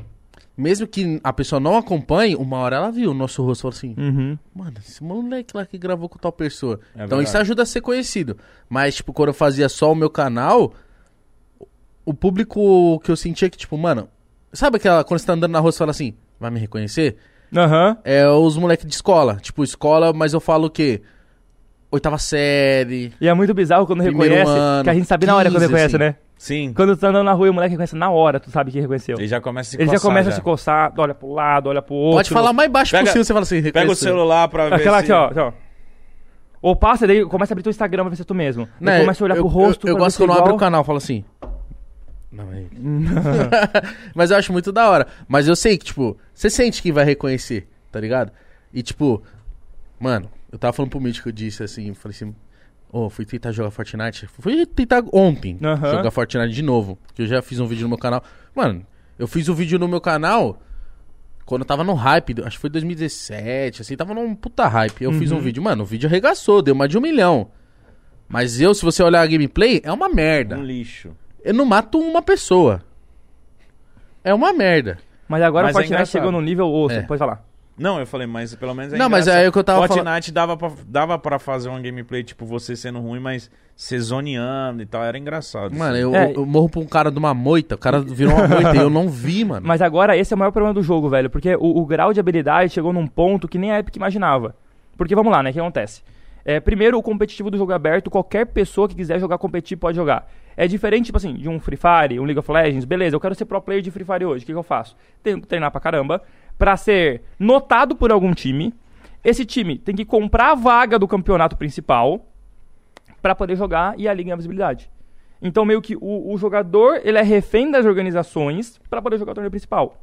mesmo que a pessoa não acompanhe, uma hora ela viu o nosso rosto e falou assim:
Uhum.
Mano, esse moleque lá que gravou com tal pessoa.
É
então isso
verdade.
ajuda a ser conhecido. Mas, tipo, quando eu fazia só o meu canal, o público que eu sentia que, tipo, mano, sabe aquela quando você tá andando na rua e fala assim, vai me reconhecer?
Aham.
É os moleques de escola. Tipo, escola, mas eu falo o quê? Oitava série.
E é muito bizarro quando
Primeiro
reconhece,
ano,
que a gente sabe na hora quando
15,
reconhece,
assim.
né?
Sim.
Quando tu tá andando na rua e o moleque reconhece na hora, tu sabe que reconheceu.
Ele já começa a se
Ele já
coçar,
começa a se coçar, olha pro lado, olha pro outro.
Pode falar mais baixo
Pega-
possível, você fala assim,
Pega o
reconheceu.
celular pra ver
Aquela
se...
aqui, ó, aqui, ó. Ou passa, daí começa a abrir teu Instagram pra ver se é tu mesmo.
Né,
Daí começa a olhar
eu,
pro rosto.
Eu, eu
pra ver
gosto
se é
quando eu abro o
igual.
canal, eu falo assim. Não é. ele. Mas eu acho muito da hora. Mas eu sei que, tipo, você sente que vai reconhecer, tá ligado? E, tipo, mano, eu tava falando pro Mítico, eu disse assim, eu falei assim. Ô, fui tentar jogar Fortnite. Fui tentar ontem
Aham.
jogar Fortnite de novo. Porque eu já fiz um vídeo no meu canal. Mano, eu fiz o vídeo no meu canal quando eu tava no hype. do- Acho que foi 2017, assim, tava num puta hype. Eu
Uhum.
fiz um vídeo. Mano, o vídeo arregaçou, deu mais de um milhão. Mas eu, se você olhar a gameplay, é uma merda.
Um lixo.
Eu não mato uma pessoa. É uma merda.
Mas agora
Mas
o
é
Fortnite
engraçado.
chegou num nível, ou
É.
pode falar.
Não, eu falei, mas pelo menos é
Não, mas
engraçado.
é o que eu tava falando.
Fortnite dava pra, dava pra fazer uma gameplay, tipo, você sendo ruim, mas se zoneando e tal. Era engraçado.
Mano,
assim.
eu,
É.
eu morro pra um cara de uma moita. O cara virou uma moita e eu não vi, mano.
Mas agora esse é o maior problema do jogo, velho. Porque o, o grau de habilidade chegou num ponto que nem a Epic imaginava. Porque vamos lá, né? O que acontece? É, primeiro, o competitivo do jogo é aberto. Qualquer pessoa que quiser jogar competitivo pode jogar. É diferente, tipo assim, de um Free Fire, um League of Legends. Beleza, eu quero ser pro player de Free Fire hoje. O que, que eu faço? Tenho que treinar pra caramba. Pra ser notado por algum time. Esse time tem que comprar a vaga do campeonato principal pra poder jogar e ali ganhar visibilidade. Então, meio que o, o jogador ele é refém das organizações pra poder jogar o torneio principal.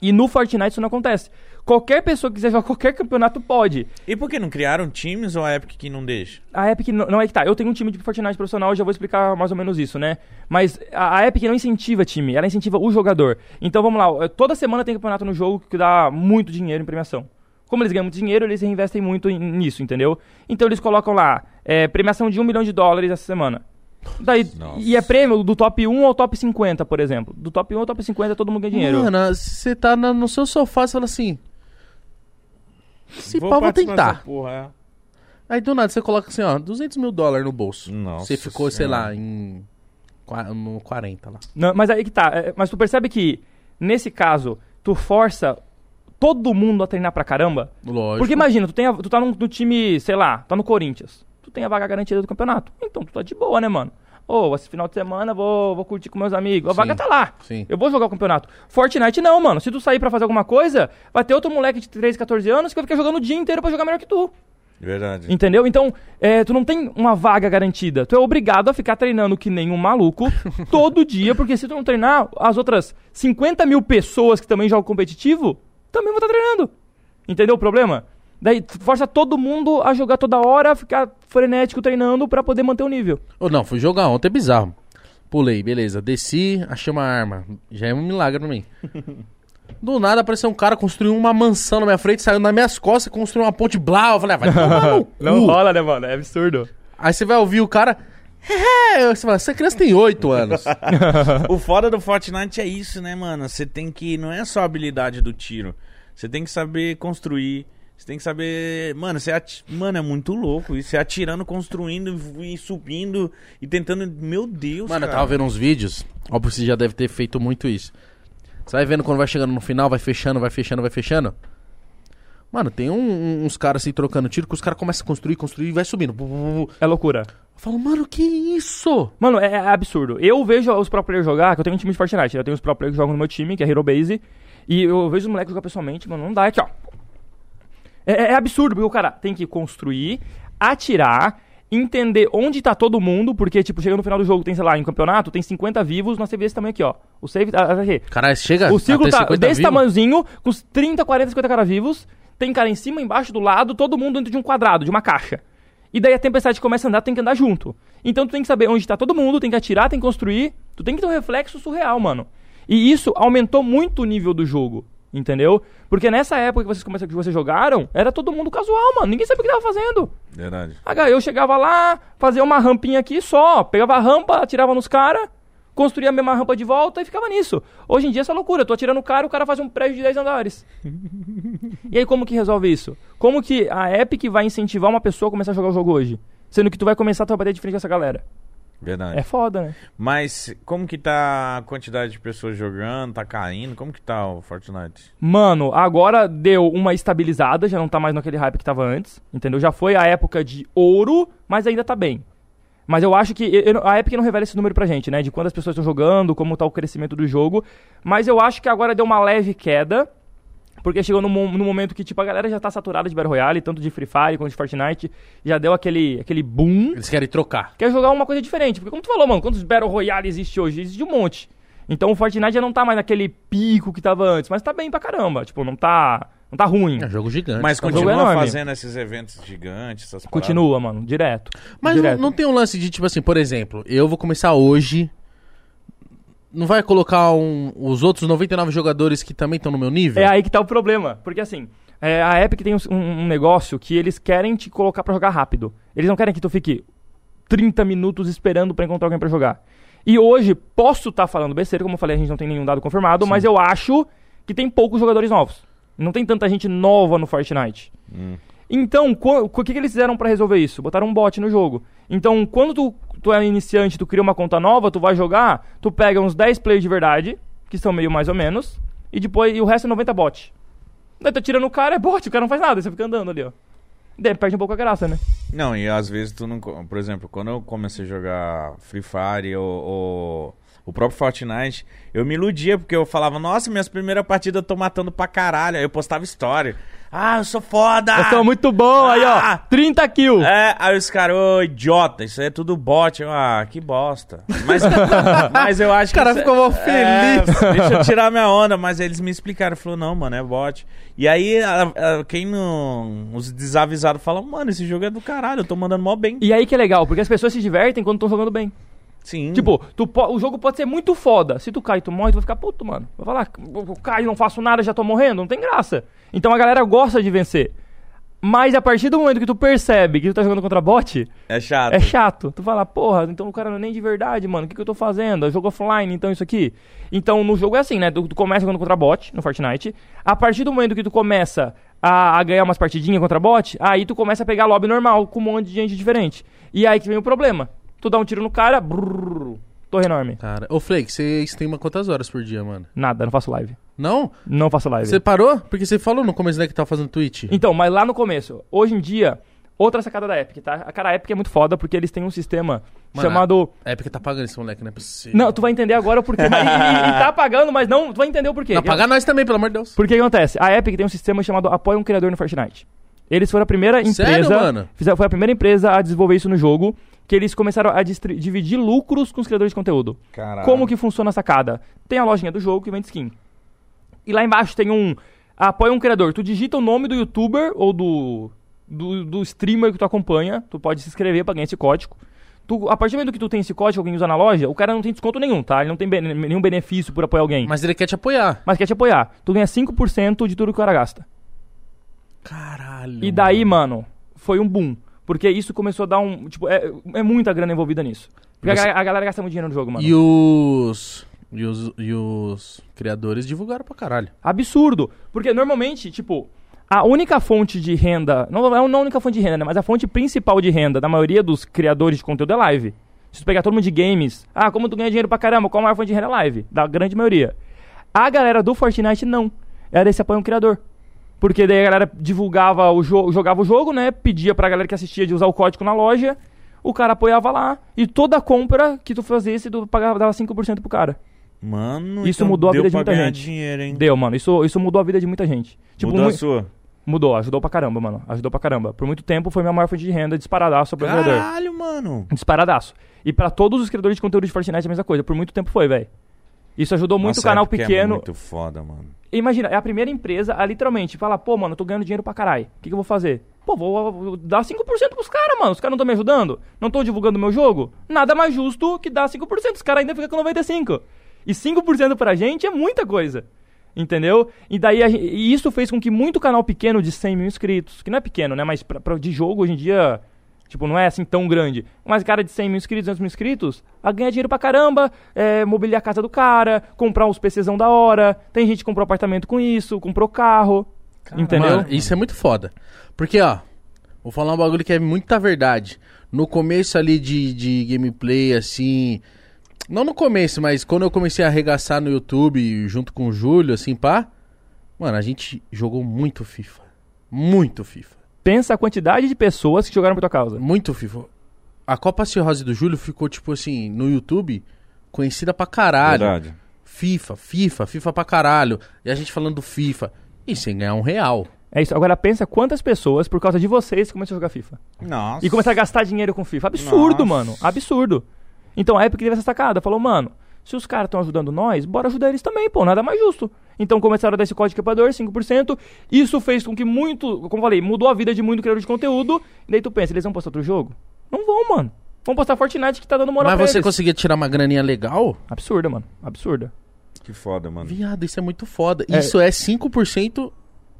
E no Fortnite isso não acontece. Qualquer pessoa que quiser jogar qualquer campeonato pode.
E por que não criaram times ou a Epic que não deixa?
A Epic não, não é que tá. Eu tenho um time de Fortnite profissional, eu já vou explicar mais ou menos isso, né? Mas a, a Epic não incentiva time, ela incentiva o jogador. Então vamos lá, eh, toda semana tem campeonato no jogo que dá muito dinheiro em premiação. Como eles ganham muito dinheiro, eles é, reinvestem muito em- nisso, entendeu? Então eles colocam lá, eh, premiação de um milhão de dólares essa semana. Daí,
Nossa.
e é prêmio do top 1 ao top 50, por exemplo. Do top 1 ao top 50 todo mundo ganha dinheiro.
Mano, você tá na- no seu sofá e fala assim. Se
Vou
pá, vou
participar
tentar.
dessa porra, é.
Aí do nada você coloca assim, ó, 200 mil dólares no bolso.
Nossa
Você ficou, sei
Senhora.
lá, em. qua- No 40 lá.
Não, mas aí que tá. é, Mas tu percebe que, nesse caso, tu força todo mundo a treinar pra caramba?
Lógico.
Porque imagina, tu, tem a- tu tá num- no time, sei lá, tá no Corinthians. Tu tem a vaga garantida do campeonato. Então tu tá de boa, né, mano? Ô, esse final de semana vou, vou curtir com meus amigos. A
Sim,
vaga tá lá.
sim.
Eu vou jogar o campeonato. Fortnite não, mano. Se tu sair pra fazer alguma coisa, vai ter outro moleque de 13, 14 anos que vai ficar jogando o dia inteiro pra jogar melhor que tu.
é. Verdade.
Entendeu? Então, é, tu não tem uma vaga garantida. Tu é obrigado a ficar treinando que nem um maluco todo dia, porque se tu não treinar, as outras 50 mil pessoas que também jogam competitivo também vão estar treinando. Entendeu o problema? Daí tu força todo mundo a jogar toda hora, ficar frenético treinando pra poder manter o nível.
Ou não, fui jogar ontem, é bizarro. Pulei, beleza. Desci, achei uma arma. Já é um milagre pra mim. Do nada apareceu um cara, construiu uma mansão na minha frente, saiu nas minhas costas, construiu uma ponte blá. Eu falei, ah, vai tomar no cu.
rola, né, mano? É absurdo.
Aí você vai ouvir o cara. "É", Você fala, essa criança tem 8 anos. Então.
O foda do Fortnite é isso, né, mano? Você tem que. Não é só a habilidade do tiro. Você tem que saber construir. Você tem que saber. Mano, você ati... Mano, é muito louco. isso. Você atirando, construindo e subindo e tentando. Meu Deus,
Mano, eu
cara.
tava vendo uns vídeos. Óbvio que você já deve ter feito muito isso. Você vai vendo quando vai chegando no final, vai fechando, vai fechando, vai fechando. Mano, tem um- um- uns caras assim trocando tiro que os caras começam a construir, construir e vai subindo. Bu, bu, bu, bu.
É loucura.
Eu falo, mano, que isso?
Mano, é, é absurdo. Eu vejo os pro players jogar, que eu tenho um time de Fortnite, né? eu tenho os pro players que jogam no meu time, que é Hero Base, e eu vejo os moleques jogar pessoalmente, mano, não dá, é aqui, ó. É, é- é absurdo, porque o cara tem que construir, atirar, entender onde tá todo mundo, porque, tipo, chegando no final do jogo, tem, sei lá, em campeonato, tem 50 vivos, nós teve esse tamanho aqui, ó. O save. ah, ah, aqui.
Caralho, chega.
O círculo
a ter
tá
50
desse
vivo.
tamanhozinho, com uns 30, 40, 50 caras vivos. Tem cara em cima, embaixo, do lado, todo mundo dentro de um quadrado, de uma caixa. E daí a tempestade começa a andar, tem que andar junto. Então tu tem que saber onde tá todo mundo, tem que atirar, tem que construir. Tu tem que ter um reflexo surreal, mano. E isso aumentou muito o nível do jogo, entendeu? Porque nessa época que vocês, começam, que vocês jogaram, era todo mundo casual, mano. Ninguém sabia o que tava fazendo.
Verdade.
Ah, eu chegava lá, fazia uma rampinha aqui só, pegava a rampa, atirava nos caras, construía a mesma rampa de volta e ficava nisso. Hoje em dia é essa loucura, eu tô atirando o cara, o cara faz um prédio de 10 andares. e aí como que resolve isso? Como que a Epic vai incentivar uma pessoa a começar a jogar o jogo hoje? Sendo que tu vai começar a trabalhar de frente com essa galera.
Verdade.
É foda, né?
Mas como que tá a quantidade de pessoas jogando? Tá caindo? Como que tá o Fortnite?
Mano, agora deu uma estabilizada, já não tá mais naquele hype que tava antes, entendeu? Já foi a época de ouro, mas ainda tá bem. Mas eu acho que. eu- eu- a Epic não revela esse número pra gente, né? De quantas pessoas estão jogando, como tá o crescimento do jogo. Mas eu acho que agora deu uma leve queda. Porque chegou num, mo- num momento que, tipo, a galera já tá saturada de Battle Royale, tanto de Free Fire quanto de Fortnite. Já deu aquele, aquele boom
Eles querem trocar.
quer é jogar uma coisa diferente. Porque como tu falou, mano, quantos Battle Royale existe hoje? Existe um monte. Então o Fortnite já não tá mais naquele pico que tava antes, mas tá bem pra caramba. Tipo, não tá. Não tá ruim.
É um jogo gigante.
Mas
tá bom.
jogo
continua
enorme.
fazendo esses eventos gigantes, essas paradas?
Continua, mano, direto.
Mas não,
direto.
não tem um lance de, tipo assim, por exemplo, eu vou começar hoje. Não vai colocar um- os outros 99 jogadores que também estão no meu nível?
É aí que tá o problema. Porque assim, é, a Epic tem um, um negócio que eles querem te colocar pra jogar rápido. Eles não querem que tu fique 30 minutos esperando pra encontrar alguém pra jogar. E hoje, posso estar falando besteira, como eu falei, a gente não tem nenhum dado confirmado, mas eu acho que tem poucos jogadores novos. Não tem tanta gente nova no Fortnite. Então, qu- o que, que eles fizeram pra resolver isso? Botaram um bot no jogo. Então, quando tu, tu é iniciante, tu cria uma conta nova, tu vai jogar, tu pega uns 10 players de verdade, que são meio mais ou menos, e depois e o resto é 90 bot. Daí tá tirando o cara, é bot, o cara não faz nada, você fica andando ali, ó. Daí perde um pouco a graça, né?
Não, e às vezes tu não. co- Por exemplo, quando eu comecei a jogar Free Fire ou, ou o próprio Fortnite, eu me iludia, porque eu falava, nossa, minhas primeiras partidas eu tô matando pra caralho. Aí eu postava história. Ah, eu sou foda!
Eu sou muito bom, aí ó,
Ah!
30 kills.
É, aí os caras, ô idiota, isso aí é tudo bot. Eu, ah, que bosta. Mas, mas eu acho que.
cara
isso é-
ficou mó feliz.
É, deixa eu tirar minha onda, mas eles me explicaram. Falou, não, mano, é bot. E aí, a- a- quem não. Os desavisados falam, mano, esse jogo é do caralho, eu tô mandando mó bem.
E aí que é legal, porque as pessoas se divertem quando estão jogando bem.
Sim.
Tipo, tu po- o jogo pode ser muito foda. Se tu cai e tu morre, tu vai ficar puto, mano. Vai falar, eu eu caio, não faço nada, já tô morrendo. Não tem graça. Então a galera gosta de vencer. Mas a partir do momento que tu percebe que tu tá jogando contra bot,
É chato.
é chato. Tu fala, porra, então o cara não é nem de verdade, mano. O que, que eu tô fazendo? É jogo offline, então isso aqui. Então no jogo é assim, né? Tu, tu começa jogando contra bot no Fortnite. A partir do momento que tu começa a, a ganhar umas partidinhas contra bot, aí tu começa a pegar lobby normal com um monte de gente diferente. E aí que vem o problema. Tu dá um tiro no cara, brrr, torre enorme.
Cara, ô Flake, você streama quantas horas por dia, mano?
Nada, não faço live.
Não?
Não faço live.
Você parou? Porque você falou no começo, né, que tava fazendo Twitch.
Então, mas lá no começo, hoje em dia, outra sacada da Epic, tá? A cara, a Epic é muito foda porque eles têm um sistema
Mano,
chamado.
É porque tá pagando esse moleque, não é possível.
Não, tu vai entender agora o porquê. Mas- e, e- e tá pagando, mas não. Tu vai entender o porquê.
Não, pagar nós também, pelo amor de Deus.
Porque que acontece? A Epic tem um sistema chamado Apoia um Criador no Fortnite. Eles foram a primeira empresa.
Sério, mano?
fizeram- foi a primeira empresa a desenvolver isso no jogo. Que eles começaram a distri- dividir lucros com os criadores de conteúdo.
Caralho.
Como que funciona a sacada? Tem a lojinha do jogo que vende skin. E lá embaixo tem um. Apoia um criador. Tu digita o nome do youtuber ou do. do, do streamer que tu acompanha. Tu pode se inscrever pra ganhar esse código. Tu, a partir do momento que tu tem esse código que alguém usa na loja, o cara não tem desconto nenhum, tá? Ele não tem bene- nenhum benefício por apoiar alguém. Mas...
Mas ele quer te apoiar.
quer te apoiar. Tu ganha 5% de tudo que o cara gasta.
Caralho.
E daí, mano, foi um boom. Porque isso começou a dar um. Tipo, é, é muita grana envolvida nisso. Porque a
Você-
ga- a, galera gasta muito dinheiro no jogo, mano.
E os. E os, e os criadores divulgaram pra caralho.
Absurdo. Porque normalmente, tipo, a única fonte de renda. Não não é a única fonte de renda, né? Mas a fonte principal de renda da maioria dos criadores de conteúdo é live. Se tu pegar todo mundo de games, ah, como tu ganha dinheiro pra caramba, qual a maior fonte de renda é live? Da grande maioria. A galera do Fortnite não. Era esse apoio ao criador. Porque daí a galera divulgava o jogo, jogava o jogo, né? Pedia pra galera que assistia de usar o código na loja. O cara apoiava lá. E toda compra que tu fazesse, tu pagava, dava 5% pro cara.
Mano,
Isso
então
mudou a
deu
vida de
pra
muita
ganhar
gente.
dinheiro, hein?
Deu, mano. Isso, isso mudou a vida de muita gente. Tipo,
mudou a
mui-
sua.
Mudou, ajudou pra caramba, mano. Ajudou pra caramba. Por muito tempo foi minha maior fonte de renda, disparadaço pro criador.
Caralho, mano.
Disparadaço. E pra todos os criadores de conteúdo de Fortnite é a mesma coisa. Por muito tempo foi, velho. Isso ajudou muito o
Nossa,
canal
é porque
pequeno.
É muito foda, mano.
Imagina, é a primeira empresa a literalmente falar, pô, mano, eu tô ganhando dinheiro pra caralho. O que, que eu vou fazer? Pô, vou, vou dar 5% pros caras, mano. Os caras não estão me ajudando? Não estão divulgando meu jogo? Nada mais justo que dar 5%. Os caras ainda ficam com 95%. E 5% pra gente é muita coisa. Entendeu? E daí a gen- e isso fez com que muito canal pequeno de 100 mil inscritos, que não é pequeno, né? Mas pra, pra- de jogo hoje em dia, tipo, não é assim tão grande. Mas cara de 100 mil inscritos, 200 mil inscritos, a ganhar dinheiro pra caramba, é, mobiliar a casa do cara, comprar uns PCzão da hora. Tem gente que comprou apartamento com isso, comprou carro. Entendeu?
Mano, isso é muito foda. Porque, ó, vou falar um bagulho que é muita verdade. No começo ali de, de gameplay, assim. Não no começo, mas quando eu comecei a arregaçar no YouTube junto com o Júlio, assim, pá. Mano, a gente jogou muito FIFA. Muito FIFA.
Pensa a quantidade de pessoas que jogaram por tua causa.
Muito FIFA. A Copa Cirrose do Júlio ficou, tipo assim, no YouTube, conhecida pra caralho.
Verdade.
FIFA, FIFA, FIFA pra caralho. E a gente falando do FIFA. E sem ganhar um real.
É isso. Agora pensa quantas pessoas, por causa de vocês, começaram a jogar FIFA.
Nossa.
E começar a gastar dinheiro com FIFA.
Nossa.
Absurdo, mano. Absurdo. Então a Epic teve essa sacada. Falou, mano, se os caras estão ajudando nós, bora ajudar eles também, pô. Nada mais justo. Então começaram a dar esse código equipador, 5%. Isso fez com que muito, como eu falei, mudou a vida de muito criador de conteúdo. E daí tu pensa, eles vão postar outro jogo? Não vão, mano. Vão postar Fortnite que tá dando moral
Mas
pra
você
eles.
conseguia tirar uma graninha legal?
Absurda, mano. Absurda.
Que foda, mano.
Viado, isso é muito foda.
É.
Isso é 5%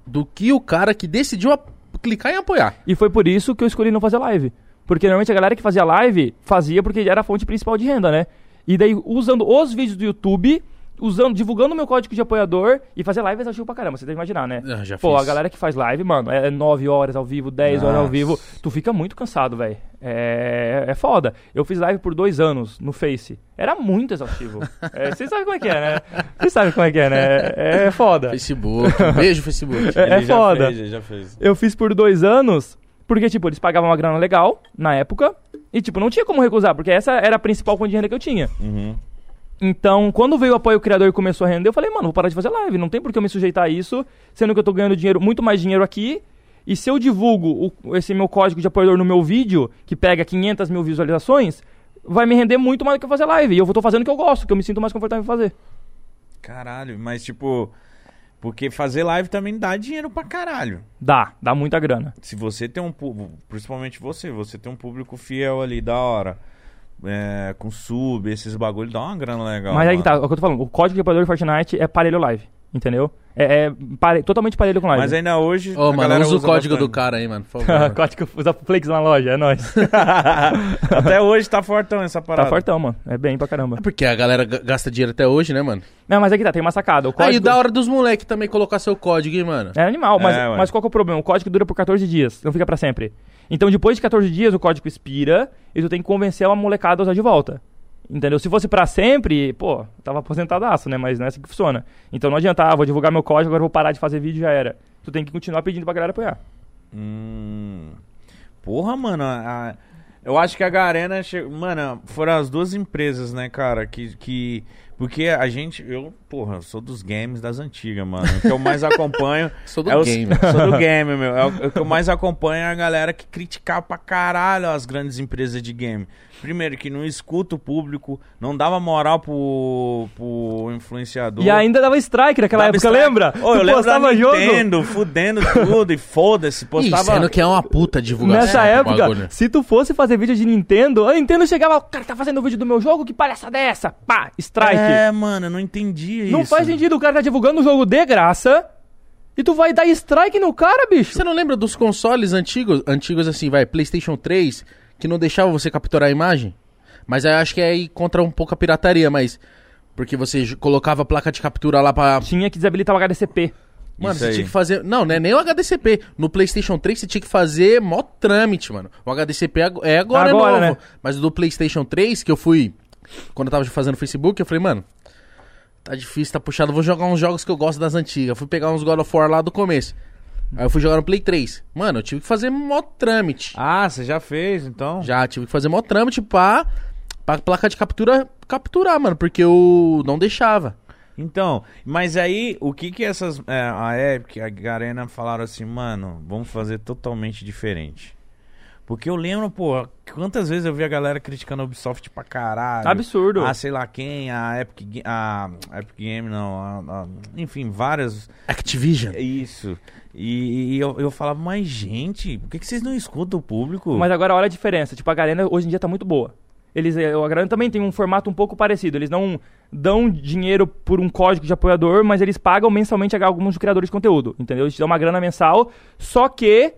do que o cara que decidiu ap- clicar em apoiar.
E foi por isso que eu escolhi não fazer live. Porque normalmente a galera que fazia live fazia porque era a fonte principal de renda, né? E daí, usando os vídeos do YouTube, usando, divulgando o meu código de apoiador e fazer live é exaustivo pra caramba, você deve imaginar, né?
Ah, já
Pô,
fiz.
a galera que faz live, mano, é 9 horas ao vivo, 10 horas ao
Nossa.
vivo, tu fica muito cansado, velho. É, é foda. Eu fiz live por dois anos no Face. Era muito exaustivo. É, Vocês sabem como é que é, né? Vocês sabem como é que é, né? É, é foda.
Facebook. Beijo, Facebook.
É
Ele já
foda.
fez, ele já fez.
Eu fiz por dois anos, porque, tipo, eles pagavam uma grana legal na época. E, tipo, não tinha como recusar, porque essa era a principal fonte de renda que eu tinha.
Uhum.
Então, quando veio o apoio ao criador e começou a render, eu falei, mano, vou parar de fazer live. Não tem por que eu me sujeitar a isso, sendo que eu tô ganhando dinheiro, muito mais dinheiro aqui. E se eu divulgo o- esse meu código de apoiador no meu vídeo, que pega 500 mil visualizações, vai me render muito mais do que eu fazer live. E eu tô fazendo o que eu gosto, que eu me sinto mais confortável em fazer.
Caralho, mas tipo. Porque fazer live também dá dinheiro pra caralho.
Dá, dá muita grana.
Se você tem um público, principalmente você, você tem um público fiel ali, da hora. É, com sub, esses bagulho, dá uma grana legal.
Mas aí que
mano.
tá, é o que eu tô falando, o código de apoiador do Fortnite é parelho live. Entendeu? É, é pare- totalmente parelho com live.
Mas é- ainda hoje.
Ô,
a
mano,
galera
usa o código do
bastante.
cara aí, mano. Por favor.
Código usa Flakes na loja, é nóis.
Tá Até hoje tá fortão essa parada.
tá fortão, mano. É bem pra caramba.
É porque a galera ga- gasta dinheiro até hoje, né, mano?
Não, mas é que tá, tem uma sacada. O código...
Aí, da hora dos moleques também colocar seu código, hein, mano?
É animal, mas,
É, ué.
mas qual que é o problema? O código dura por 14 dias, não fica pra sempre. Então, depois de 14 dias, o código expira e tu tem que convencer uma molecada a usar de volta. Entendeu? Se fosse pra sempre, pô, tava aposentadaço, né? Mas não é assim que funciona. Então não adianta, ah, vou divulgar meu código, agora eu vou parar de fazer vídeo já era. Tu tem que continuar pedindo pra galera apoiar.
Hum. Porra, mano. a- a- eu acho que a Garena. Che... Mano, foram as duas empresas, né, cara? Que, que. Porque a gente. Eu, porra, eu sou dos games das antigas, mano. O que eu mais acompanho.
Sou do
é os-
game.
Sou do game, meu. É o, o que eu mais acompanho é a galera que criticava pra caralho as grandes empresas de game. Primeiro, que não escuta o público, não dava moral pro, pro influenciador.
E ainda dava strike naquela
Dava
época,
strike.
lembra?
Ô, eu
tu
lembro
postava
da
jogo.
Nintendo, fudendo tudo e foda-se.
Ih,
Postava.
sendo que é uma puta divulgação.
Nessa
do
época,
bagulho.
se tu fosse fazer vídeo de Nintendo, a Nintendo chegava, cara, tá fazendo vídeo do meu jogo? Que palhaçada é essa? Pá, strike.
É, mano, eu não entendi isso.
Não faz sentido, o cara tá divulgando um jogo de graça e tu vai dar strike no cara, bicho.
Você não lembra dos consoles antigos, antigos assim, vai, PlayStation 3, que não deixava você capturar a imagem? Mas aí eu acho que é aí contra um pouco a pirataria, mas. Porque você j- colocava a placa de captura lá pra.
Tinha que desabilitar o HDCP.
Mano,
Isso
você
aí.
tinha que fazer. Não, não é nem o HDCP. No PlayStation 3 você tinha que fazer mó trâmite, mano. O HDCP ag- é agora,
Agora,
novo.
né?
Mas do PlayStation 3, que eu fui. Quando eu tava fazendo Facebook, eu falei, mano. Tá difícil, tá puxado. Vou jogar uns jogos que eu gosto das antigas. Fui pegar uns God of War lá do começo. Aí eu fui jogar no Play 3. Mano, eu tive que fazer mó trâmite.
Ah, você já fez, então?
Já tive que fazer mó trâmite pra, pra placa de captura capturar, mano. Porque eu não deixava.
Então, mas aí, o que que essas... é, a Epic, a Garena falaram assim, mano, vamos fazer totalmente diferente. Porque eu lembro, pô, quantas vezes eu vi a galera criticando a Ubisoft pra caralho.
Absurdo.
Ah, sei lá quem, a Epic... Ga- A Epic Game, não. a- a- enfim, várias...
Activision.
É Isso. E, e eu, eu falava, mas gente, por que, que vocês não escutam o
Tipo-
público?
Mas é agora olha a diferença. Tipo, a Garena hoje em dia tá muito boa. Eles, eh, a Garena também tem um formato um pouco parecido. Eles não dão dinheiro por um código de apoiador, mas eles pagam mensalmente a alguns criadores de conteúdo, entendeu? Eles te dão uma grana mensal, só que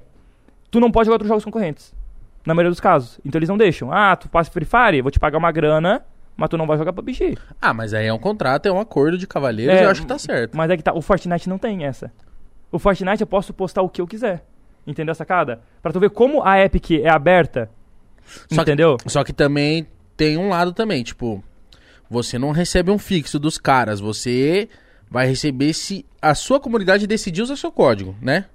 tu não pode jogar outros jogos concorrentes. Na maioria dos casos. Então eles não deixam. Ah, tu passa Free Fire, vou te pagar uma grana, mas tu não vai jogar PUBG.
Ah, mas aí é um contrato, é um acordo de cavalheiros.
É,
eu acho que tá certo.
Mas é que tá, o Fortnite não tem essa. O Fortnite eu posso postar o que eu quiser. Entendeu a sacada? Pra tu ver como a Epic é aberta.
Só que-
entendeu?
Só que também tem um lado também, tipo, você não recebe um fixo dos caras, você vai receber se a sua comunidade decidir usar seu código, né?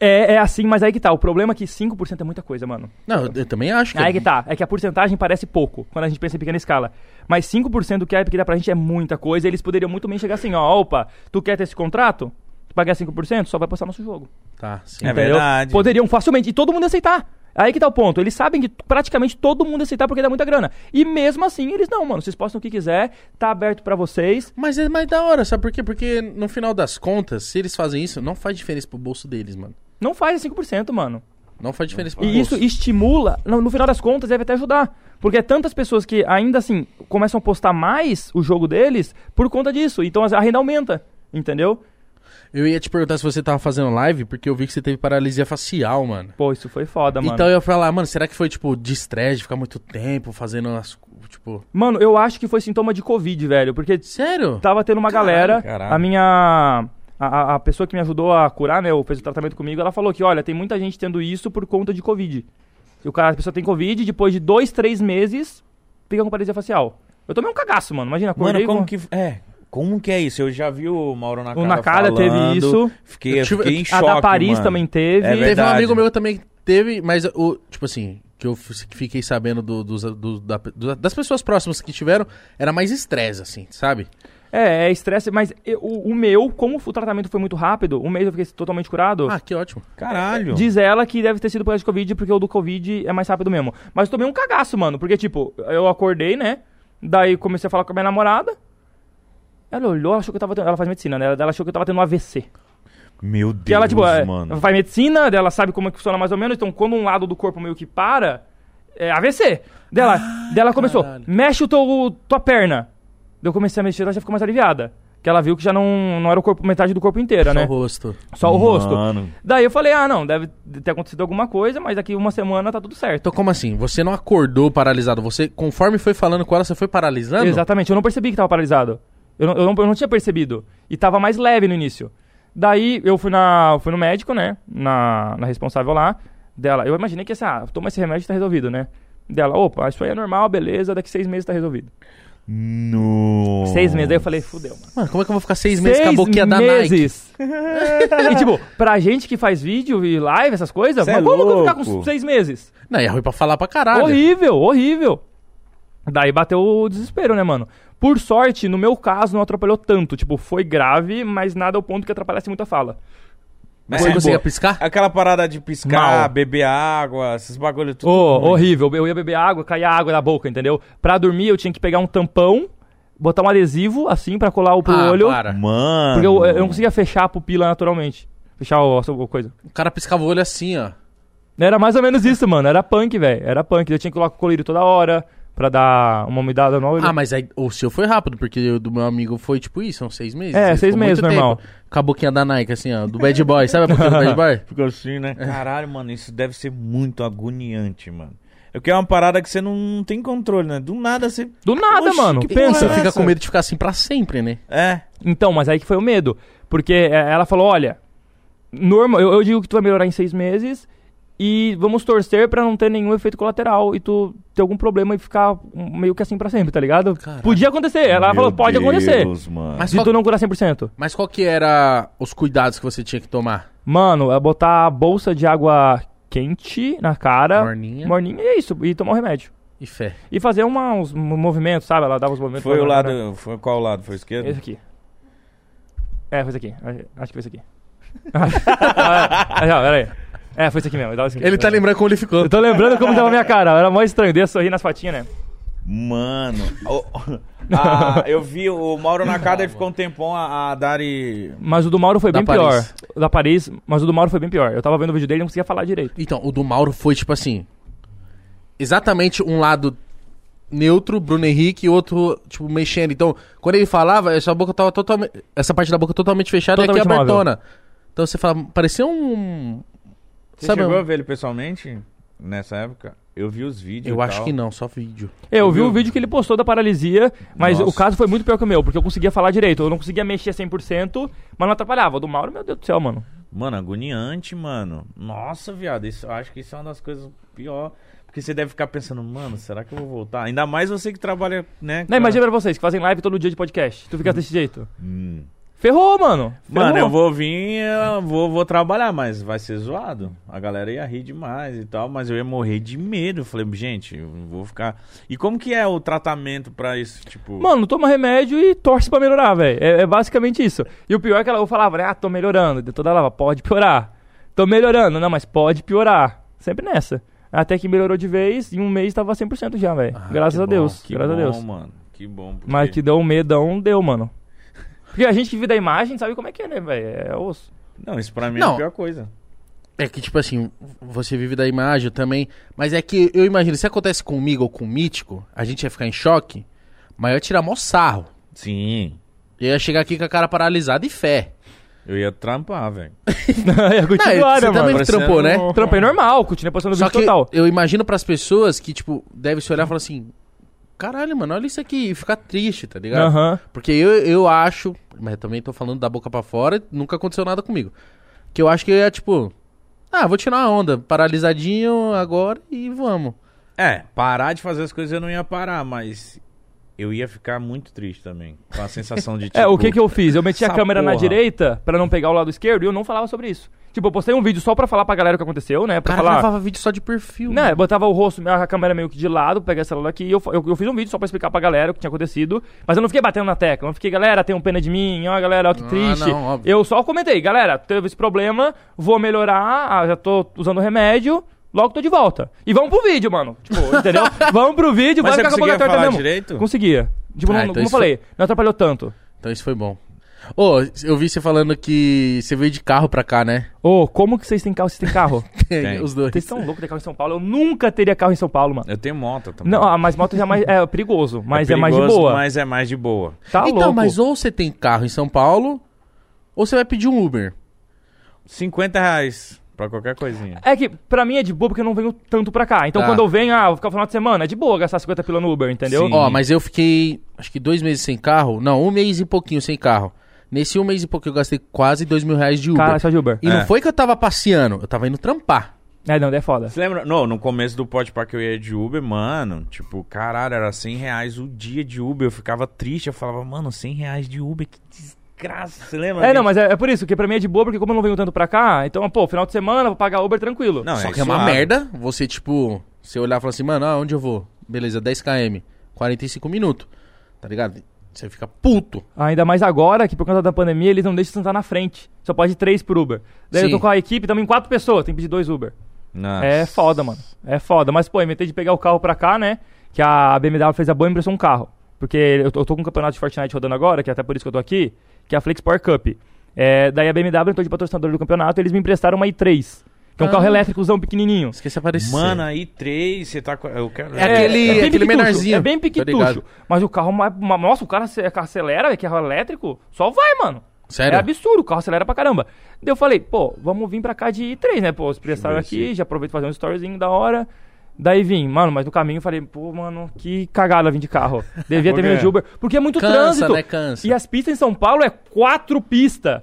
É, é assim, mas aí que tá. O problema é que 5% é muita coisa, mano.
Não, eu, eu também acho que.
Aí que tá. É que a porcentagem parece pouco quando a gente pensa em pequena escala. Mas 5% do que a Epic dá pra gente é muita coisa. Eles poderiam muito bem chegar assim, ó, opa, tu quer ter esse contrato? Tu pagar 5%, só vai postar nosso jogo.
Tá, sim.
É
Entendeu?
verdade.
Poderiam facilmente. E todo mundo ia aceitar. Aí que tá o ponto. Eles sabem que praticamente todo mundo ia aceitar porque dá muita grana. E mesmo assim, eles não, mano. Vocês postam o que quiser, tá aberto pra vocês.
Mas é mais da hora, sabe por quê? Porque no final das contas, se eles fazem isso, não faz diferença pro bolso deles, mano.
Não faz 5%, mano.
Não faz diferença pro
E
bolso.
isso estimula, no, no final das contas, deve até ajudar. Porque é tantas pessoas que ainda assim começam a postar mais o jogo deles por conta disso. Então a renda aumenta, entendeu?
Eu ia te perguntar se você tava fazendo live, porque eu vi que você teve paralisia facial, mano.
Pô, isso foi foda, É, mano.
Então eu ia falar, mano, será que foi, tipo, de estresse, de ficar muito tempo fazendo as. co- Tipo.
Mano, eu acho que foi sintoma de Covid, velho. Porque
Sério?
tava tendo uma
Caralho,
galera,
caralho.
a minha. A, a- a pessoa que me ajudou a curar, né? Ou fez o tratamento comigo, ela falou que, olha, tem muita gente tendo isso por conta de Covid. E o cara, a pessoa tem Covid, depois de dois, três meses, fica com paralisia facial. Eu tomei um cagaço, mano. Imagina, acordei
Mano, como
com-
que. É. Como que é isso? Eu já vi o Mauro Nakada
O Nakada
falando,
teve isso.
Fiquei,
Eu tive-
fiquei em
A
choque,
Ah, da Paris
mano.
também teve.
É
Teve um
Verdade.
amigo meu também que teve, mas o. Tipo assim, que eu f- fiquei sabendo do- dos- do- da- do- das pessoas próximas que tiveram, era mais estresse, assim, sabe?
É, é estresse, mas eu- o, o meu, como o tratamento foi muito rápido, um mês eu fiquei totalmente curado.
Ah, que ótimo.
Caralho.
Diz ela que deve ter sido por causa de Covid, porque o do Covid é mais rápido mesmo. Mas eu tomei um cagaço, mano, porque, tipo, eu acordei, né? Daí comecei a falar com a minha namorada. Ela olhou, ela achou que eu tava tendo. Ela faz medicina, né? Ela- Ela achou que eu tava tendo um AVC.
Meu Deus,
Porque ela, tipo, é,
mano.
faz medicina, dela sabe como é que funciona mais ou menos, então quando um lado do corpo meio que para, é AVC. Dela, dela começou,
caralho.
mexe o teu, tua perna. Daí Eu comecei a mexer, ela já ficou mais aliviada. Que ela viu que já não, não era o corpo, metade do corpo inteira,
Só
né?
o rosto.
Só o rosto.
Mano.
Daí eu falei, ah, não, deve ter acontecido alguma coisa, mas daqui uma semana tá tudo certo.
Então, como assim? Você não acordou paralisado? Você, conforme foi falando com ela, você foi paralisando?
Exatamente, eu não percebi que tava paralisado. Eu não, eu, não, eu não tinha percebido. E tava mais leve no início. Daí eu fui, na, eu fui no médico, né? Na, na responsável lá dela. Eu imaginei que assim, ah, toma esse remédio e tá resolvido, né? Dela, opa, isso aí é normal, beleza, daqui seis meses tá resolvido.
No.
Seis meses, daí eu falei, fudeu, mano.
Mano, como é que eu vou ficar seis meses com a boquinha da Nike?
meses. e tipo, pra gente que faz vídeo e live, essas coisas,
Cê
mas
é
como que eu vou ficar com
louco.
seis meses?
Não, e é ruim pra falar pra caralho.
Horrível, horrível. Daí bateu o desespero, né, mano? Por sorte, no meu caso, não atrapalhou tanto. Tipo, foi grave, mas nada ao ponto que atrapalhasse muito a fala.
Mas
Você
é
conseguia
boa.
piscar?
Aquela parada de piscar,
Mal.
beber água, esses bagulho tudo.
Ô, Tipo, horrível. Eu ia beber água, caía água da boca, entendeu? Pra dormir, eu tinha que pegar um tampão, botar um adesivo, assim, pra colar o pro
Ah,
olho.
para.
Mano.
Porque eu, eu não conseguia fechar a pupila naturalmente. Fechar o, a coisa.
O cara piscava o olho assim, ó.
Era mais ou menos isso, mano. Era punk, velho. Era punk. Eu tinha que colocar o colírio toda hora pra dar uma umidade no olho.
Ah, mas aí o seu foi rápido, porque o do meu amigo foi tipo isso, uns seis meses.
É,
Ele
seis
ficou muito
meses, normal.
Com a boquinha da Nike, assim, ó. Do Bad Boy. Sabe a boquinha do Bad Boy?
Ficou assim, né? Caralho, mano, isso deve ser muito agoniante, mano. É porque é uma parada que você não, não tem controle, né? Do nada você.
Do nada,
Oxe,
mano.
que
Pensa.
Você
porra é
fica
essa?
com medo de ficar assim pra sempre, né?
É.
Então, mas aí que foi o medo. Porque é, ela falou, olha, normal, eu, eu digo que tu vai melhorar em seis meses e vamos torcer pra não ter nenhum efeito colateral e tu ter algum problema e ficar um, meio que assim pra sempre, tá ligado?
Caralho.
Podia acontecer. Ela
Meu
É falou, pode acontecer.
Deus, mano.
Mas
Se
qual,
tu não curar 100%.
mas qual que era os cuidados que você tinha que tomar?
Mano, é botar a bolsa de água quente na cara.
Morninha.
Morninha e é isso. E tomar o remédio.
E fé.
E fazer uma, uns movimentos, sabe? Ela dava os movimentos.
Foi o
pra- né?
lado. Foi qual lado? Foi o esquerdo?
Esse aqui. É, foi esse aqui. A- Acho que foi esse aqui. ah, não, pera aí. É, foi esse aqui mesmo. Dá o esquerdo.
Ele tá lembrando como ele ficou.
Eu tô lembrando como tava a minha cara. Era mó estranho. Dei a sorrir nas fotinhas, né?
Mano. o- Ah, eu vi o Mauro Nakada e ficou um tempão a, a Dari.
Mas o do Mauro foi
Da
bem
Paris.
pior. O Da Paris, mas o do Mauro foi bem pior. Eu tava vendo o vídeo dele e não conseguia falar direito.
Então, o do Mauro foi tipo assim. Exatamente um lado neutro, Bruno Henrique, e outro, tipo, mexendo. Então, quando ele falava, essa boca tava totalmente. Essa parte da boca totalmente fechada e aqui
Totalmente móvel.
abertona. Então você fala, parecia um.
Você
sabe,
chegou
um-
a ver ele pessoalmente nessa época? Eu vi os vídeos.
Eu
e
acho
tal.
que não, só vídeo.
É, eu vi
Viu?
o vídeo que ele postou da paralisia, mas
Nossa.
o caso foi muito pior que o meu, porque eu conseguia falar direito. Eu não conseguia mexer 100%, mas não atrapalhava. O do Mauro, meu Deus do céu, mano.
Mano, agoniante, mano. Nossa, viado, isso, eu acho que isso é uma das coisas pior. Porque você deve ficar pensando, mano, será que eu vou voltar? Ainda mais você que trabalha, né? com
Não,
a-
imagina pra vocês que fazem live todo dia de podcast. Tu fica desse jeito.
Hum.
Ferrou, mano.
Mano, eu
Ferrou.
vou vir, eu vou, vou trabalhar, mas vai ser zoado. A galera ia rir demais e tal, mas eu ia morrer de medo. Eu falei, gente, eu vou ficar. E como que é o tratamento pra isso? Tipo,
Mano, toma remédio e torce pra melhorar, velho. É, é basicamente isso. E o pior é que ela eu falava, né? Ah, tô melhorando. De toda ela falava, pode piorar. Tô melhorando. Não, mas pode piorar. Sempre nessa. Até que melhorou de vez. Em um mês tava 100% já, velho.
Ah,
graças
que
a
bom,
Deus.
que
graças
bom,
a Deus.
mano. Que bom. porque-
Mas que deu um medão, deu, mano. Porque a gente que vive da imagem sabe como é que é, né, velho? É osso.
Não, isso pra mim é
Não.
a pior coisa.
É que, tipo assim, você vive da imagem eu também. Mas é que eu imagino, se acontece comigo ou com o mítico, a gente ia ficar em choque, mas eu ia tirar mó sarro.
Sim.
Eu ia chegar aqui com a cara paralisada e fé.
Eu ia trampar, velho.
é continuar,
você
né, mano?
também
Parecendo-
trampou, né?
Trampei normal, continuei postando
Só
vídeo
que Tá
total.
eu imagino pras pessoas que, tipo, devem se olhar e falar assim: caralho, mano, olha isso aqui, e ficar triste, tá ligado?
Aham.
Porque eu, eu acho, mas eu também tô falando da boca pra fora, nunca aconteceu nada comigo. Que eu acho que é tipo, ah, vou tirar uma onda, paralisadinho agora e vamos.
É, parar de fazer as coisas eu não ia parar, mas eu ia ficar muito triste também. Com a sensação de tipo.
É, o que que eu fiz? Eu meti a
essa
câmera na
porra.
direita pra não pegar o lado esquerdo e eu não falava sobre isso. Tipo, eu postei um vídeo só pra falar pra galera o que aconteceu, né?
O
Pra
cara
falar.
gravava vídeo só de perfil.
Né,
mano.
eu botava o rosto, a câmera meio que de lado, pegar essa celular aqui e eu, fa- eu, eu fiz um vídeo só pra explicar pra galera o que tinha acontecido. Mas eu não fiquei batendo na tecla, eu não fiquei, galera, tem um pena de mim, ó, galera, ó, que
Ah,
triste.
não, óbvio.
eu só comentei, galera, teve esse problema, vou melhorar, ah, já tô usando remédio. Logo tô de volta. E vamos pro vídeo, mano. Tipo, entendeu? vamos pro vídeo,
Mas
vai
você
ficar com a boca
conseguia
torta
falar
mesmo.
direito?
Conseguia. Tipo,
Ah,
não,
então
como eu
isso foi-
falei, não atrapalhou tanto.
Então isso foi bom. Ô, eu vi você falando que você veio de carro pra cá, né?
Ô, como que vocês têm carro? Vocês têm carro?
Tem.
Os dois.
vocês são loucos de ter carro em São Paulo? Eu nunca teria carro em São Paulo, mano.
Eu tenho moto também.
Não, ah, mas moto já é mais. É perigoso, mas é, mais de
perigoso,
boa.
Mas é mais de boa.
Tá
então,
louco.
mas ou você tem carro em São Paulo, ou você vai pedir um Uber.
50 reais pra qualquer coisinha.
É que pra mim é de boa porque eu não venho tanto pra cá. Então
Tá.
quando eu venho, ah, vou ficar o final de semana, é de boa gastar 50 pila no Uber, entendeu?
Sim.
Ó, mas eu fiquei, acho que dois meses sem carro. Não, um mês e pouquinho sem carro. Nesse um mês e pouquinho eu gastei quase dois mil reais de Uber.
Cara, só de Uber.
E
É.
não foi que eu tava passeando, eu tava indo trampar.
É, não, daí é foda.
Você lembra? Não, no começo do Pode Pá que eu ia de Uber, mano, tipo, caralho, era 100 reais o dia de Uber. Eu ficava triste, eu falava, mano, 100 reais de Uber, que desgraça. Você lembra?
É, não,
disso?
mas é, é por isso, que pra mim é de boa, porque como eu não venho tanto pra cá, então, pô, final de semana, vou pagar Uber tranquilo.
Não,
Só
é
que é uma
suave.
merda você, tipo, você olhar e falar assim, mano, ah, onde eu vou? Beleza, 10km, 45 minutos, tá ligado? Você fica puto.
Ainda mais agora, que por conta da pandemia, eles não deixam sentar na frente. Só pode ir três por Uber. Daí eu
Sim.
tô com a equipe, estamos em quatro pessoas, tem que pedir dois Uber.
Nossa.
É foda, mano. É foda. Mas, pô, inventei de pegar o carro pra cá, né? Que a BMW fez a boa impressão um carro. Porque eu tô, eu tô com um campeonato de Fortnite rodando agora, que é até por isso que eu tô aqui, que é a Flex Power Cup. É, daí a BMW entrou de patrocinador do campeonato e eles me emprestaram uma i3. Que é um
Ah.
carro elétricozão pequenininho.
Esqueci aparecer.
Mano, é aí três, você tá. com- Eu quero.
É aquele-
bem
aquele
piquitucho,
menorzinho,
É bem
tá
piquitucho.
ligado?
Mas o carro... ma- ma- Nossa, o cara ace- acelera, é carro elétrico? Só vai, mano.
Sério?
É absurdo, o carro acelera pra caramba. Daí eu falei, pô, vamos vir pra cá de i3, né? Pô, expressaram
Deixa eu ver
aqui, já aproveito pra fazer um storyzinho da hora. Daí vim, mano, mas no caminho eu falei, pô, mano, que cagada vim de carro. Devia
Por
ter vindo
quê?
de Uber. Porque é muito
Cansa,
trânsito.
né? Cansa.
E as pistas em São Paulo é quatro pistas.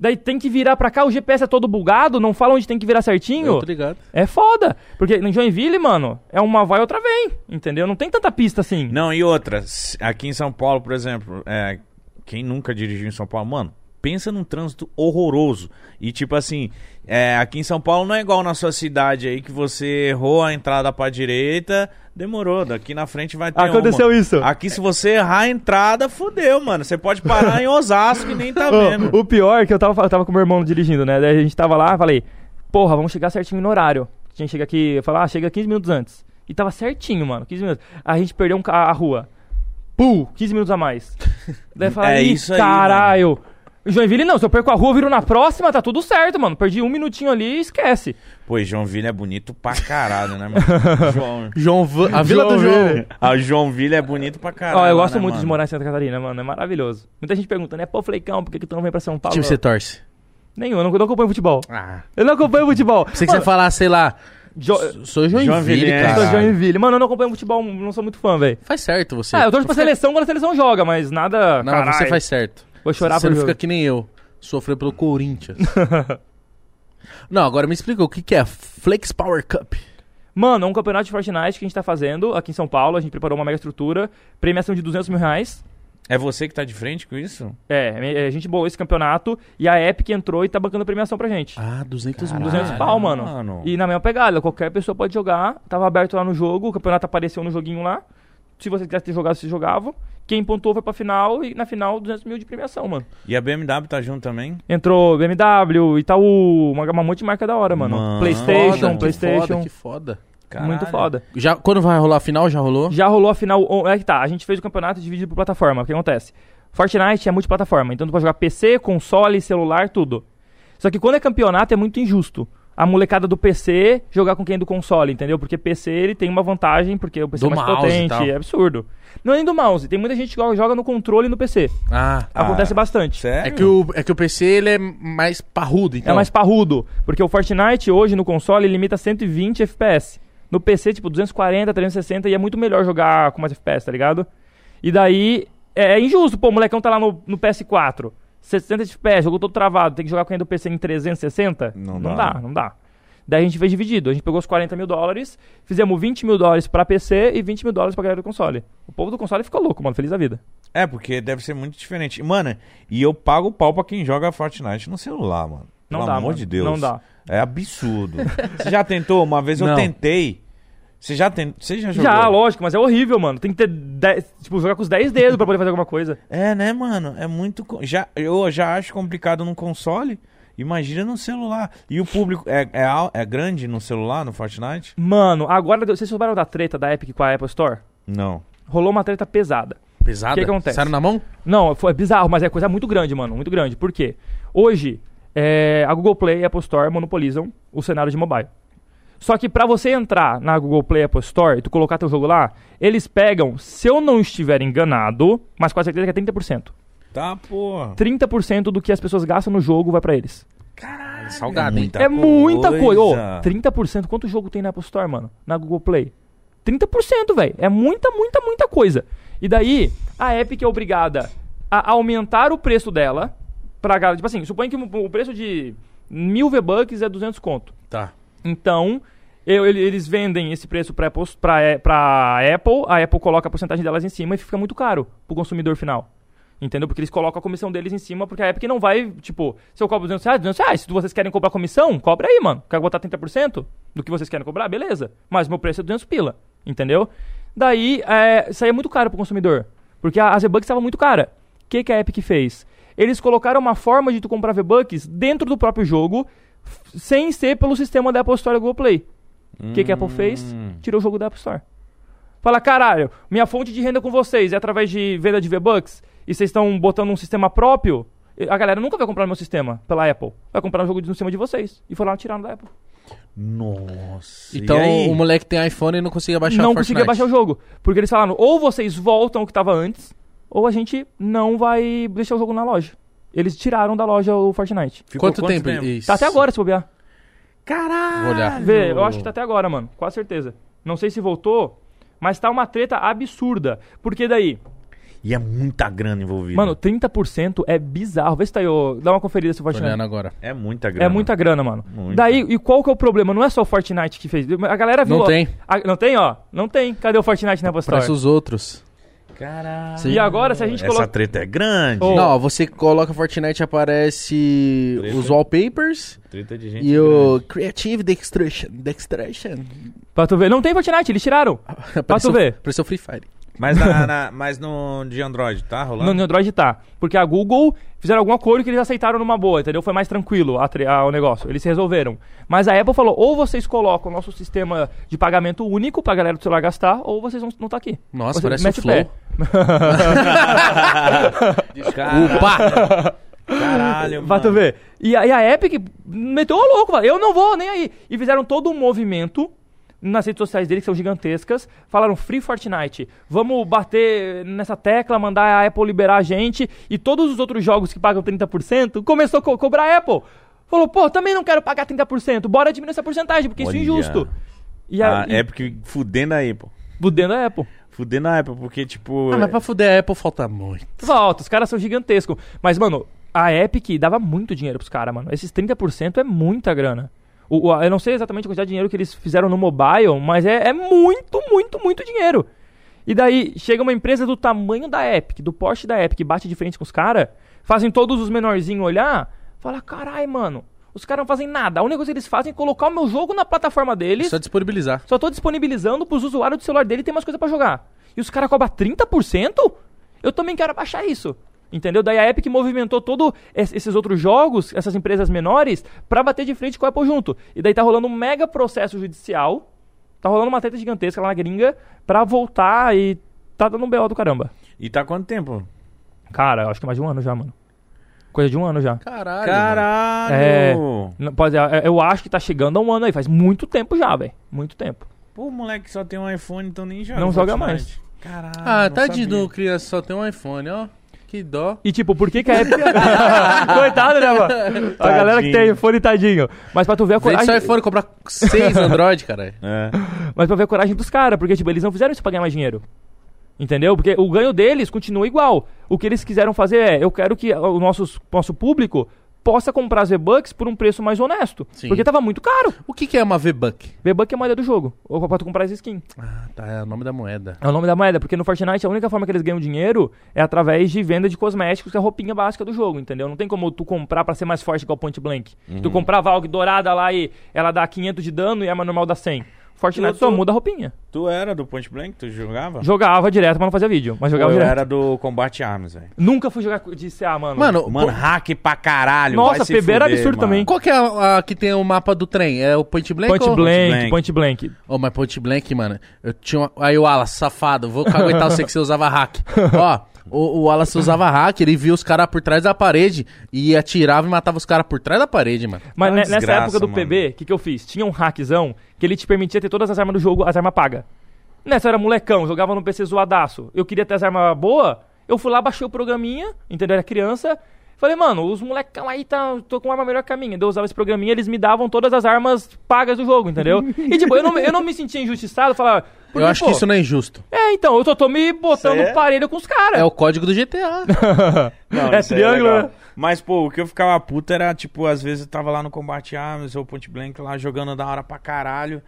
Daí tem que virar pra cá, o GPS é todo bugado, não fala onde tem que virar certinho.
Eu tô ligado.
É foda. Porque em Joinville, mano, é uma vai outra vem. Entendeu? Não tem tanta pista assim.
Não, e outra, s- aqui em São Paulo, por exemplo, é, quem nunca dirigiu em São Paulo, mano, pensa num trânsito horroroso. E tipo assim, é, aqui em São Paulo não é igual na sua cidade aí que você errou a entrada pra direita, demorou, daqui na frente vai ter
Aconteceu
uma.
isso.
Aqui se você errar a entrada, fudeu, mano. Você pode parar em Osasco e nem tá
Ô,
vendo.
o pior é que eu tava, eu tava com o meu irmão dirigindo, né? Daí a gente tava lá, falei, porra, vamos chegar certinho no horário. Tinha que chegar aqui, eu falei, ah, chega 15 minutos antes. E tava certinho, mano, 15 minutos. A gente perdeu um, ca- a rua. Pum, 15 minutos a mais. Daí eu
É
falei,
isso
isso
aí,
caralho. Joinville não, se eu perco a rua, viro na próxima, tá tudo certo, mano. Perdi um minutinho ali e esquece.
Pô, e Joinville é bonito pra caralho, né, mano? João.
João Va- A Vila do João.
A Joinville é bonito pra caralho.
Ó, eu gosto
né,
muito
mano?
de morar em Santa Catarina, mano. É maravilhoso. Muita gente pergunta, né? Pô, Fleicão, por que, que tu não vem pra São Paulo?
Time você torce.
Nenhum, eu não, eu não acompanho futebol.
Ah.
Eu não acompanho futebol.
Pensei que você ia falar, sei lá,
Jo-
sou Joinville,
Joinville, é.
Eu sou
cara.
Joinville. Mano, eu não acompanho futebol, não sou muito fã, velho.
Faz certo você. Tipo,
Ah, eu torço pra seleção quando a seleção joga, mas nada.
Não,
caralho.
você faz certo.
Vou chorar
você
por
não fica que nem eu. Sofreu pelo Corinthians. não, agora me explica o que, que é Flex Power Cup.
Mano, é um campeonato de Fortnite que a gente tá fazendo aqui em São Paulo. A gente preparou uma mega estrutura, premiação de 200 mil reais.
É você que tá de frente com isso?
É, a gente bolou esse campeonato e a Epic entrou e tá bancando a premiação pra gente.
Ah, 200
Caralho.
mil.
200 pau, mano.
mano.
E na mesma pegada, qualquer pessoa pode jogar. Tava aberto lá no jogo, o campeonato apareceu no joguinho lá. Se você quisesse ter jogado, você jogava. Quem pontuou foi pra final e na final 200 mil de premiação, mano.
E a BMW tá junto também?
Entrou BMW, Itaú, uma, uma monte de marca da hora, mano.
Mano.
PlayStation,
Foda, que
PlayStation.
Foda, que foda.
Muito foda.
Já, quando vai rolar a final, já rolou?
Já rolou a final. on- É que tá, a gente fez o campeonato dividido por plataforma. O que acontece? Fortnite é multiplataforma, então tu pode jogar PC, console, celular, tudo. Só que quando é campeonato é muito injusto. A molecada do PC jogar com quem é do console, entendeu? Porque PC ele tem uma vantagem, porque o PC é
Do
mais
mouse e tal.
potente, é absurdo. Não é nem do mouse, tem muita gente que joga- joga no controle e no PC.
Ah.
Ah,
Acontece bastante.
Sério?
É que, o, é que o PC ele é mais parrudo, então.
É mais parrudo. Porque o Fortnite hoje no console limita 120 FPS. No PC, tipo, 240, 360 e é muito melhor jogar com mais FPS, tá ligado? E daí é, é injusto, pô, o molecão tá lá no, no PS4. 60 FPS, jogo todo travado, tem que jogar com ainda o PC em 360?
Não
não
dá.
dá. Não dá. Daí a gente fez dividido. A gente pegou os 40 mil dólares, fizemos 20 mil dólares pra PC e 20 mil dólares pra galera do console. O povo do console ficou louco, mano, feliz da vida.
É, porque deve ser muito diferente. Mano, e eu pago pau pra quem joga Fortnite no celular, mano.
Não
Pelo
dá,
amor
mano.
de Deus.
Não dá.
É absurdo. Você já tentou? Uma vez eu
Não.
tentei. Você já tentou? Você já jogou?
Já, lógico, mas é horrível, mano. Tem que ter 10, tipo, jogar com os 10 dedos pra poder fazer alguma coisa.
É, né, mano? É muito. co- Já, eu já acho complicado no console. Imagina no celular. E o público é, é, al- é grande no celular, no Fortnite?
Mano, agora vocês souberam da treta da Epic com a Apple Store?
Não.
Rolou uma treta pesada.
Pesada?
O que que acontece?
Saíram na mão?
Não, foi bizarro, mas é coisa muito grande, mano. Muito grande. Por quê? Hoje, é, a Google Play e a Apple Store monopolizam o cenário de mobile. Só que pra você entrar na Google Play e Apple Store e tu colocar teu jogo lá, eles pegam, se eu não estiver enganado, mas com certeza que é 30%.
Tá, porra.
30% do que as pessoas gastam no jogo vai pra eles.
Salgado, hein?
muita
é muita coisa. Ô,
coisa.
30%. Quanto jogo tem na Apple Store, mano? Na Google Play? 30%, velho. É muita, muita, muita coisa. E daí, a Epic é obrigada a aumentar o preço dela pra galera. Tipo assim, suponha que o preço de mil V-Bucks é 200 conto.
Tá.
Então, eu- ele- eles vendem esse preço pra Apple, pra- é, pra Apple, a Apple coloca a porcentagem delas em cima e fica muito caro pro consumidor final. Entendeu? Porque eles colocam a comissão deles em cima, porque a Epic não vai, tipo, se eu cobro 200 reais, 200 reais, se vocês querem cobrar comissão, cobra aí, mano. Quer botar 30% do que vocês querem cobrar? Beleza. Mas meu preço é 200 pila, entendeu? Daí, é, isso aí é muito caro pro consumidor, porque a, a Z-Bucks estava muito cara. O que, que a Epic fez? Eles colocaram uma forma de tu comprar V-Bucks dentro do próprio jogo, f- sem ser pelo sistema da Apple Store e Google Play. O que, que a Apple fez? Tirou o jogo da Apple Store. Fala, caralho, minha fonte de renda com vocês é através de venda de V-Bucks e vocês estão botando um sistema próprio. A galera nunca vai comprar no meu sistema pela Apple. Vai comprar um jogo de- no sistema de vocês. E foi lá tiraram da Apple.
Nossa.
Então
e aí?
o moleque tem iPhone e não conseguia baixar
não
o Fortnite.
conseguia baixar o jogo. Porque eles falaram, ou vocês voltam o que tava antes, ou a gente não vai deixar o jogo na loja. Eles tiraram da loja o Fortnite.
Ficou
Quanto, tempo? Isso.
Tá até agora, se bobear.
Caralho.
Vou olhar.
Vê, eu acho que tá até agora, mano. Com certeza. Não sei se voltou, mas tá uma treta absurda. Porque daí,
E é muita grana envolvida.
mano, 30% é bizarro. Vê se tá aí, ô, dá uma conferida se
Tô
o Fortnite.
olhando agora.
é muita grana.
É muita grana, mano.
Muita.
Daí, e qual que é o problema? Não é só o Fortnite que fez. A galera viu.
Não
ó,
tem.
a- não tem, ó. Não tem. Cadê o Fortnite na Apple Store?
Parece os outros.
Caralho.
Sim.
E agora, se a gente
Essa
coloca.
treta é grande.
Ô.
Não, ó, você coloca Fortnite aparece
Treta.
os wallpapers
Treta de gente
e o Creative Destruction. Destruction.
Pra tu ver. Não tem Fortnite, eles tiraram.
Apareceu-
ver.
Apareceu Free Fire.
Mas, na, na- mas no de Android, tá rolando?
No, no Android tá. Porque a Google fizeram algum acordo que eles aceitaram numa boa, entendeu? Foi mais tranquilo a, tre- a- o negócio. Eles se resolveram. Mas a Apple falou: ou vocês colocam o nosso sistema de pagamento único pra galera do celular gastar, ou vocês vão não tá aqui.
Nossa,
Você
parece
mete
o
pé.
Flow.
Caralho.
Opa!
Caralho,
Vai tu
mano.
ver. E a, e a Epic meteu o louco, mano. eu não vou nem aí. E fizeram todo um movimento nas redes sociais deles, que são gigantescas. Falaram Free Fortnite, vamos bater nessa tecla, mandar a Apple liberar a gente. E todos os outros jogos que pagam 30% começou a co- cobrar a Apple. Falou, pô, também não quero pagar 30%, bora diminuir essa porcentagem, porque isso é
Olha.
injusto. E a,
A
e
Epic Ah, é fudendo a Apple.
fudendo a Apple.
Fudendo a Apple, porque, tipo.
Ah, mas pra fuder a Apple falta muito.
Volta, os caras são gigantescos. Mas, mano, a Epic dava muito dinheiro pros caras, mano. Esses 30% é muita grana. O, o- a- eu não sei exatamente a quantidade de dinheiro que eles fizeram no mobile, mas é, é muito, muito, muito dinheiro. E daí, chega uma empresa do tamanho da Epic, do porte da Epic, bate de frente com os caras, fazem todos os menorzinhos olhar, fala, carai, mano, os caras não fazem nada. A única coisa que eles fazem é colocar o meu jogo na plataforma deles.
É Só disponibilizar.
Só tô disponibilizando pros usuários do celular dele tem mais coisa pra jogar. E os caras cobram 30%? Eu também quero abaixar isso. Entendeu? Daí a Epic movimentou todos esses outros jogos, essas empresas menores, pra bater de frente com a Apple junto. E daí tá rolando um mega processo judicial. Tá rolando uma treta gigantesca lá na gringa pra voltar e tá dando um BO do caramba.
E tá quanto tempo?
Cara, eu acho que mais de um ano já, mano. Coisa de um ano já.
Caralho. mano.
Caralho!
É. Não, Pode, é, eu acho que tá chegando a um ano aí. Faz muito tempo já, velho. Muito tempo.
Pô, moleque só tem um iPhone, então nem joga.
Não joga
Fortnite. Caralho.
Ah,
não
tá de
sabia.
do criança só tem um iPhone, ó. Que dó.
E tipo, por que, que a Apple. Coitado, né, mano? A galera que tem iPhone, tadinho. Mas pra tu ver a
Vende só
coragem.
iPhone comprar seis Android, cara.
É.
Mas pra ver a coragem dos caras, porque, tipo, eles não fizeram isso pra ganhar mais dinheiro. Entendeu? Porque o ganho deles continua igual. O que eles quiseram fazer é, eu quero que o nosso, nosso público possa comprar as V-Bucks por um preço mais honesto.
Sim.
Porque tava muito caro.
O que, que é uma V-Buck?
V-Buck é a moeda do jogo. Ou pra tu comprar as skin.
Ah, tá. É o nome da moeda.
É o nome da moeda, porque no Fortnite a única forma que eles ganham dinheiro é através de venda de cosméticos, que é a roupinha básica do jogo, entendeu? Não tem como tu comprar pra ser mais forte igual Point Blank. Tu comprar a Valk dourada lá e ela dá 500 de dano e a arma normal dá 100.
Eu
Fortnite só
sou-
muda a roupinha.
Tu era do Point Blank? Tu jogava?
Jogava direto, mas não fazia vídeo. Mas
Pô,
jogava
eu
direto.
era do Combate Arms, velho.
Nunca fui jogar de CA, mano.
Mano,
Mano,
pô,
hack pra caralho.
Nossa,
vai se
PB era
fuder,
absurdo
mano.
também.
qual que é a, a que tem o mapa do trem? É o Point Blank?
Point
ou-
blank,
Blank.
point blank.
Ô, mas Point Blank, mano, eu tinha uma... Aí o Alas, safado, vou caguetar você que você usava hack. Ó, o, o Alas usava hack, ele via os caras por trás da parede e atirava e matava os caras por trás da parede, mano.
Mas
É uma
ne- nessa
desgraça,
época do
mano.
PB, o que, que eu fiz? Tinha um hackzão que ele te permitia ter todas as armas do jogo, as armas pagas. Nessa eu era molecão, jogava no PC zoadaço. Eu queria ter as armas boas, eu fui lá, baixei o programinha, entendeu? Era criança. Falei, mano, os molecão aí tá, tô com arma melhor que a minha. Eu usava esse programinha, eles me davam todas as armas pagas do jogo, entendeu? e tipo, eu não, eu não me sentia injustiçado, eu falava. porque,
eu acho
pô,
que isso não é injusto.
É, então, eu tô, tô me botando
Isso aí é-
parelho com os caras.
É o código do GTA.
Não,
É
isso aí
triângulo,
legal.
né?
Mas, pô, o que eu ficava puto era, tipo, às vezes eu tava lá no combate ah, arms ou Point Blank lá jogando da hora pra caralho.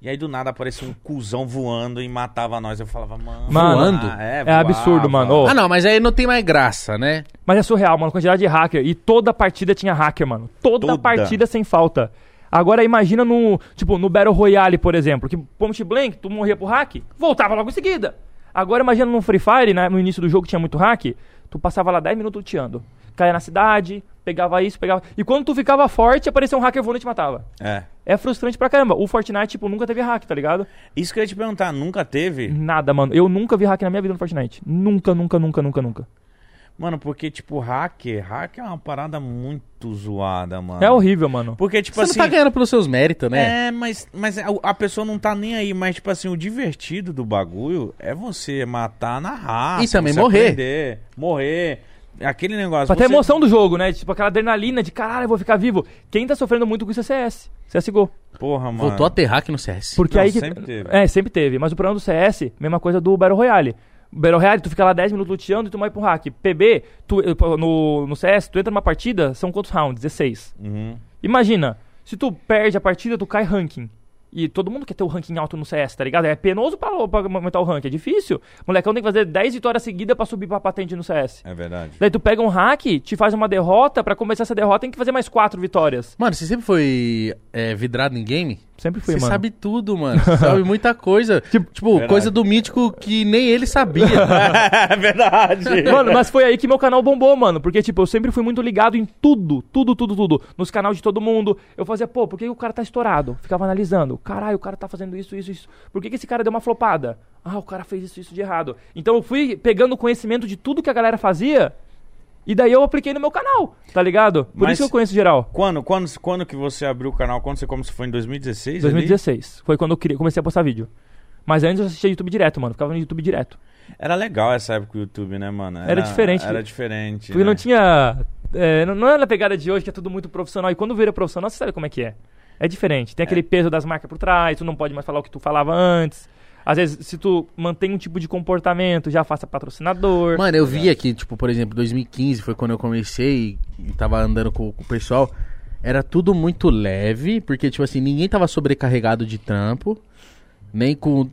E aí do nada aparecia um cuzão voando e matava nós. Eu falava, mano.
Mano,
Voando?
é,
absurdo, mano. Ô,
ah, não, mas aí não tem mais graça, né?
Mas é surreal, mano. Quantidade de hacker. E toda partida tinha hacker, mano. Toda,
Toda.
partida sem falta. Agora imagina no, tipo, no Battle Royale, por exemplo, que Point Blank, tu morria pro hack, voltava logo em seguida. Agora imagina no Free Fire, né, no início do jogo tinha muito hack, tu passava lá 10 minutos luteando. Caia na cidade, pegava isso, pegava... E quando tu ficava forte, aparecia um hacker voando e te matava.
É.
É frustrante pra caramba. O Fortnite, tipo, nunca teve hack, tá ligado?
Isso que eu ia te perguntar, nunca teve?
Nada, mano. Eu nunca vi hack na minha vida no Fortnite. Nunca, nunca, nunca, nunca, nunca.
Mano, porque, tipo, hacker, hacker é uma parada muito zoada, mano.
É horrível, mano.
Porque, tipo
você
assim.
não tá ganhando pelos seus méritos, né?
É, mas, mas a, a pessoa não tá nem aí. Mas, tipo assim, o divertido do bagulho é você matar na raça.
E também
você
morrer.
aprender, morrer. Aquele negócio.
Pra ter a
você-
emoção do jogo, né? Tipo, aquela adrenalina de caralho, eu vou ficar vivo. Quem tá sofrendo muito com isso é CS. CSGO.
Porra, mano.
Voltou a ter hack no CS.
Porque
Não,
aí que...
sempre teve.
É, sempre teve. Mas o problema do CS, mesma coisa do Battle Royale. Battle Royale, tu fica lá 10 minutos luteando e tu vai pro hack. PB, tu, eh, pô, no, no CS, tu entra numa partida, são quantos rounds? 16.
Uhum.
Imagina, se tu perde a partida, tu cai ranking. E todo mundo quer ter o ranking alto no CS, tá ligado? É penoso pra, pra aumentar o ranking, é difícil. Molecão tem que fazer 10 vitórias seguidas pra subir pra patente no CS.
É verdade.
Daí tu pega um hack, te faz uma derrota, pra começar essa derrota tem que fazer mais quatro vitórias.
Mano, você sempre foi é, vidrado em game?
Sempre fui,
Você
mano.
sabe tudo, mano. Você sabe muita coisa. Tipo,
Verdade.
coisa do mítico que nem ele sabia.
é verdade.
Mano, mas foi aí que meu canal bombou, mano. Porque, tipo, eu sempre fui muito ligado em tudo, tudo, tudo, tudo. Nos canais de todo mundo. Eu fazia, pô, por que o cara tá estourado? Ficava analisando. Caralho, o cara tá fazendo isso, isso, isso. Por que, que esse cara deu uma flopada? Ah, o cara fez isso, isso de errado. Então eu fui pegando conhecimento de tudo que a galera fazia. E daí eu apliquei no meu canal, tá ligado? Por
Mas-
isso que eu conheço geral.
Quando, quando, quando que você abriu o canal? Quando você começou? Foi em 2016? ali?
2016. Foi quando eu queria- comecei a postar vídeo. Mas antes eu assistia YouTube direto, mano. Ficava no YouTube direto.
Era legal essa época do YouTube, né, mano?
Era diferente.
Era diferente.
Porque
né?
não tinha. é, não, não era a pegada de hoje que é tudo muito profissional. E quando vira profissional, você sabe como é que é. É diferente. Tem aquele peso das marcas por trás, tu não pode mais falar o que tu falava antes. Às vezes, se tu mantém um tipo de comportamento, já faça patrocinador.
mano, eu via que, tipo, por exemplo, 2015 foi quando eu comecei e tava andando com, com o pessoal. Era tudo muito leve, porque, tipo assim, ninguém tava sobrecarregado de trampo. Nem com.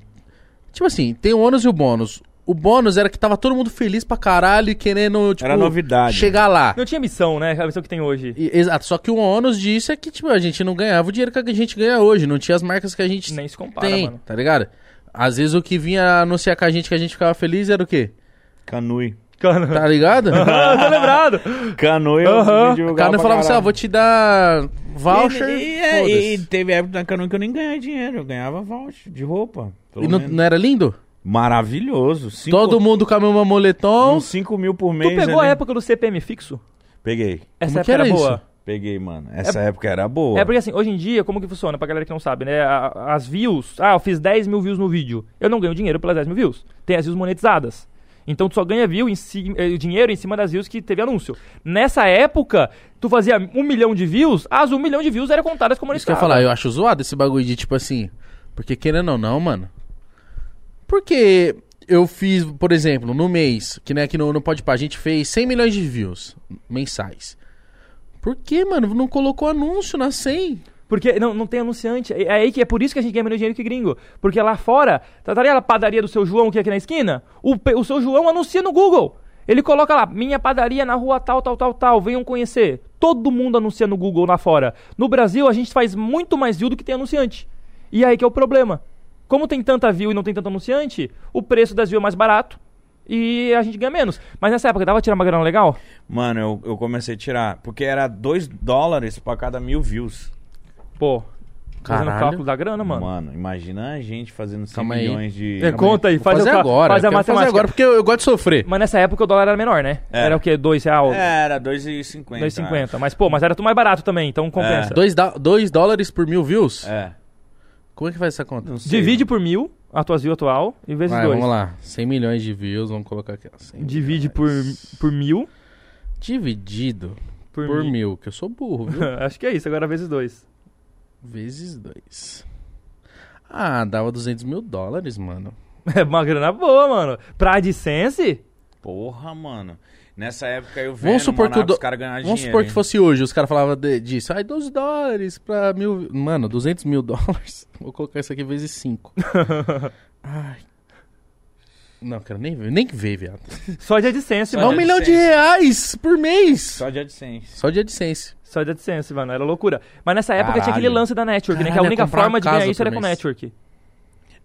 Tipo assim, tem o ônus e o bônus. O bônus era que tava todo mundo feliz pra caralho e querendo, tipo,
Era novidade.
chegar lá.
Não tinha missão, né? A missão que tem hoje.
E- Exato, só que o ônus disso é que, tipo, a gente não ganhava o dinheiro que a gente ganha hoje, não tinha as marcas que a gente
Nem se compara,
tem,
mano.
tá ligado? Às vezes o que vinha anunciar com a gente que a gente ficava feliz era o quê?
Canui.
Cara,
Tá ligado?
Ah, tô lembrado.
Canui eu
Aham.
me divulgava
O cara não
um pra
falava assim, ó,
caralho.
vou te dar voucher.
E, e- é, e
foda-se.
teve época da Canon que eu nem ganhava dinheiro, eu ganhava voucher de roupa. pelo
E não,
menos.
não era lindo?
Maravilhoso. Cinco,
Todo mundo com a mesma moletom.
uns 5 mil por
Tu
mês.
pegou a
ali.
época do CPM fixo?
Peguei,
Como
Essa
que
época era,
era isso?
boa.
peguei, mano.
É
Essa época era boa.
É porque assim, hoje em dia, como que funciona? Pra galera que não sabe, né? A- a- As views. Ah, eu fiz 10 mil views no vídeo. Eu não ganho dinheiro pelas 10 mil views. Tem as views monetizadas. Então tu só ganha view em si, eh, dinheiro em cima das views que teve anúncio. Nessa época, tu fazia um milhão de views, as um milhão de views eram contadas como
Isso que eu ia falar,
monetizadas.
eu acho zoado esse bagulho de tipo assim. Porque querendo ou não, mano. Porque eu fiz, por exemplo, no mês, que nem aqui no, no Podpah, a gente fez 100 milhões de views mensais. Por que, mano? Não colocou anúncio na 100?
Porque não, não tem anunciante. É, é aí que é por isso que a gente ganha menos dinheiro que gringo. Porque lá fora, tá, tá ligado a padaria do seu João que é aqui na esquina? O, pe- o seu João anuncia no Google. Ele coloca lá, minha padaria na rua tal, tal, tal, tal, venham conhecer. Todo mundo anuncia no Google lá fora. No Brasil, a gente faz muito mais view do que tem anunciante. E aí que é o problema. Como tem tanta view e não tem tanto anunciante, o preço das views é mais barato e a gente ganha menos. Mas nessa época dava pra tirar uma grana legal?
Mano, eu, eu comecei a tirar. Porque era 2 dólares pra cada mil views.
Pô, fazendo o
Caralho.
cálculo da grana, mano.
Mano, imagina a gente fazendo 100
Ah, Calma aí.
milhões de.
É, Conta aí,
Vou
faz
fazer
o ca-
agora.
faz a
eu quero fazer
matemática.
agora porque eu, eu gosto de sofrer.
Mas nessa época o dólar era menor, né?
É.
Era o quê? Dois real?
É, era 2,50.
2,50. Mas, pô, mas era tudo mais barato também, então
É.
compensa.
2 dólares por mil views?
acho. É.
Como é que faz essa conta?
Não sei.
Divide por mil, a tua view atual, e vezes
Vai,
dois.
vamos lá. 100 milhões de views, vamos colocar aqui. ó, 100
Divide por, por mil.
Dividido
Por,
por,
mil.
mil. que eu sou burro, viu?
Acho que é isso, agora vezes dois.
Vezes 2. Ah, dava 200 mil dólares, mano.
É uma grana boa, mano. Pra AdSense?
Porra, mano. Nessa época eu vendo,
Vamos supor
mano,
que o do-
os caras ganharam
Vamos
dinheiro.
supor que
hein?
fosse hoje, os caras falavam de- disso. Ai, 12 dólares pra mil. Mano, 200 mil dólares. Vou colocar isso aqui vezes 5. Ai. Não, quero nem ver, nem ver, viado.
Só de AdSense,
Só
Dá um
mano.
de
milhão de
AdSense.
reais por mês.
Só de AdSense.
Só de AdSense.
Só de AdSense, mano. Era loucura. Mas nessa época
Caralho.
tinha aquele lance da network, né? Que a
Caralho,
única
comprar uma
forma de ganhar
casa
isso era
por
com
mês.
network.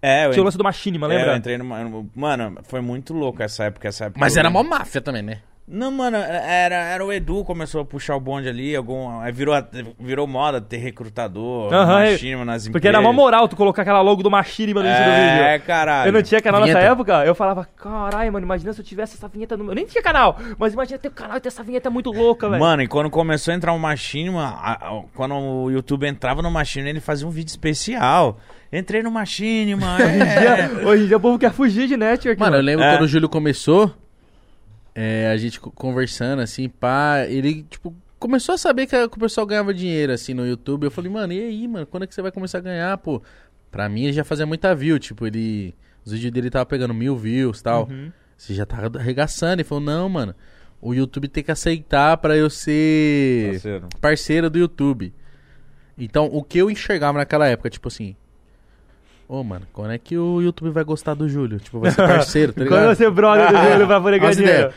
É, eu,
Tinha
en...
o lance do Machinima,
é, eu
lembra?
entrei numa. Mano, foi muito louco essa época. Essa época
Mas
eu
era
lembro.
mó máfia também, né?
Não, mano, era, era o Edu começou a puxar o bonde ali. Algum, aí virou, a- virou moda ter recrutador,
Aham, é-
machinima nas empresas.
Porque era mó moral tu colocar aquela logo do Machinima no início do vídeo.
É, caralho.
Eu não tinha canal nessa
Vinheta.
época, eu falava, caralho, mano, imagina se eu tivesse essa vinheta no meu. Eu nem tinha canal, mas imagina ter o canal e ter essa vinheta muito louca, velho.
Mano, e quando começou a entrar o Machinima, a- a- quando o YouTube entrava no Machinima, ele fazia um vídeo especial. Entrei no Machinima, é.
Hoje em dia- Hoje em dia o povo quer fugir de network.
Mano, eu lembro
É.
quando o Júlio começou, é, a gente co- conversando, assim, pá, ele, tipo, começou a saber que, a- que o pessoal ganhava dinheiro, assim, no YouTube. Eu falei, mano, e aí, mano, quando é que você vai começar a ganhar, pô? Pra mim, ele já fazia muita view, tipo, ele... Os vídeos dele tava pegando mil views e tal. Você já tava arregaçando. Ele falou, não, mano, o YouTube tem que aceitar pra eu ser
Parceiro.
parceira do YouTube. Então, o que eu enxergava naquela época, tipo assim. Ô, mano, quando é que o YouTube vai gostar do Júlio? Tipo, vai ser parceiro, tá
Quando
ligado?
você brother do Júlio vai poder ganhar
Olha as
dinheiro.
ideias.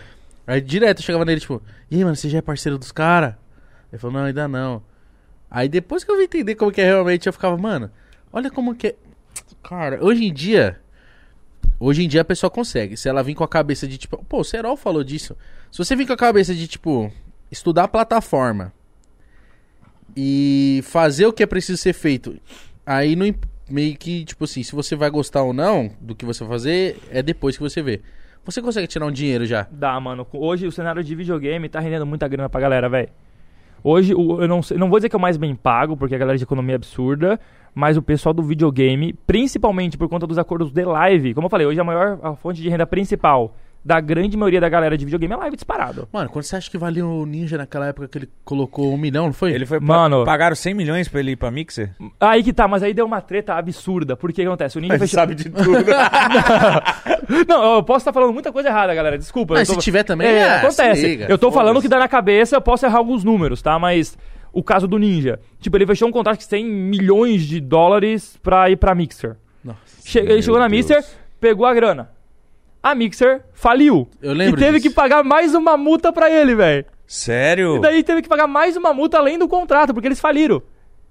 Aí direto eu chegava nele, tipo, e aí, mano, você já é parceiro dos caras? Ele falou, não, ainda não. Aí depois que eu vim entender como que é realmente, eu ficava, mano, olha como que é. Cara, hoje em dia. Hoje em dia a pessoa consegue. Se ela vir com a cabeça de tipo, pô, o Serol falou disso. Se você vir com a cabeça de tipo, estudar a plataforma e fazer o que é preciso ser feito, aí não imp- meio que tipo assim, se você vai gostar ou não do que você vai fazer, é depois que você vê. Você consegue tirar um dinheiro já.
Dá, mano. Hoje o cenário de videogame tá rendendo muita grana pra galera, velho. Hoje, o- eu não, sei- não vou dizer que é o mais bem pago, porque a galera de economia é absurda, mas o pessoal do videogame, principalmente por conta dos acordos de live, como eu falei, hoje a maior a fonte de renda principal da grande maioria da galera de videogame é live disparado.
Mano, quando você acha que valia o Ninja naquela época que ele colocou um milhão, não foi?
Ele foi.
Mano.
Mano. Pagaram 100 milhões pra ele ir pra Mixer?
Aí que tá, mas aí deu uma treta absurda, porque o que acontece? O Ninja fechou...
de tudo.
Ah,
Não, eu posso estar falando muita coisa errada, galera. Desculpa.
Mas
eu tô-
se tiver também,
É,
ah, se
acontece.
liga,
eu tô falando
foda-se.
que dá na cabeça, eu posso errar alguns números, tá? Mas o caso do Ninja. Tipo, ele fechou um contrato que tem milhões de dólares pra ir pra Mixer.
Nossa.
Che- ele chegou na
Deus.
Mixer, pegou a grana. A Mixer faliu.
Eu lembro
E teve
disso.
que pagar mais uma multa pra ele, velho.
Sério?
E daí teve que pagar mais uma multa além do contrato, porque eles faliram.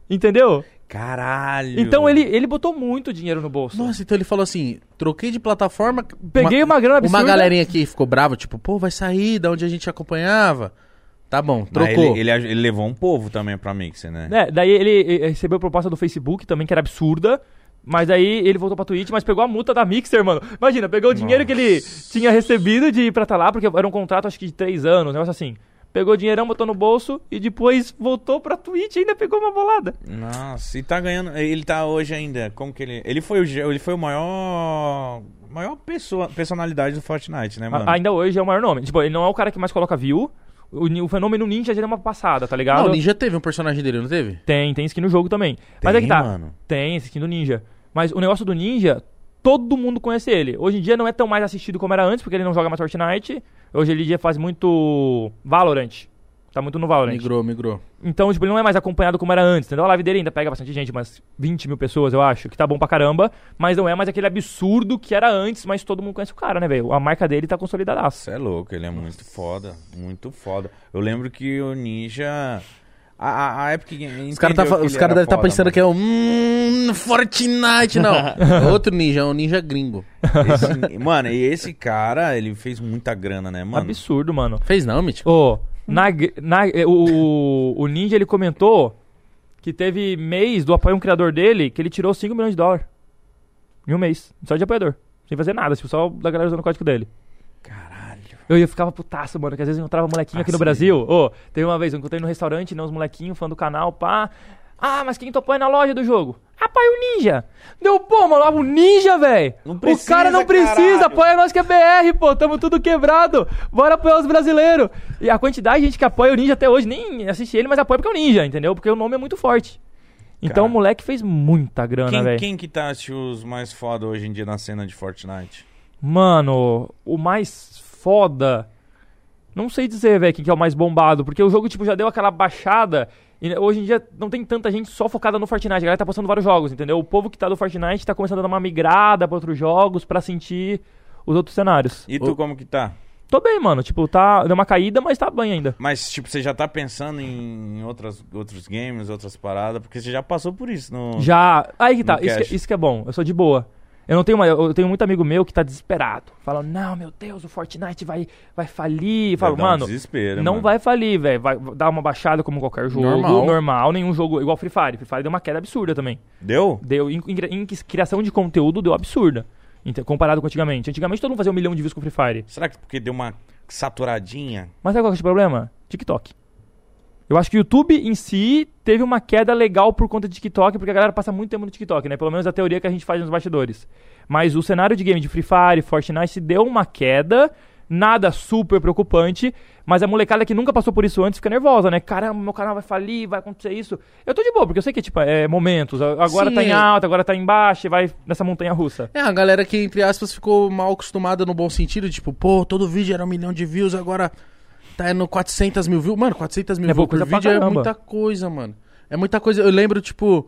Entendeu?
Caralho.
Então ele, ele botou muito dinheiro no bolso.
Nossa, então ele falou assim: troquei de plataforma.
Peguei uma grana absurda.
Uma galerinha que ficou brava, tipo, pô, vai sair da onde a gente acompanhava. Tá bom,
Mas
trocou.
Ele, ele- ele levou um povo também pra Mixer, né?
É, daí ele eh, recebeu a proposta do Facebook também, que era absurda. Mas aí ele voltou pra Twitch, mas pegou a multa da Mixer, mano. Imagina, pegou o dinheiro que ele tinha recebido de ir pra tá lá, porque era um contrato acho que de três anos, um negócio assim. Pegou o dinheirão, botou no bolso e depois voltou pra Twitch e ainda pegou uma bolada.
Nossa, e tá ganhando. Ele tá hoje ainda. Como que ele. Ele foi o, ge- ele foi o maior. Maior pessoa, personalidade do Fortnite, né, mano?
A- ainda hoje é o maior nome. Tipo, ele não é o cara que mais coloca view. O, ni- o fenômeno ninja já deu uma passada, tá ligado?
Não, o Ninja teve um personagem dele, não teve?
Tem, tem skin no jogo também. Mas é que tá.
mano.
Tem esse skin do Ninja. Mas o negócio do Ninja, todo mundo conhece ele. Hoje em dia não é tão mais assistido como era antes, porque ele não joga mais Fortnite. Hoje ele já faz muito Valorant. Tá muito no Valorant.
Migrou, migrou.
Então, tipo, ele não é mais acompanhado como era antes, entendeu? A live dele ainda pega bastante gente, umas 20 mil pessoas, eu acho, que tá bom pra caramba. Mas não é mais aquele absurdo que era antes, mas todo mundo conhece o cara, né, velho? A marca dele tá consolidadaça.
Você é louco, ele é muito foda. Muito foda. Eu lembro que o Ninja. A, a, a Epic Games.
Os caras tá, fa- os cara devem estar pensando que é um. Hum, Fortnite, não. É outro ninja, é um ninja gringo.
Esse- mano, e esse cara, ele fez muita grana, né, mano?
Absurdo, mano.
Fez não, Mítico?
Ô, na, gr- na, eh, o, o Ninja ele comentou que teve mês do apoio um criador dele que ele tirou 5 milhões de dólares. Em um mês. Só de apoiador. Sem fazer nada, tipo, só da galera usando o código dele.
Caralho.
Eu, eu ficava putaço, mano, que às vezes eu encontrava molequinho aqui no
Putaço
Brasil. Ô, teve uma vez, eu encontrei no restaurante, né, uns molequinhos, fã do canal, pá. Ah, mas quem tu apoia na loja do jogo? Apoia o Ninja. Deu, pô, mano, o Ninja, velho.
Não
O cara não
precisa,
precisa,
caralho.
apoia nós que é BR, pô, tamo tudo quebrado. Bora apoiar os brasileiros. E a quantidade de gente que apoia o Ninja até hoje, nem assiste ele, mas apoia porque é o Ninja, entendeu? Porque o nome é muito forte. Então
Cara.
o moleque fez muita
né,
grana,
Quem,
velho.
quem que tá acho, os mais foda hoje em dia na cena de Fortnite?
Mano, o mais foda. Não sei dizer, velho, quem que é o mais bombado, porque o jogo, tipo, já deu aquela baixada. E hoje em dia não tem tanta gente só focada no Fortnite. A galera tá postando vários jogos, entendeu? O povo que tá do Fortnite tá começando a dar uma migrada pra outros jogos pra sentir os outros cenários.
E tu,
Ô.
como que tá?
Tô bem, mano. Tipo, tá. Deu uma caída, mas tá bem ainda.
Mas, tipo, você já tá pensando em outras, outros games, outras paradas? Porque você já passou por isso no...
Já. Aí que tá.
No
Isso
cash.
que, isso que é bom. Eu sou de boa. Eu não tenho uma, eu tenho muito amigo meu que tá desesperado. Fala, não, meu Deus, o Fortnite vai, vai falir.
Vai
Fala,
dar um
mano,
desespero,
Não
mano.
vai falir, velho. Vai dar uma baixada como qualquer jogo.
Normal.
Normal. nenhum jogo. Igual Free Fire. Free Fire deu uma queda absurda também.
Deu?
Deu, em, em- em criação de conteúdo deu absurda. ente- Comparado com antigamente. Antigamente todo mundo fazia um milhão de views com Free Fire.
Será que porque deu uma saturadinha?
Mas sabe qual que é o problema? TikTok. Eu acho que o YouTube em si teve uma queda legal por conta de TikTok, porque a galera passa muito tempo no TikTok, né? Pelo menos a teoria que a gente faz nos bastidores. Mas o cenário de game de Free Fire, Fortnite deu uma queda, nada super preocupante, mas a molecada que nunca passou por isso antes fica nervosa, né? Caramba, meu canal vai falir, vai acontecer isso. Eu tô de boa, porque eu sei que tipo, é momentos. A- Agora
Sim,
tá em
é.
alta, agora tá em baixa, e vai nessa montanha russa.
É, a galera que, entre aspas, ficou mal acostumada no bom sentido, tipo, pô, todo vídeo era um milhão de views, agora tá no 400 mil views. Mano, 400 mil
É
views
boa
por
coisa pra
vídeo é
caramba.
muita coisa, mano. É muita coisa. Eu lembro, tipo,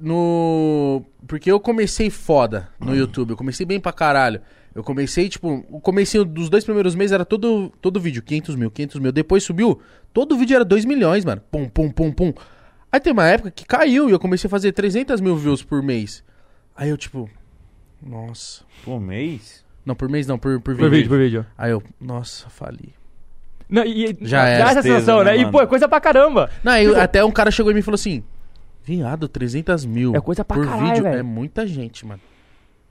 no... Porque eu comecei foda no
Uhum.
YouTube, eu comecei bem pra caralho. Eu comecei, tipo, o comecinho dos dois primeiros meses era todo, todo vídeo, 500 mil, 500 mil. Depois subiu, todo vídeo era 2 milhões, mano. Pum, pum, pum, pum. Aí tem uma época que caiu e eu comecei a fazer 300 mil views por mês. Aí eu, tipo, nossa.
Por mês?
Não, por mês não, por, por vídeo.
Por vídeo, por vídeo.
Aí eu, nossa, fali.
Não, e, e-
Já
dá
é
essa
tristeza,
sensação,
né,
né? E,
mano?
pô, é coisa pra caramba.
Não, aí eu- até um cara chegou em mim e falou assim: Viado, 300 mil.
É coisa pra
Por
caralho,
vídeo
velho.
é muita gente, mano.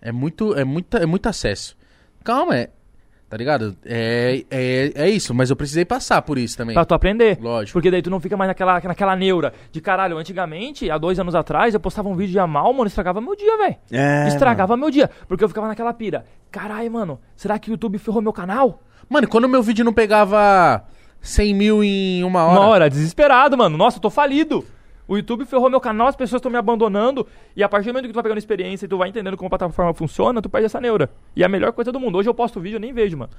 É muito, é muita, é muito acesso. Calma, é. Tá ligado? É, é, é isso, mas eu precisei passar por isso também.
Pra tu aprender.
Lógico.
Porque daí tu não fica mais naquela, naquela neura de caralho. Antigamente, há dois anos atrás, eu postava um vídeo de mal, mano, estragava meu dia, velho.
É,
estragava meu dia. Porque eu ficava naquela pira. Caralho, mano, será que o YouTube ferrou meu canal?
Mano, quando meu vídeo não pegava 100 mil em uma hora.
Uma hora, desesperado, mano. Nossa, eu tô falido. O YouTube ferrou meu canal, as pessoas estão me abandonando. E a partir do momento que tu vai pegando experiência e tu vai entendendo como a plataforma funciona, tu perde essa neura. E é a melhor coisa do mundo. Hoje eu posto vídeo, eu nem vejo, mano.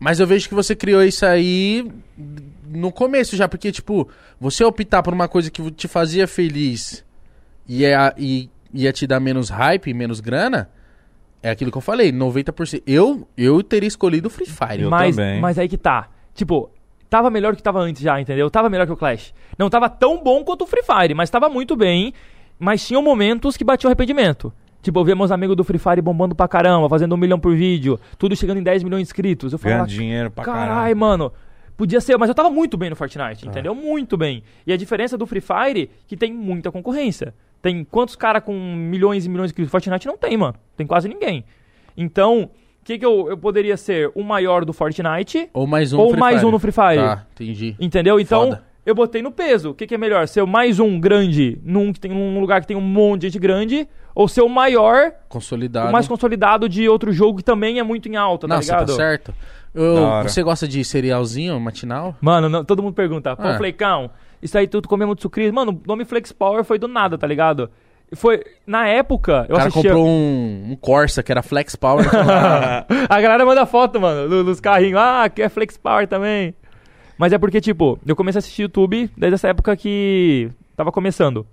Mas eu vejo que você criou isso aí no começo já, porque, tipo, você optar por uma coisa que te fazia feliz e ia, e ia te dar menos hype, menos grana, é aquilo que eu falei, 90%. Eu, eu teria escolhido o Free Fire.
Eu
mas,
também.
mas aí que tá. Tipo, tava melhor que tava antes já, entendeu? Tava melhor que o Clash. Não tava tão bom quanto o Free Fire, mas tava muito bem. Mas tinham momentos que batiam arrependimento. Tipo, eu via meus amigos do Free Fire bombando pra caramba, fazendo um milhão por vídeo, tudo chegando em 10 milhões de inscritos. Eu
Ganha
falava,
dinheiro pra caralho.
Carai, mano. Podia ser, mas eu tava muito bem no
É.
Fortnite, entendeu? Muito bem. E a diferença do Free Fire, que tem muita concorrência. Tem quantos caras com milhões e milhões de inscritos? Fortnite não tem, mano. Tem quase ninguém. Então, o que, que eu, eu poderia ser? O maior do Fortnite,
Ou mais um
Ou
no Free
mais
Fire.
um no Free Fire.
Tá, entendi.
entendeu? Então,
Foda.
eu botei no peso. O que, que é melhor? Ser o mais um grande num, que tem, num lugar que tem um monte de gente grande? Ou ser o maior,
Consolidado.
o mais consolidado de outro jogo que também é muito em alta, tá
Não, você tá
ligado?
certo.
Da
Eu,
hora.
você gosta de cerealzinho, matinal?
Mano, não- todo mundo pergunta, pô,
Ah.
Flecão, isso aí tudo comeu muito sucrilho. Mano, o nome Flex Power foi do nada, tá ligado? Foi, na época, eu
O cara
assistia...
comprou um, um Corsa que era Flex Power. um-
a galera manda foto, mano, do- dos carrinhos. Ah, que é Flex Power também. Mas é porque, tipo, eu comecei a assistir YouTube desde essa época que tava começando.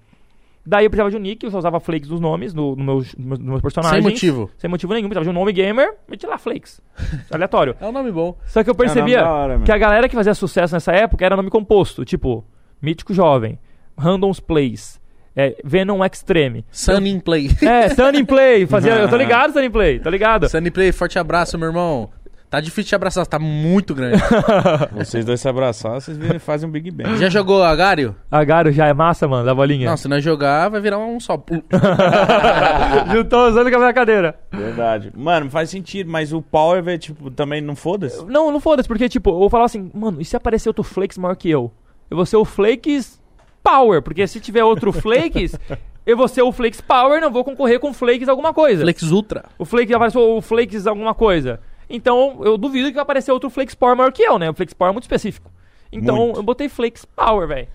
Daí eu precisava de um nick, eu só usava Flakes nos nomes, no, no meus, nos meus personagens.
Sem motivo.
Sem motivo nenhum, precisava de um nome gamer, meti lá Flakes. Aleatório.
é um nome bom.
Só que eu
É o nome
percebia
da hora, mano.
que a galera que fazia sucesso nessa época era nome composto, tipo Mítico Jovem, Randoms Plays, é, Venom Extreme.
Sunny Play.
É, Sunny Play, fazia, eu tô ligado, Sunny Play, tá ligado?
Sunny Play, forte abraço, meu irmão. Tá difícil te abraçar, tá muito grande.
Vocês dois se abraçarem, vocês virem- fazem um Big Bang.
Já jogou Agário?
Agaro já é massa, mano, da bolinha.
Não, se não jogar, vai virar um só.
Juntou usando com a minha cadeira.
Verdade. Mano, faz sentido, mas o Power, velho, tipo, também não foda-se.
Não, não foda-se, porque, tipo, eu vou falar assim, mano, e se aparecer outro Flakes maior que eu? Eu vou ser o Flakes Power, porque se tiver outro Flakes, eu vou ser o Flakes Power, não vou concorrer com o Flakes alguma coisa.
Flex Ultra.
O Flakes apareceu o Flakes alguma coisa. Então, eu duvido que vai aparecer outro Flakes Power maior que eu, né? O Flakes Power é muito específico. Então,
Muito.
eu botei Flakes Power, velho.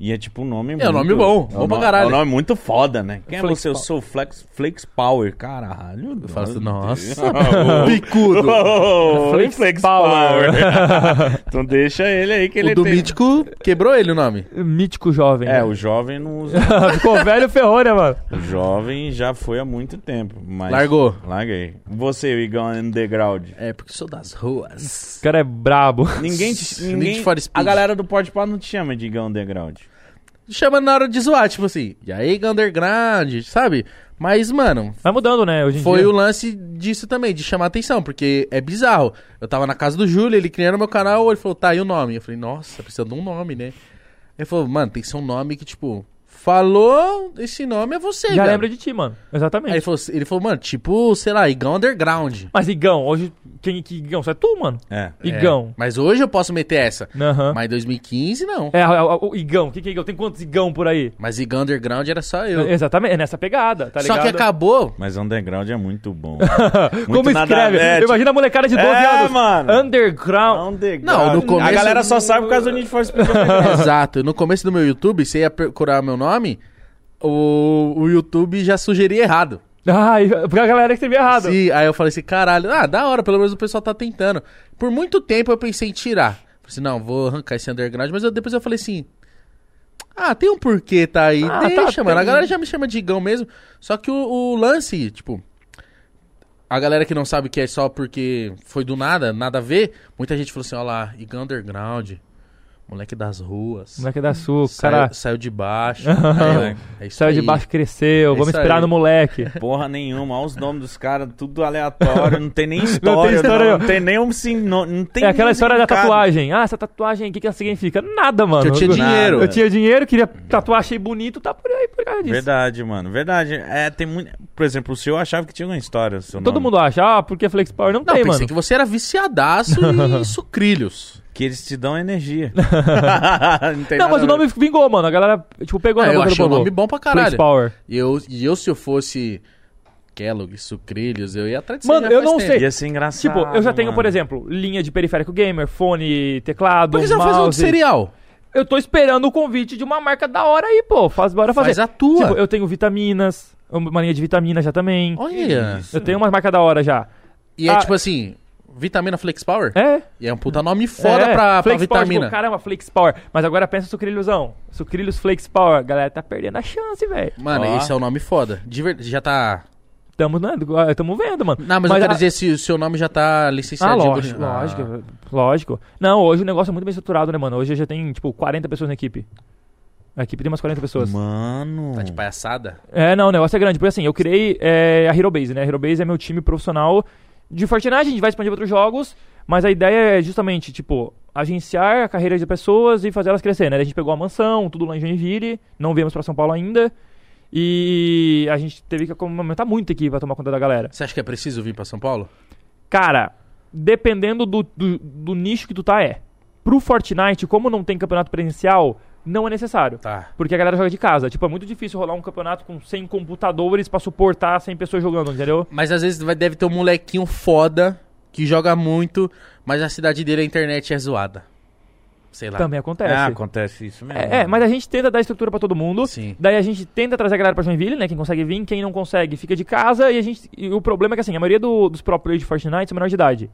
E é tipo um nome
É um nome bom,
É um
bom pra
no-
caralho.
É um nome muito foda, né? Quem é
Flex
você? Eu
Power.
sou o Flex, Flex Power, caralho. Eu
Fala assim, nossa. Bicudo.
Flex,
Flex
Flex Power.
Power.
então deixa ele aí que ele
O do
tem...
Mítico quebrou ele o nome.
Mítico jovem.
É, o jovem não usa.
Ficou velho ferrou, né, mano?
o jovem já foi há muito tempo, mas...
Largou.
Larguei. Você, o Igão Underground.
É, porque sou das ruas.
O cara é brabo.
Ninguém te...
Need
Ninguém...
for Speed.
A galera do Pode Pá não te chama de Igão Underground.
Chama na hora de zoar, tipo assim. E aí, Underground, sabe? Mas, mano,
Vai mudando, né, hoje em
Foi
dia.
o lance disso também, de chamar atenção, porque é bizarro. Eu tava na casa do Júlio, ele criando meu canal, ele falou, tá, e o nome? Eu falei, nossa, precisa de um nome, né? Ele falou, mano, tem que ser um nome que, tipo, falou, esse nome é você,
Já
velho.
lembra de ti, mano.
Aí
Exatamente.
ele falou, ele falou, mano, tipo, sei lá, Igão Underground.
Mas Igão, hoje. Quem que Igão? Só é tu, mano.
É.
É,
Igão.
mas hoje eu posso meter essa.
Aham.
Mas em 2015, não.
É, a- a- o Igão. O que, que é Igão? Tem quantos Igão por aí?
Mas Igão Underground era só eu.
Exatamente, é nessa pegada, tá
só
ligado?
que acabou.
Mas Underground é muito bom.
Como
é nada
escreve?
a ver,
Imagina a molecada de 12
É,
anos.
mano.
Underground.
Underground.
Não, no
A
começo-
galera só sabe por causa do Need for Speed.
Exato. No começo do meu YouTube, você ia procurar meu nome, o, o YouTube já sugeria errado.
Ai, porque a galera escreveu errado.
Sim, aí eu falei assim, caralho, ah, da hora, pelo menos o pessoal tá tentando. Por muito tempo eu pensei em tirar. Falei assim, não, vou arrancar esse underground, mas eu- depois eu falei assim. Ah, tem um porquê, tá aí.
Ah,
Deixa,
tá,
mano. A
tem.
galera já me chama de Igão mesmo. Só que o, o lance, tipo. A galera que não sabe que é só porque foi do nada, nada a ver, muita gente falou assim, ó lá, Igão Underground, moleque das ruas.
Moleque é da Sul, o
saiu,
cara
saiu de baixo. Aí eu, é isso
saiu de
aí.
baixo, cresceu.
É
Vamos
isso
esperar
aí.
no moleque.
Porra nenhuma, olha os nomes dos caras, tudo aleatório, não tem nem história, não tem,
história
não,
nenhuma.
tem nem um sino, não tem
É aquela
nem
história da
significado.
tatuagem. Ah, essa tatuagem, o que, que ela significa? Nada, mano.
Que eu tinha dinheiro.
Eu tinha dinheiro, queria tatuar, achei bonito, tá por aí por causa disso.
Verdade, mano, verdade. É, tem muito. Por exemplo, o seu achava que tinha uma história. o Seu
Todo
nome.
mundo acha, ah, porque Flex Power não,
Não,
tem,
pensei
mano.
que você era viciadaço em sucrilhos.
Que eles te dão energia. não, tem
Não,
nada
mas
a
o nome
ver.
vingou, mano. A galera, tipo, pegou
Ah,
na
eu
boca do
achei o
bolão.
nome bom pra
Flex
caralho.
Power.
E eu, e eu, se eu fosse Kellogg, Sucrilhos, eu ia atrás disso
Mano,
aí já
eu
faz
não
tempo.
sei.
Ia ser engraçado.
Tipo, eu já tenho,
mano.
por exemplo, linha de periférico gamer, fone, teclado,
Por que você um não
mouse.
faz outro cereal?
Eu tô esperando o convite de uma marca da hora aí, pô. Faz, bora fazer.
Faz a tua.
Tipo, eu tenho vitaminas, uma linha de vitaminas já também.
Olha.
Isso.
Eu tenho umas marcas da hora já.
E é
Ah.
tipo assim, vitamina Flex Power?
É?
E é um puta nome foda
é.
pra, pra
Flex Power,
vitamina.
Tipo, caramba, Flex Power. Mas agora pensa sucrilhosão. Sucrilhos Flex Power. A galera tá perdendo a chance, velho.
Mano,
Ó.
esse é um nome foda. De verdade, já tá...
Tamo, né, tamo vendo, mano.
Não, mas, eu quero
a-
dizer se o seu nome já tá
Ah,
licenciado. Ah,
lógico, lógico, lógico. Não, hoje o negócio é muito bem estruturado, né, mano? Hoje já tem, tipo, 40 pessoas na equipe. A equipe tem umas 40 pessoas.
Mano.
tipo,
Tá de palhaçada.
É, não, o negócio é grande. Porque assim, eu criei é, a Hero Base, né? A Hero Base é meu time profissional de Fortnite, a gente vai expandir pra outros jogos, mas a ideia é justamente, tipo, agenciar a carreira de pessoas e fazer elas crescer, né? A gente pegou a mansão, tudo lá em Joinville, não viemos pra São Paulo ainda. E a gente teve que aumentar muito aqui pra tomar conta da galera.
Você acha que é preciso vir pra São Paulo?
Cara, dependendo do, do, do nicho que tu tá, é. Pro Fortnite, como não tem campeonato presencial, não é necessário.
Tá.
Porque a galera joga de casa. Tipo, é muito difícil rolar um campeonato com 100 computadores pra suportar 100 pessoas jogando, entendeu?
Mas às vezes vai, deve ter um molequinho foda que joga muito, mas na cidade dele a internet é zoada. Sei lá.
Também acontece.
Ah, acontece isso mesmo.
É, é, mas a gente tenta dar estrutura pra todo mundo.
Sim.
Daí a gente tenta trazer a galera pra Joinville, né? Quem consegue vir, quem não consegue fica de casa. E a gente. e o problema é que assim, a maioria do- dos próprios players de Fortnite são menor de idade.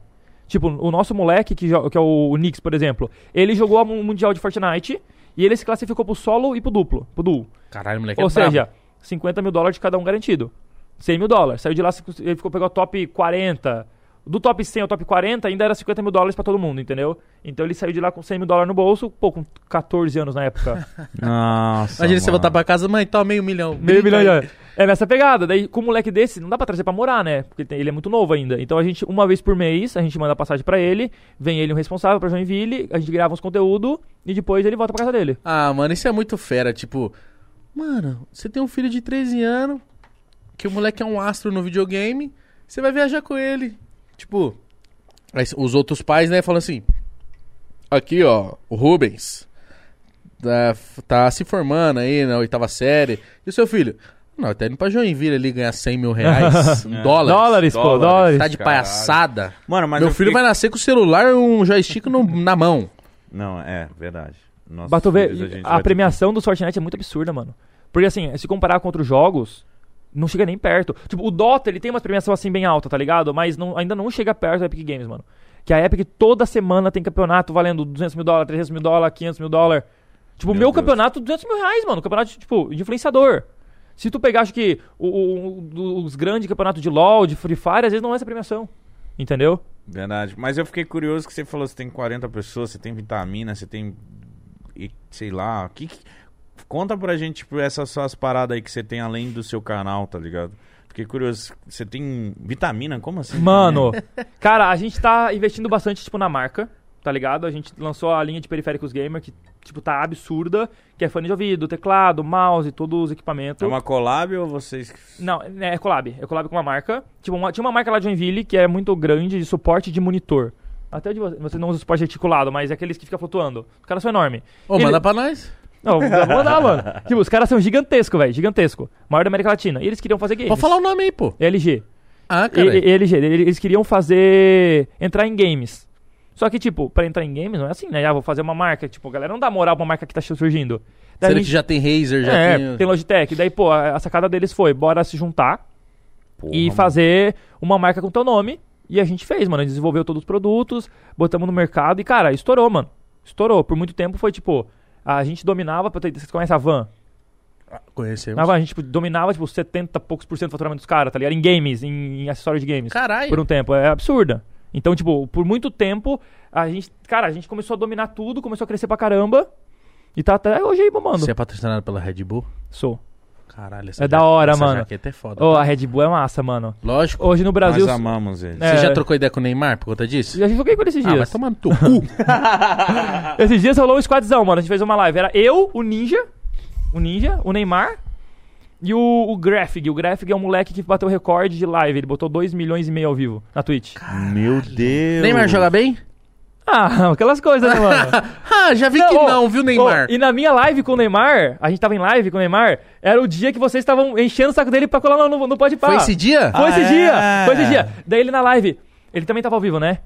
Tipo, o nosso moleque, que, jo- que é o, o Nix, por exemplo, ele jogou o Mundial de Fortnite e ele se classificou pro solo e pro duplo, pro duo.
Caralho, moleque.
Ou
é brabo.
seja, 50 mil dólares de cada um garantido. 100 mil dólares. Saiu de lá, se- ele ficou, pegou a top 40 do top 100 ao top 40 ainda era 50 mil dólares pra todo mundo, entendeu? Então ele saiu de lá com 100 mil dólares no bolso, pô, com 14 anos na época.
Nossa.
Imagina você
mano.
voltar pra casa, mãe, tá meio milhão.
Meio
Brinca
milhão
aí.
de É nessa pegada. Daí, com um moleque desse, não dá pra trazer pra morar, né? Porque tem- ele é muito novo ainda. Então a gente, uma vez por mês, a gente manda a passagem pra ele, vem ele um responsável pra Joinville, a gente grava uns conteúdos e depois ele volta pra casa dele.
Ah, mano, isso é muito fera. Tipo, mano, você tem um filho de 13 anos, que o moleque é um astro no videogame, você vai viajar com ele. Tipo, aí os outros pais, né, falam assim: aqui, ó, o Rubens tá, tá se formando aí na oitava série, e o seu filho? Não, tá indo pra Joinville ali ganhar 100 mil reais, em dólares.
Dólares, pô,
Dólares.
dólares.
Tá de
É. Caralho.
palhaçada.
Mano, mas
Meu
eu
filho
fiquei-
vai nascer com o celular e um joystick no- na mão.
Não, é, verdade. Nossos
Bato
filhos
ver,
gente
a
vai ter-
premiação do Fortnite é muito absurda, mano. Porque assim, se comparar com outros jogos, não chega nem perto. Tipo, o Dota, ele tem uma premiação assim bem alta, tá ligado? Mas não- ainda não chega perto da Epic Games, mano. Que a Epic toda semana tem campeonato valendo 200 mil dólares, 300 mil dólares, 500 mil dólares. Tipo, o
Meu
meu
Deus.
campeonato, 200 mil reais, mano. Campeonato, tipo, de influenciador. Se tu pegar, acho que o- o- o- os grandes campeonatos de LoL, de Free Fire, às vezes não é essa premiação. Entendeu?
Verdade. Mas eu fiquei curioso que você falou você tem 40 pessoas, você tem vitamina, você tem. e- sei lá. Que, que- Conta pra gente, tipo, essas suas paradas aí que você tem além do seu canal, tá ligado? Fiquei curioso. Você tem vitamina? Como assim?
Mano, cara, a gente tá investindo bastante, tipo, na marca, tá ligado? A gente lançou a linha de periféricos gamer, que, tipo, tá absurda, que é fone de ouvido, teclado, mouse, todos os equipamentos.
É uma collab ou vocês.
Não, é collab. É collab com uma marca. Tipo, uma- tinha uma marca lá de Joinville que é muito grande de suporte de monitor. Até de, vo- você não usa suporte articulado, mas é aqueles que fica flutuando. Os caras são enormes.
Ô,
Ele-
manda pra nós.
Não, vou mandar, mano. Tipo, os caras são gigantescos, velho. Gigantesco. Maior da América Latina. E eles queriam fazer games.
Pode
um
falar o nome aí, pô.
LG.
Ah, cara.
Ele- eles, eles queriam fazer. entrar em games. Só que, tipo, pra entrar em games não é assim, né? Ah, vou fazer uma marca. Tipo, a galera não dá moral pra uma marca que tá surgindo. Daí
Será
a
que
gente-
já tem Razer, já
é,
tem...
tem Logitech. Daí, pô, a a sacada deles foi: bora se juntar e fazer uma marca com teu nome. E a gente fez, mano. A gente desenvolveu todos os produtos, botamos no mercado e, cara, estourou, mano. Estourou. Por muito tempo foi tipo. A gente dominava, pra ter- vocês conhecem a van?
Conhecemos.
A van, a gente tipo, dominava, tipo, 70 e poucos por cento do faturamento dos caras, tá ligado? Em games, em, em acessórios de games
Caralho.
por um tempo. É absurda. Então, tipo, por muito tempo, a gente. Cara, a gente começou a dominar tudo, começou a crescer pra caramba. E tá até hoje aí bombando.
Você é patrocinado pela Red Bull?
Sou.
Caralho, essa
É da
ja-
hora,
essa
mano.
jaqueta é foda.
Ô, a Red Bull é massa, mano.
Lógico.
Hoje no Brasil.
Nós amamos eles.
É.
Você já trocou ideia com o Neymar por conta disso?
Já joguei com ele esses
Ah, vai
dias.
tomar no teu cu.
Esses dias rolou um squadzão, mano. A gente fez uma live. Era eu, o Ninja, o Ninja, o Neymar e o, o Graphic. O Graphic é um moleque que bateu recorde de live. Ele botou 2 milhões e meio ao vivo na Twitch.
Meu Deus.
Neymar joga bem?
Ah, aquelas coisas, né, mano?
Ah, já vi que
ô,
não, viu, Neymar?
ô, e na minha live com o Neymar, a gente tava em live com o Neymar, era o dia que vocês estavam enchendo o saco dele pra colar lá no, no Pode Pá.
Foi esse dia?
Foi esse
Ah,
dia,
é?
foi esse dia. Daí ele na live, ele também tava ao vivo, né?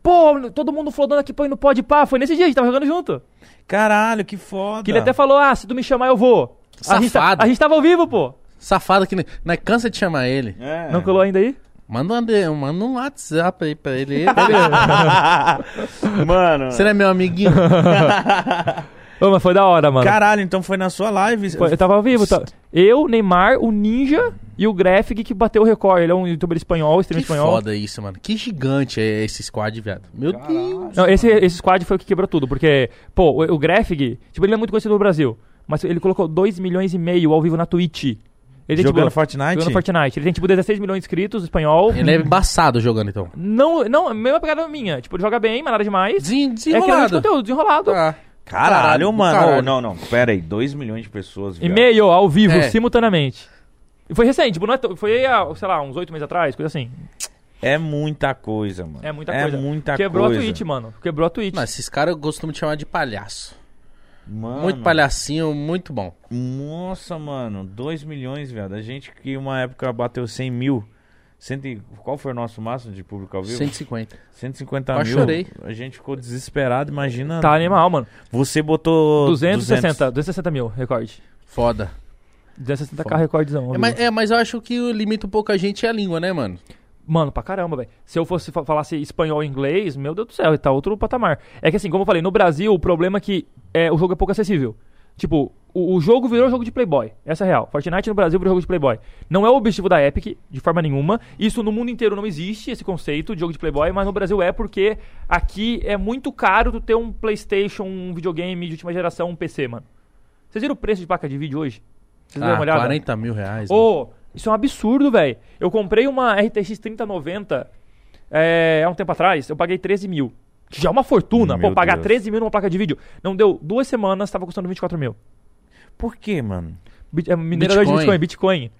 Pô, todo mundo flodando aqui põe no Pode Pá, foi nesse dia, a gente tava jogando junto.
Caralho, que foda.
Que ele até falou, ah, se tu me chamar eu vou. A gente, tá-
Safado.
a gente tava ao vivo, pô.
Safado que... ne- Não, é cansa de chamar ele.
É.
Não colou ainda aí?
Manda, uma de- manda um WhatsApp aí pra ele. Ele-
Mano.
Você não é meu amiguinho?
Ô, mas foi da hora, mano.
Caralho, então foi na sua live.
Foi- eu tava ao vivo. tá- Eu, Neymar, o Ninja e o Graphic que bateu o recorde. Ele é um youtuber espanhol,
que
streamer espanhol.
foda isso, mano. Que gigante é esse squad, viado. Meu Deus.
Não, esse, esse squad foi o que quebrou tudo, porque, pô, o, o Grefg, tipo, ele não é muito conhecido no Brasil, mas ele colocou 2 milhões e meio ao vivo na Twitch. Ele,
Jogando
tipo,
Fortnite?
jogando Fortnite. Ele tem, tipo, 16 milhões de inscritos, espanhol.
Ele é embaçado jogando, então.
Não, não, é a mesma pegada minha. Tipo, ele joga bem, mas nada demais.
Desen-
É criador de
Desenrolado.
conteúdo, desenrolado.
Tá.
Caralho,
Caralho,
mano.
caralho.
Ô, não, não. Pera aí. 2 milhões de pessoas.
E
viado.
meio ao vivo,
É.
simultaneamente. E foi recente, tipo, não é tão- foi, ah, sei lá, uns 8 meses atrás, coisa assim.
É muita coisa, mano.
É muita coisa.
É muita
Quebrou
coisa.
a Twitch, mano. Quebrou a Twitch.
Não, esses caras eu costumo te chamar de palhaço.
Ah, mano.
Muito palhacinho, muito bom.
Nossa, mano. 2 milhões, viado. A gente que uma época bateu 100 mil. Cento e- Qual foi o nosso máximo de público ao vivo?
150.
150
Quase
mil.
chorei.
A gente ficou desesperado, imagina.
Tá animal, mano.
Você botou.
260, 260 mil, recorde.
Foda.
260k
Foda.
recordezão. ao
É, mas,
vivo.
é, mas eu acho que o limita um pouco a gente é a língua, né, mano?
Mano, pra caramba, velho. Se eu fosse fa- falasse espanhol e inglês, meu Deus do céu, tá outro patamar. É que assim, como eu falei, no Brasil o problema é que é, o jogo é pouco acessível. Tipo, o, o jogo virou jogo de Playboy. Essa é a real. Fortnite no Brasil virou jogo de Playboy. Não é o objetivo da Epic, de forma nenhuma. Isso no mundo inteiro não existe, esse conceito de jogo de Playboy, mas no Brasil é porque aqui é muito caro tu ter um PlayStation, um videogame de última geração, um PC, mano. Vocês viram o preço de placa de vídeo hoje? Vocês
Ah,
deram uma olhada?
40 mil reais. né?
Ô, isso é um absurdo, velho. Eu comprei uma RTX 3090 é, há um tempo atrás, eu paguei 13 mil. Já é uma fortuna.
Meu
Pô, pagar
Deus.
13 mil numa placa de vídeo. Não deu duas semanas, tava custando 24 mil.
Por quê, mano?
Bit- é,
Bitcoin.
minerador de Bitcoin, Bitcoin.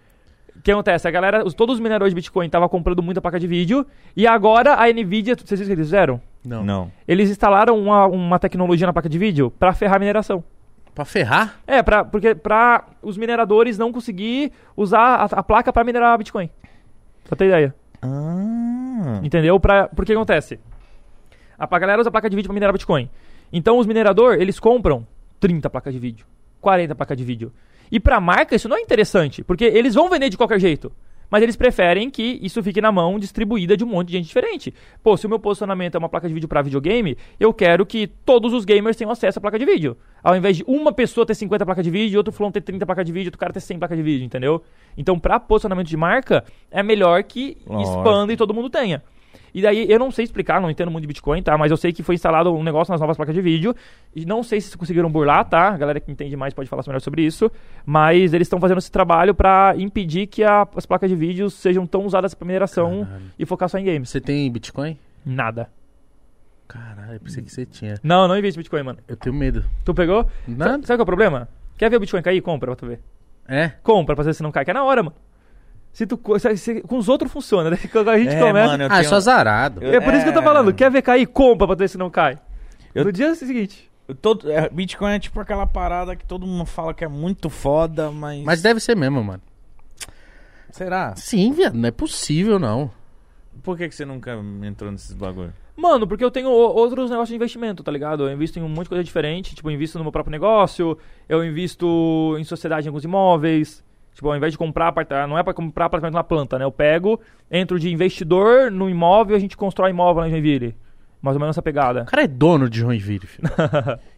O que acontece? A galera, os- todos os mineradores de Bitcoin estavam comprando muita placa de vídeo. E agora a Nvidia, vocês viram o que eles fizeram?
Não.
Não.
Eles instalaram uma, uma tecnologia na placa de vídeo pra ferrar a mineração.
Pra ferrar?
É, pra, porque pra os mineradores não conseguir usar a, a placa pra minerar Bitcoin. Pra ter ideia.
Ah.
Entendeu? Pra, porque acontece? A pla- galera usa a placa de vídeo pra minerar Bitcoin. Então os mineradores, eles compram 30 placas de vídeo, 40 placas de vídeo. E pra marca isso não é interessante, porque eles vão vender de qualquer jeito. Mas eles preferem que isso fique na mão distribuída de um monte de gente diferente. Pô, se o meu posicionamento é uma placa de vídeo pra videogame, eu quero que todos os gamers tenham acesso à placa de vídeo. Ao invés de uma pessoa ter 50 placas de vídeo, outro fulano ter 30 placas de vídeo, outro cara ter 100 placas de vídeo, entendeu? Então, pra posicionamento de marca, é melhor que
Lógico.
expanda e todo mundo tenha. E daí, eu não sei explicar, não entendo muito de Bitcoin, tá? Mas eu sei que foi instalado um negócio nas novas placas de vídeo. E não sei se conseguiram burlar, tá? A galera que entende mais pode falar melhor sobre isso. Mas eles estão fazendo esse trabalho pra impedir que a- as placas de vídeo sejam tão usadas pra mineração e focar só em games.
Você tem Bitcoin?
Nada.
Caralho, eu pensei que você tinha.
Não, não investe em Bitcoin, mano.
Eu tenho medo.
Tu pegou?
Nada.
Sabe, sabe qual é o problema? Quer ver o Bitcoin cair? Compra pra tu ver.
É?
Compra pra ver se não cai. Cai na hora, mano. Se tu, co- se- se- com os outros funciona. Daí quando a gente
É,
começa...
mano, eu
ah, eu
tenho...
sou azarado.
Eu-
É por isso que eu tô
É.
falando. Quer ver cair? Compra pra tu ver se não cai.
Eu-
No dia seguinte.
eu tô- é, Bitcoin é tipo aquela parada que todo mundo fala que é muito foda, mas.
Mas deve ser mesmo, mano.
será?
Sim, viado, não é possível, não.
Por que, que você nunca entrou nesses bagulho?
Mano, porque eu tenho o- outros negócios de investimento, tá ligado? Eu invisto em um monte de coisa diferente. Tipo, eu invisto no meu próprio negócio. Eu invisto em sociedade em alguns imóveis. Tipo, ao invés de comprar apartamento, não é pra comprar apartamento na planta, né? Eu pego, entro de investidor no imóvel e a gente constrói imóvel lá em Joinville. Mais ou menos essa pegada.
O cara é dono de Joinville, filho.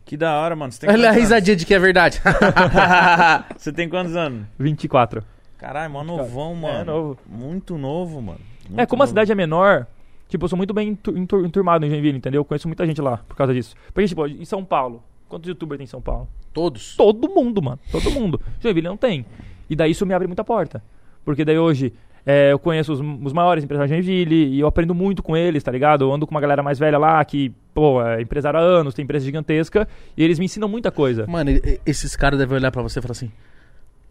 Que da hora, mano. Você tem
Olha
quantos
a
anos?
risadinha de que é verdade.
Você tem quantos anos?
24.
Caralho, mó novão, mano.
é novo.
Muito novo, mano.
é,
Muito
como a
novo.
cidade é menor, tipo, eu sou muito bem entu- entur- enturmado em Joinville, entendeu? Eu conheço muita gente lá por causa disso. Porque, tipo, em São Paulo, quantos youtubers tem em São Paulo?
Todos.
Todo mundo, mano. Todo mundo. Joinville não tem. E daí isso me abre muita porta. Porque daí hoje é, eu conheço os, os maiores empresários de Joinville e eu aprendo muito com eles, tá ligado? Eu ando com uma galera mais velha lá que, pô, é empresário há anos, tem empresa gigantesca e eles me ensinam muita coisa.
Mano, e- e- esses caras devem olhar pra você e falar assim: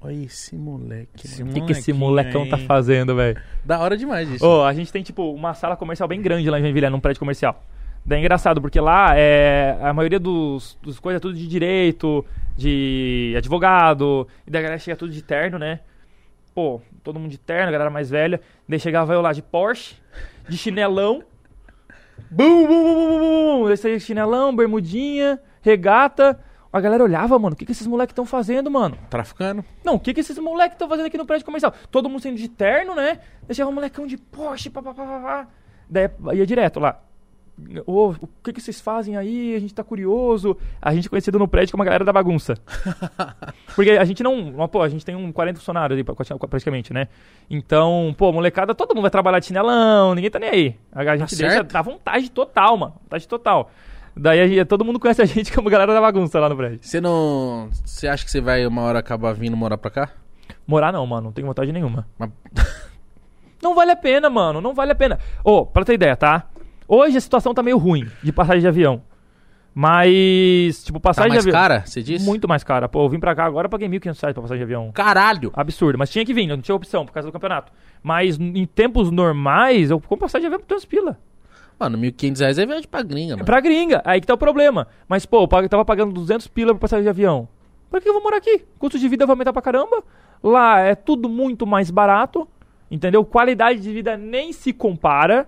Olha esse moleque.
Esse
mano."
O que, que esse
molequinho
molecão tá
aí.
fazendo, velho?
Da hora demais isso.
Ô, a gente tem, tipo, uma sala comercial bem grande lá em Joinville, é num prédio comercial. Daí é engraçado, porque lá é a maioria dos, dos coisas é tudo de direito, de advogado, e daí a galera chega tudo de terno, né? Pô, todo mundo de terno, a galera mais velha. Daí chegava eu lá de Porsche, de chinelão. Bum, bum, bum, bum, bum, bum, bum. Daí saía chinelão, bermudinha, regata. A galera olhava, mano, o que, que esses moleques estão fazendo, mano?
Traficando.
Não, o que, que esses moleques estão fazendo aqui no prédio comercial? Todo mundo saindo de terno, né? Deixava o molecão de Porsche, papapá. Daí ia direto lá. Ô, o que, que vocês fazem aí? A gente tá curioso. A gente é conhecido no prédio como a galera da bagunça. Porque a gente não. Pô, a gente tem um 40 funcionários ali, pra- praticamente, né? Então, pô, molecada, todo mundo vai trabalhar de chinelão, ninguém tá nem aí. A gente
Tá
deixa.
certo.
Dá vontade total, mano. Vontade total. Daí a gente- todo mundo conhece a gente como galera da bagunça lá no prédio.
Você não. Você acha que você vai uma hora acabar vindo morar pra cá?
Morar não, mano, não tenho vontade nenhuma.
Mas-
Não vale a pena, mano. Não vale a pena. Ô, pra ter ideia, tá? Hoje a situação tá meio ruim de passagem de avião. Mas, tipo,
Tá
passagem
mais
de avião.
cara? Você disse?
Muito mais cara. Pô, eu vim pra cá agora, eu paguei 1.500 reais pra passagem de avião.
Caralho!
Absurdo. Mas tinha que vir, não tinha opção por causa do campeonato. Mas n- em tempos normais, eu compro passagem de avião por 200 pila.
Mano, 1.500 reais é viagem pra gringa, mano.
Pra gringa. Aí que tá o problema. Mas, pô, eu pago- tava pagando 200 pila pra passagem de avião. Por que eu vou morar aqui? Custo de vida vai aumentar pra caramba. Lá é tudo muito mais barato. Entendeu? Qualidade de vida nem se compara.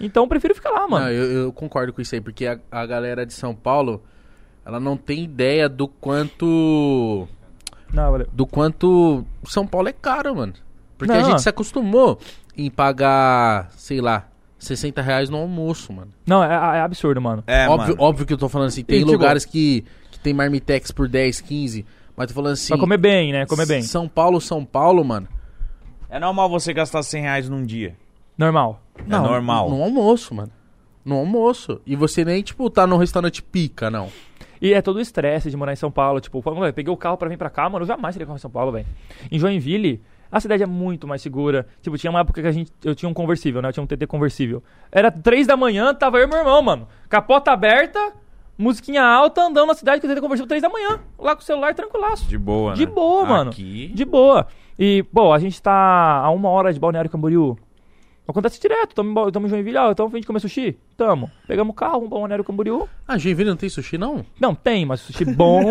Então, eu prefiro ficar lá, mano.
Não, eu, eu concordo com isso aí, porque a, a galera de São Paulo, ela não tem ideia do quanto.
Não, valeu.
Do quanto São Paulo é caro, mano. Porque a
Não.
gente se acostumou em pagar, sei lá, 60 reais no almoço, mano.
Não, é, é absurdo, mano.
É,
óbvio,
mano.
óbvio que eu tô falando assim, tem
E, tipo-
lugares que, que tem marmitex por 10, 15. Mas tô falando assim.
Pra comer bem, né? Comer bem.
São Paulo, São Paulo, mano.
É normal você gastar 100 reais num dia.
Normal.
é normal.
No almoço, mano. No almoço. E você nem, tipo, tá num restaurante pica, não.
E é todo o estresse de morar em São Paulo. Tipo, pô, velho, peguei o carro pra vir pra cá, mano. Eu jamais teria carro em São Paulo, velho. Em Joinville, a cidade é muito mais segura. Tipo, tinha uma época que a gente. Eu tinha um conversível, né? Eu tinha um TT conversível. Era três da manhã, tava eu e meu irmão, mano. Capota aberta, musiquinha alta, andando na cidade com o TT conversível três da manhã. Lá com o celular tranquilaço.
De boa, né?
De boa, mano.
Aqui...
De boa. E, pô, a gente tá a uma hora de Balneário Camboriú. Acontece direto, tamo, em Ba- tamo em Joinville, ó, tamo a fim de comer sushi? Tamo. Pegamos o carro, um Balneário Camboriú.
Ah, Joinville não tem sushi, não?
Não, tem, mas sushi bom.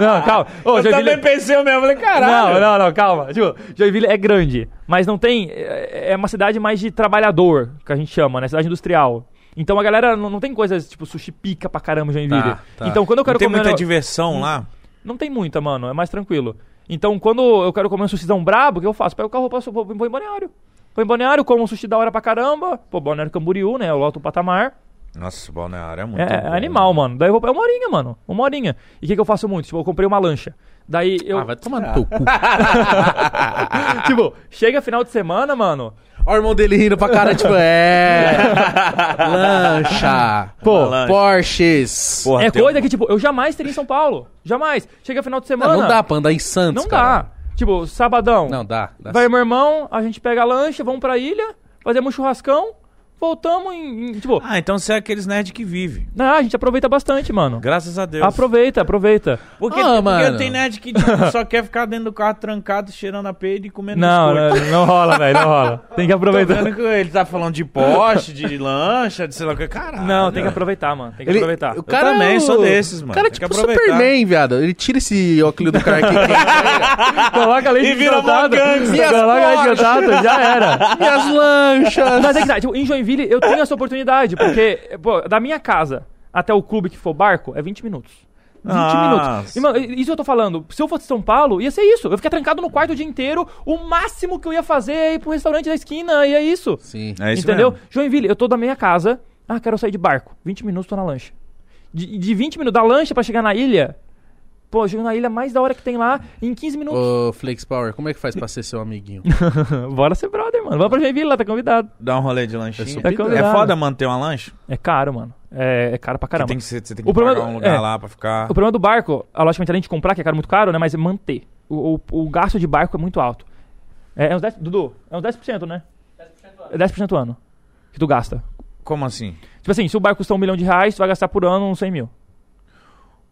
não, calma. Ô,
Eu
Joinville...
também pensei o mesmo, falei, caralho.
Não, não, não, calma. Ju, Joinville é grande, mas não tem. É é uma cidade mais de trabalhador, que a gente chama, né? Cidade industrial. Então a galera não, não tem coisas tipo sushi pica pra caramba, em Joinville.
Tá, tá.
Então quando eu quero
Não tem
comer.
muita
no- Hum.
diversão lá.
Não tem muita, mano. É mais tranquilo. Então, quando eu quero comer um sushizão brabo, o que eu faço? Pego o carro, passo, vou vou em Balneário. Vou em Balneário, como um sushi da hora pra caramba. Pô, Balneário Camboriú, né? Eu loto o patamar.
Nossa, balneário é muito
É, é
bom.
animal, mano. Daí eu vou... É uma horinha, mano. Uma horinha. E o que, que eu faço muito? Tipo, eu comprei uma lancha. Daí eu...
Ah, vai tomar no teu cu.
tipo, chega final de semana, mano...
Ó, o irmão dele rindo pra cara, tipo, é. Lancha. Pô,
lancha.
Porsches.
Porra,
é
tem
coisa que, tipo, eu jamais teria em São Paulo. Jamais. Chega final de
Não,
semana...
não dá pra andar em Santos,
Não
cara.
dá. Tipo, sabadão...
Não, dá. dá
Vai
sim.
meu irmão, a gente pega a lancha, vamos pra ilha, fazemos um churrascão, voltamos em. em- tipo,
Ah, então você é aqueles nerd que vive.
ah, a gente aproveita bastante, mano.
Graças a Deus.
Aproveita, aproveita.
Porque,
Ah, mano.
porque tem nerd que tipo, só quer ficar dentro do carro trancado, cheirando a pele e comendo
Não,
biscoito.
não, não rola, velho, não rola. Tem que
Tô
aproveitar.
vendo que ele tá falando de poste, de lancha, de sei lá o que. Caralho.
Não, tem que aproveitar, mano. Tem que
Ele-
aproveitar.
O cara é
também
o-
sou desses,
O
mano.
cara é
Tem
tipo
que aproveitar.
Superman, viado. Ele tira esse óculos do cara aqui.
Coloca a leite
E vira
desnatado,
mó gangster.
Coloca a leite desnatado, já era.
e as lanchas.
Mas é que tá, tipo, em Joinville eu tenho essa oportunidade, porque, pô, da minha casa até o clube que for barco é 20 minutos. 20
Nossa.
minutos. E, mano, isso eu tô falando. Se eu fosse São Paulo, ia ser isso. Eu ia ficar trancado no quarto o dia inteiro. O máximo que eu ia fazer é ir pro restaurante da esquina e é isso.
Sim.
É isso
Entendeu?
mesmo.
Joinville, eu tô da minha casa. Ah, quero sair de barco. 20 minutos, tô na lancha. De, de 20 minutos da lancha pra chegar na ilha. Pô, eu chego na ilha mais da hora que tem lá em 15 minutos.
Ô, Flex Power, como é que faz pra ser seu amiguinho?
Bora ser brother, mano. Bora pra Joinville, lá tá convidado.
Dá um rolê de
Eu
lanchinha.
sou
É
convidado.
foda manter uma lancha? Que
É caro, mano. É, é caro pra caramba.
tem que ser- você tem
O
que
problema-
pagar um lugar
é.
lá pra ficar.
O problema do barco, ah, logicamente, além de comprar, que é caro, muito caro, né? Mas é manter. O, o, o gasto de barco é muito alto. É, é uns 10, Dudu, é uns 10%, né? 10% ano. É 10% ano que tu gasta.
Como assim?
Tipo assim, se o barco custa um milhão de reais, tu vai gastar por ano uns 100 mil.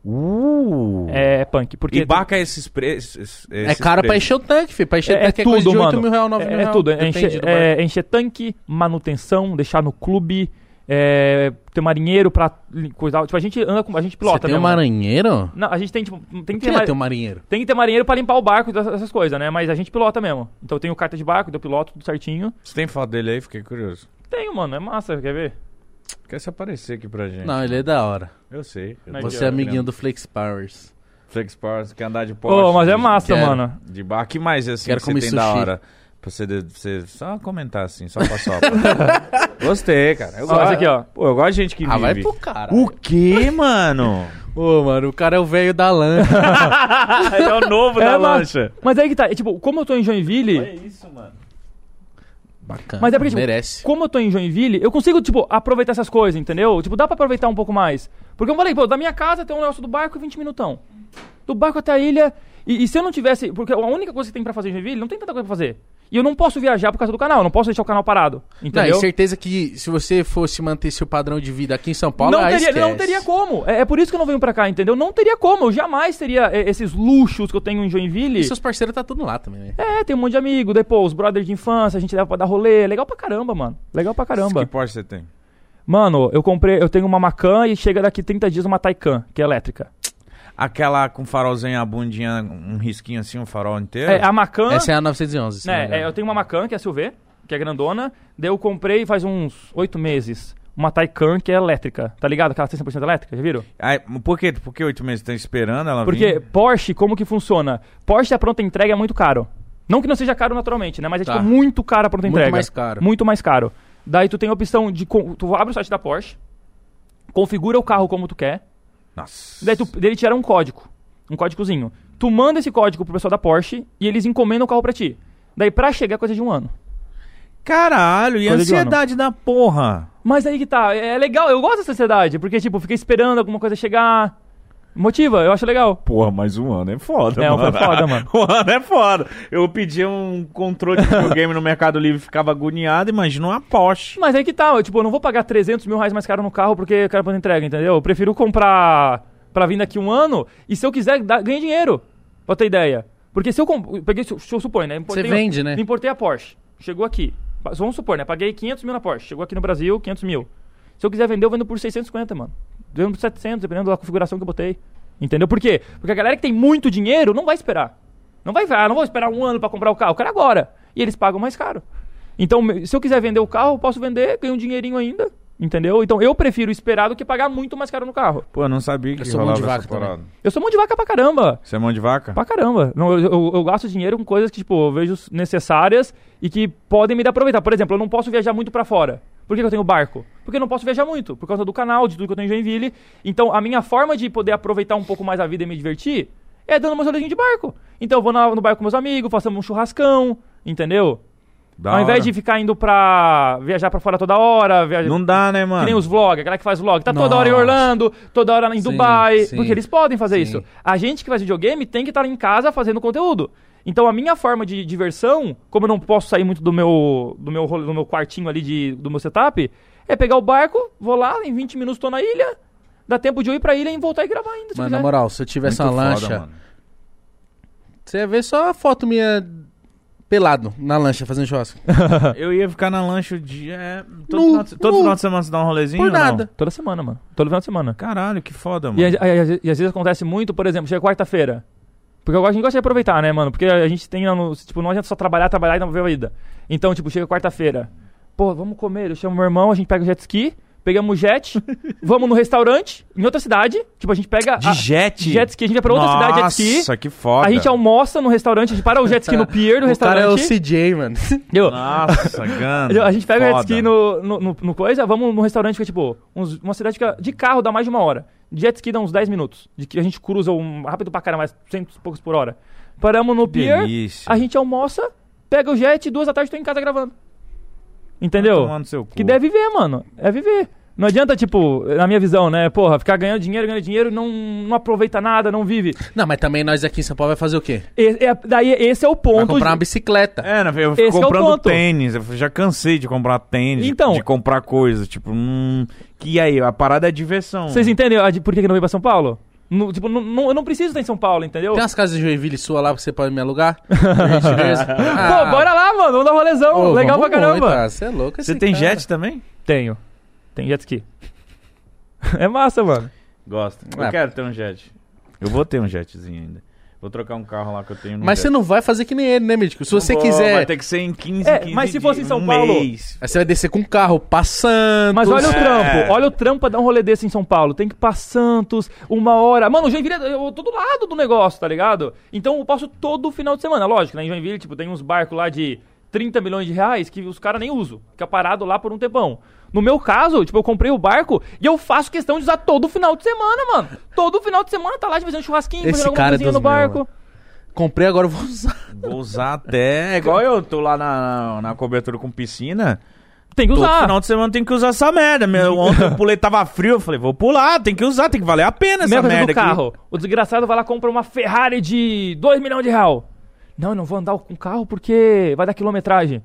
Uh!
É punk. Porque
E
tu-
barca esses preços.
é caro pra encher o tanque, filho. Pra encher o
é, é
tanque é, coisa
tudo,
de 8
mano.
mil reais, 9
é,
mil
é
reais.
tudo. É
Depende
encher,
do barco.
é encher tanque, manutenção, deixar no clube, é, ter marinheiro pra li- coisar. Tipo, a gente anda com. A gente
Você
pilota
tem um
mesmo, né?
marinheiro?
Não, a gente tem, tipo, tem que
Quem
ter
é
mar-
teu marinheiro?
Tem que ter marinheiro pra limpar o barco e essas coisas, né? Mas a gente pilota mesmo. Então eu tenho carta de barco, eu piloto tudo certinho.
Você tem foto dele aí? Fiquei curioso.
Tenho, mano, é massa, quer ver?
Quer se aparecer aqui pra gente?
Não, ele é da hora.
Eu sei. Eu
Mas
tô
que
Você é
hora,
olhando.
amiguinho do Flex Powers.
Flex Powers, quer andar de
Ô,
poste.
mas é
de-
massa,
quero.
mano.
De bar. que mais assim
Quero
que
comer
você tem da
sushi.
hora? Pra você, de- você só comentar assim, só pra só. Gostei, cara. Eu
Ó,
gosto.
esse aqui, ó.
Pô, eu gosto de gente que
Ah, vai
vive.
pro cara.
o que, mano?
Uh.
Ô, mano, o cara é o velho da lancha.
é o novo
Tá
É,
da
mano.
lancha.
Mas aí que tá, é, tipo, como eu tô em Joinville,
isso, mano.
Bacana.
Mas é porque, tipo,
merece.
como eu tô em Joinville, eu consigo, tipo, aproveitar essas coisas, entendeu? Tipo, dá pra aproveitar um pouco mais. Porque eu falei, pô, da minha casa tem um negócio do barco e 20 minutão. Do barco até a ilha. E, e se eu não tivesse. Porque a única coisa que tem pra fazer em Joinville, não tem tanta coisa pra fazer. E eu não posso viajar por causa do canal, eu não posso deixar o canal parado.
Não,
Entendeu?
e certeza que se você fosse manter seu padrão de vida aqui em São Paulo,
não,
aí
teria, não
esquece.
teria como. É, é por isso que eu não venho pra cá, entendeu? Não teria como. Eu jamais teria é, esses luxos que eu tenho em Joinville.
E seus parceiros tá tudo lá também, né?
É, tem um monte de amigo. Daí, pô, os brothers de infância, a gente leva pra dar rolê. Legal pra caramba, mano. Legal pra
Que
caramba.
poste você tem?
Mano, eu comprei, eu tenho uma Macan e chega daqui 30 dias uma Taycan, que é elétrica.
Aquela com farolzinho, a bundinha, um risquinho assim, um farol inteiro?
É, a Macan.
Essa é a 911. se não me
né,
engano.
é, eu tenho uma Macan, que é SUV, que é grandona. Daí eu comprei faz uns 8 meses uma Taycan, que é elétrica. Tá ligado? Aquela 100% elétrica, já viram?
Ai, por quê? Por que oito meses? Tá esperando ela
Porque
vir?
Porsche, como que funciona? Porsche a pronta entrega é muito caro. Não que não seja caro naturalmente, né? Mas é
Tá.
tipo muito caro a pronta
Muito
entrega.
mais caro.
Muito mais caro. Daí tu tem a opção de. con- Tu abre o site da Porsche, configura o carro como tu quer,
Nossa.
daí tu dele tira um código. um códigozinho. Tu manda esse código pro pessoal da Porsche e eles encomendam o carro pra ti. Daí pra chegar é coisa de um ano.
Caralho, e a
Coisa de um ano.
ansiedade da porra.
Mas aí que tá, é legal, eu gosto dessa ansiedade, porque tipo, fica esperando alguma coisa chegar. Motiva, eu acho legal.
Porra, mas um ano é foda,
É, um
mano.
ano é foda, mano.
um ano é foda. Eu pedi um controle de videogame no Mercado Livre, ficava agoniado, imagina uma Porsche.
Mas aí que tá, eu, tipo, eu não vou pagar 300 mil reais mais caro no carro porque eu quero fazer entrega, entendeu? Eu prefiro comprar pra vir daqui um ano e se eu quiser, dá, ganha dinheiro, pra ter ideia. Porque se eu, comp- eu peguei, se eu- se eu suponho, né? importei-
Você vende, né?
Importei a Porsche, chegou aqui. Pa- Vamos supor, né? Paguei 500 mil na Porsche, chegou aqui no Brasil, 500 mil. Se eu quiser vender, eu vendo por 650, mano. Vendo por 700, dependendo da configuração que eu botei. Entendeu? Por quê? Porque a galera que tem muito dinheiro não vai esperar. Não vai, ah, não vou esperar um ano pra comprar o carro, eu quero agora. E eles pagam mais caro. Então, me- se eu quiser vender o carro, eu posso vender, ganho um dinheirinho ainda. Entendeu? Então, eu prefiro esperar do que pagar muito mais caro no carro.
Pô, eu não sabia que
sou mão
rolava
de vaca
essa parada.
Eu sou mão de vaca pra caramba.
Você é mão de vaca?
Pra caramba. Não, eu, eu- eu gasto dinheiro com coisas que, tipo, eu vejo necessárias e que podem me dar aproveitar. Por exemplo, eu não posso viajar muito pra fora. Por que, que eu tenho barco? Porque eu não posso viajar muito, por causa do canal, de tudo que eu tenho em Joinville. Então, a minha forma de poder aproveitar um pouco mais a vida e me divertir é dando meus olhinhos de barco. Então, eu vou na- no barco com meus amigos, façamos um churrascão, entendeu?
Da
Ao
hora.
invés de ficar indo pra viajar pra fora toda hora, viajar...
Não dá, né,
Que
mano?
nem os vlogs, a galera que faz vlog. Tá toda hora em
Ah. Nossa.
Orlando, toda hora em
Sim,
Dubai.
sim.
Porque eles podem fazer
Sim.
isso. A gente que faz videogame tem que estar em casa fazendo conteúdo. Então a minha forma de diversão, como eu não posso sair muito do meu do meu rolê- do meu quartinho ali de, do meu setup, é pegar o barco, vou lá, em 20 minutos tô na ilha, dá tempo de eu ir pra ilha e voltar e gravar ainda. se
Mano,
quiser.
na moral, se eu tivesse
Muito
uma
foda,
lancha,
mano.
você ia ver só a foto minha pelado na lancha fazendo churrasco.
Eu ia ficar na lancha o dia. é, Todo,
Nu,
final, de- todo
nu.
final de semana você dá um rolezinho? ou
Por
não?
nada.
Toda semana, mano. Todo final de semana.
Caralho, que foda, mano.
E, a- a- a- e às vezes acontece muito, por exemplo, chega quarta-feira. Porque eu gosto- a gente gosta de aproveitar, né, mano? Porque a gente tem. no- Tipo, não adianta só trabalhar, trabalhar e não ver a vida. Então, tipo, chega quarta-feira. Pô, vamos comer. Eu chamo meu irmão, a gente pega o jet ski, pegamos o jet, vamos no restaurante, em outra cidade. Tipo, a gente pega.
De
a-
jet?
jet ski, a gente vai pra outra cidade jet ski.
Nossa, que foda.
A gente almoça no restaurante, a gente para o jet ski no pier do
o cara é o
restaurante.
CJ, mano.
Entendeu?
né? Nossa, Ganda.
A gente pega o jet
foda.
ski no, no, no- no coisa, vamos num restaurante que é tipo, uns- uma cidade que de carro dá mais de uma hora. De jet ski dá uns 10 minutos. De que a gente cruza um rápido pra caramba, mas 100 e poucos por hora. Paramos no pier,
delícia.
a gente almoça, pega o jet e duas da tarde tô em casa gravando.
Vai
Entendeu?
tomar no seu cu.
Que deve viver, mano. É viver. Não adianta, tipo, na minha visão, né? Porra, ficar ganhando dinheiro, ganhando dinheiro e não, não aproveita nada, não vive.
Não, mas também nós aqui em São Paulo vai fazer o quê?
E- é- daí esse é o ponto.
Vai comprar uma
de-
bicicleta.
É, né, eu
Esse é
fico
o
comprando
ponto.
tênis. Eu já cansei de comprar tênis, de-
Então.
de comprar coisas. Tipo, hum. Que aí, a parada é diversão.
Vocês entendem a de- por que que não veio pra São Paulo? No- tipo, não- não- eu não preciso estar em São Paulo, entendeu?
Tem umas casas de Joinville sua lá que você pode me alugar? Por gentileza.
Pô, bora lá, mano. Vamos dar um rolezão.
Ah. Ô,
Legal pra
vamos muito,
caramba.
ah, Você é louco
Você
esse
tem
cara.
jet também?
Tenho. Tem jet ski. é massa, mano.
Gosto. Eu
Ah.
quero ter um jet. Eu vou ter um jetzinho ainda. Vou trocar um carro lá que eu tenho no
Mas você
jet.
não vai fazer que nem ele, né, Mítico? Se você
Pô, Vai
quiser...
ter que ser em 15,
É,
15
mas se fosse em
dias,
São
um
Paulo-
mês.
Aí você vai descer com o carro, passando.
Mas olha o
É.
trampo. Olha o trampo pra dar um rolê desse em São Paulo. Tem que ir pra Santos, uma hora. Mano, Joinville, é- eu tô do lado do negócio, tá ligado? Então eu passo todo final de semana. Lógico, né? Em Joinville, tipo, tem uns barcos lá de 30 milhões de reais que os caras nem usam. Fica parado lá por um tempão. No meu caso, tipo, eu comprei o barco e eu faço questão de usar todo final de semana, mano. Todo final de semana tá lá de fazer um churrasquinho,
Esse
fazendo alguma
cara é
coisinha no
dos meus,
barco.
mano. Comprei, agora eu vou usar.
Vou usar até. É igual eu tô lá na, na, na cobertura com piscina.
Tem que
Todo
usar.
final de semana tem que usar essa merda. Meu, ontem eu pulei, tava frio. Eu falei, vou pular, tem que usar, tem que valer a pena essa
Mesma coisa
merda
do
aqui.
carro. O desgraçado vai lá e compra uma Ferrari de 2 milhões de real. Não, eu não vou andar com carro porque vai dar quilometragem.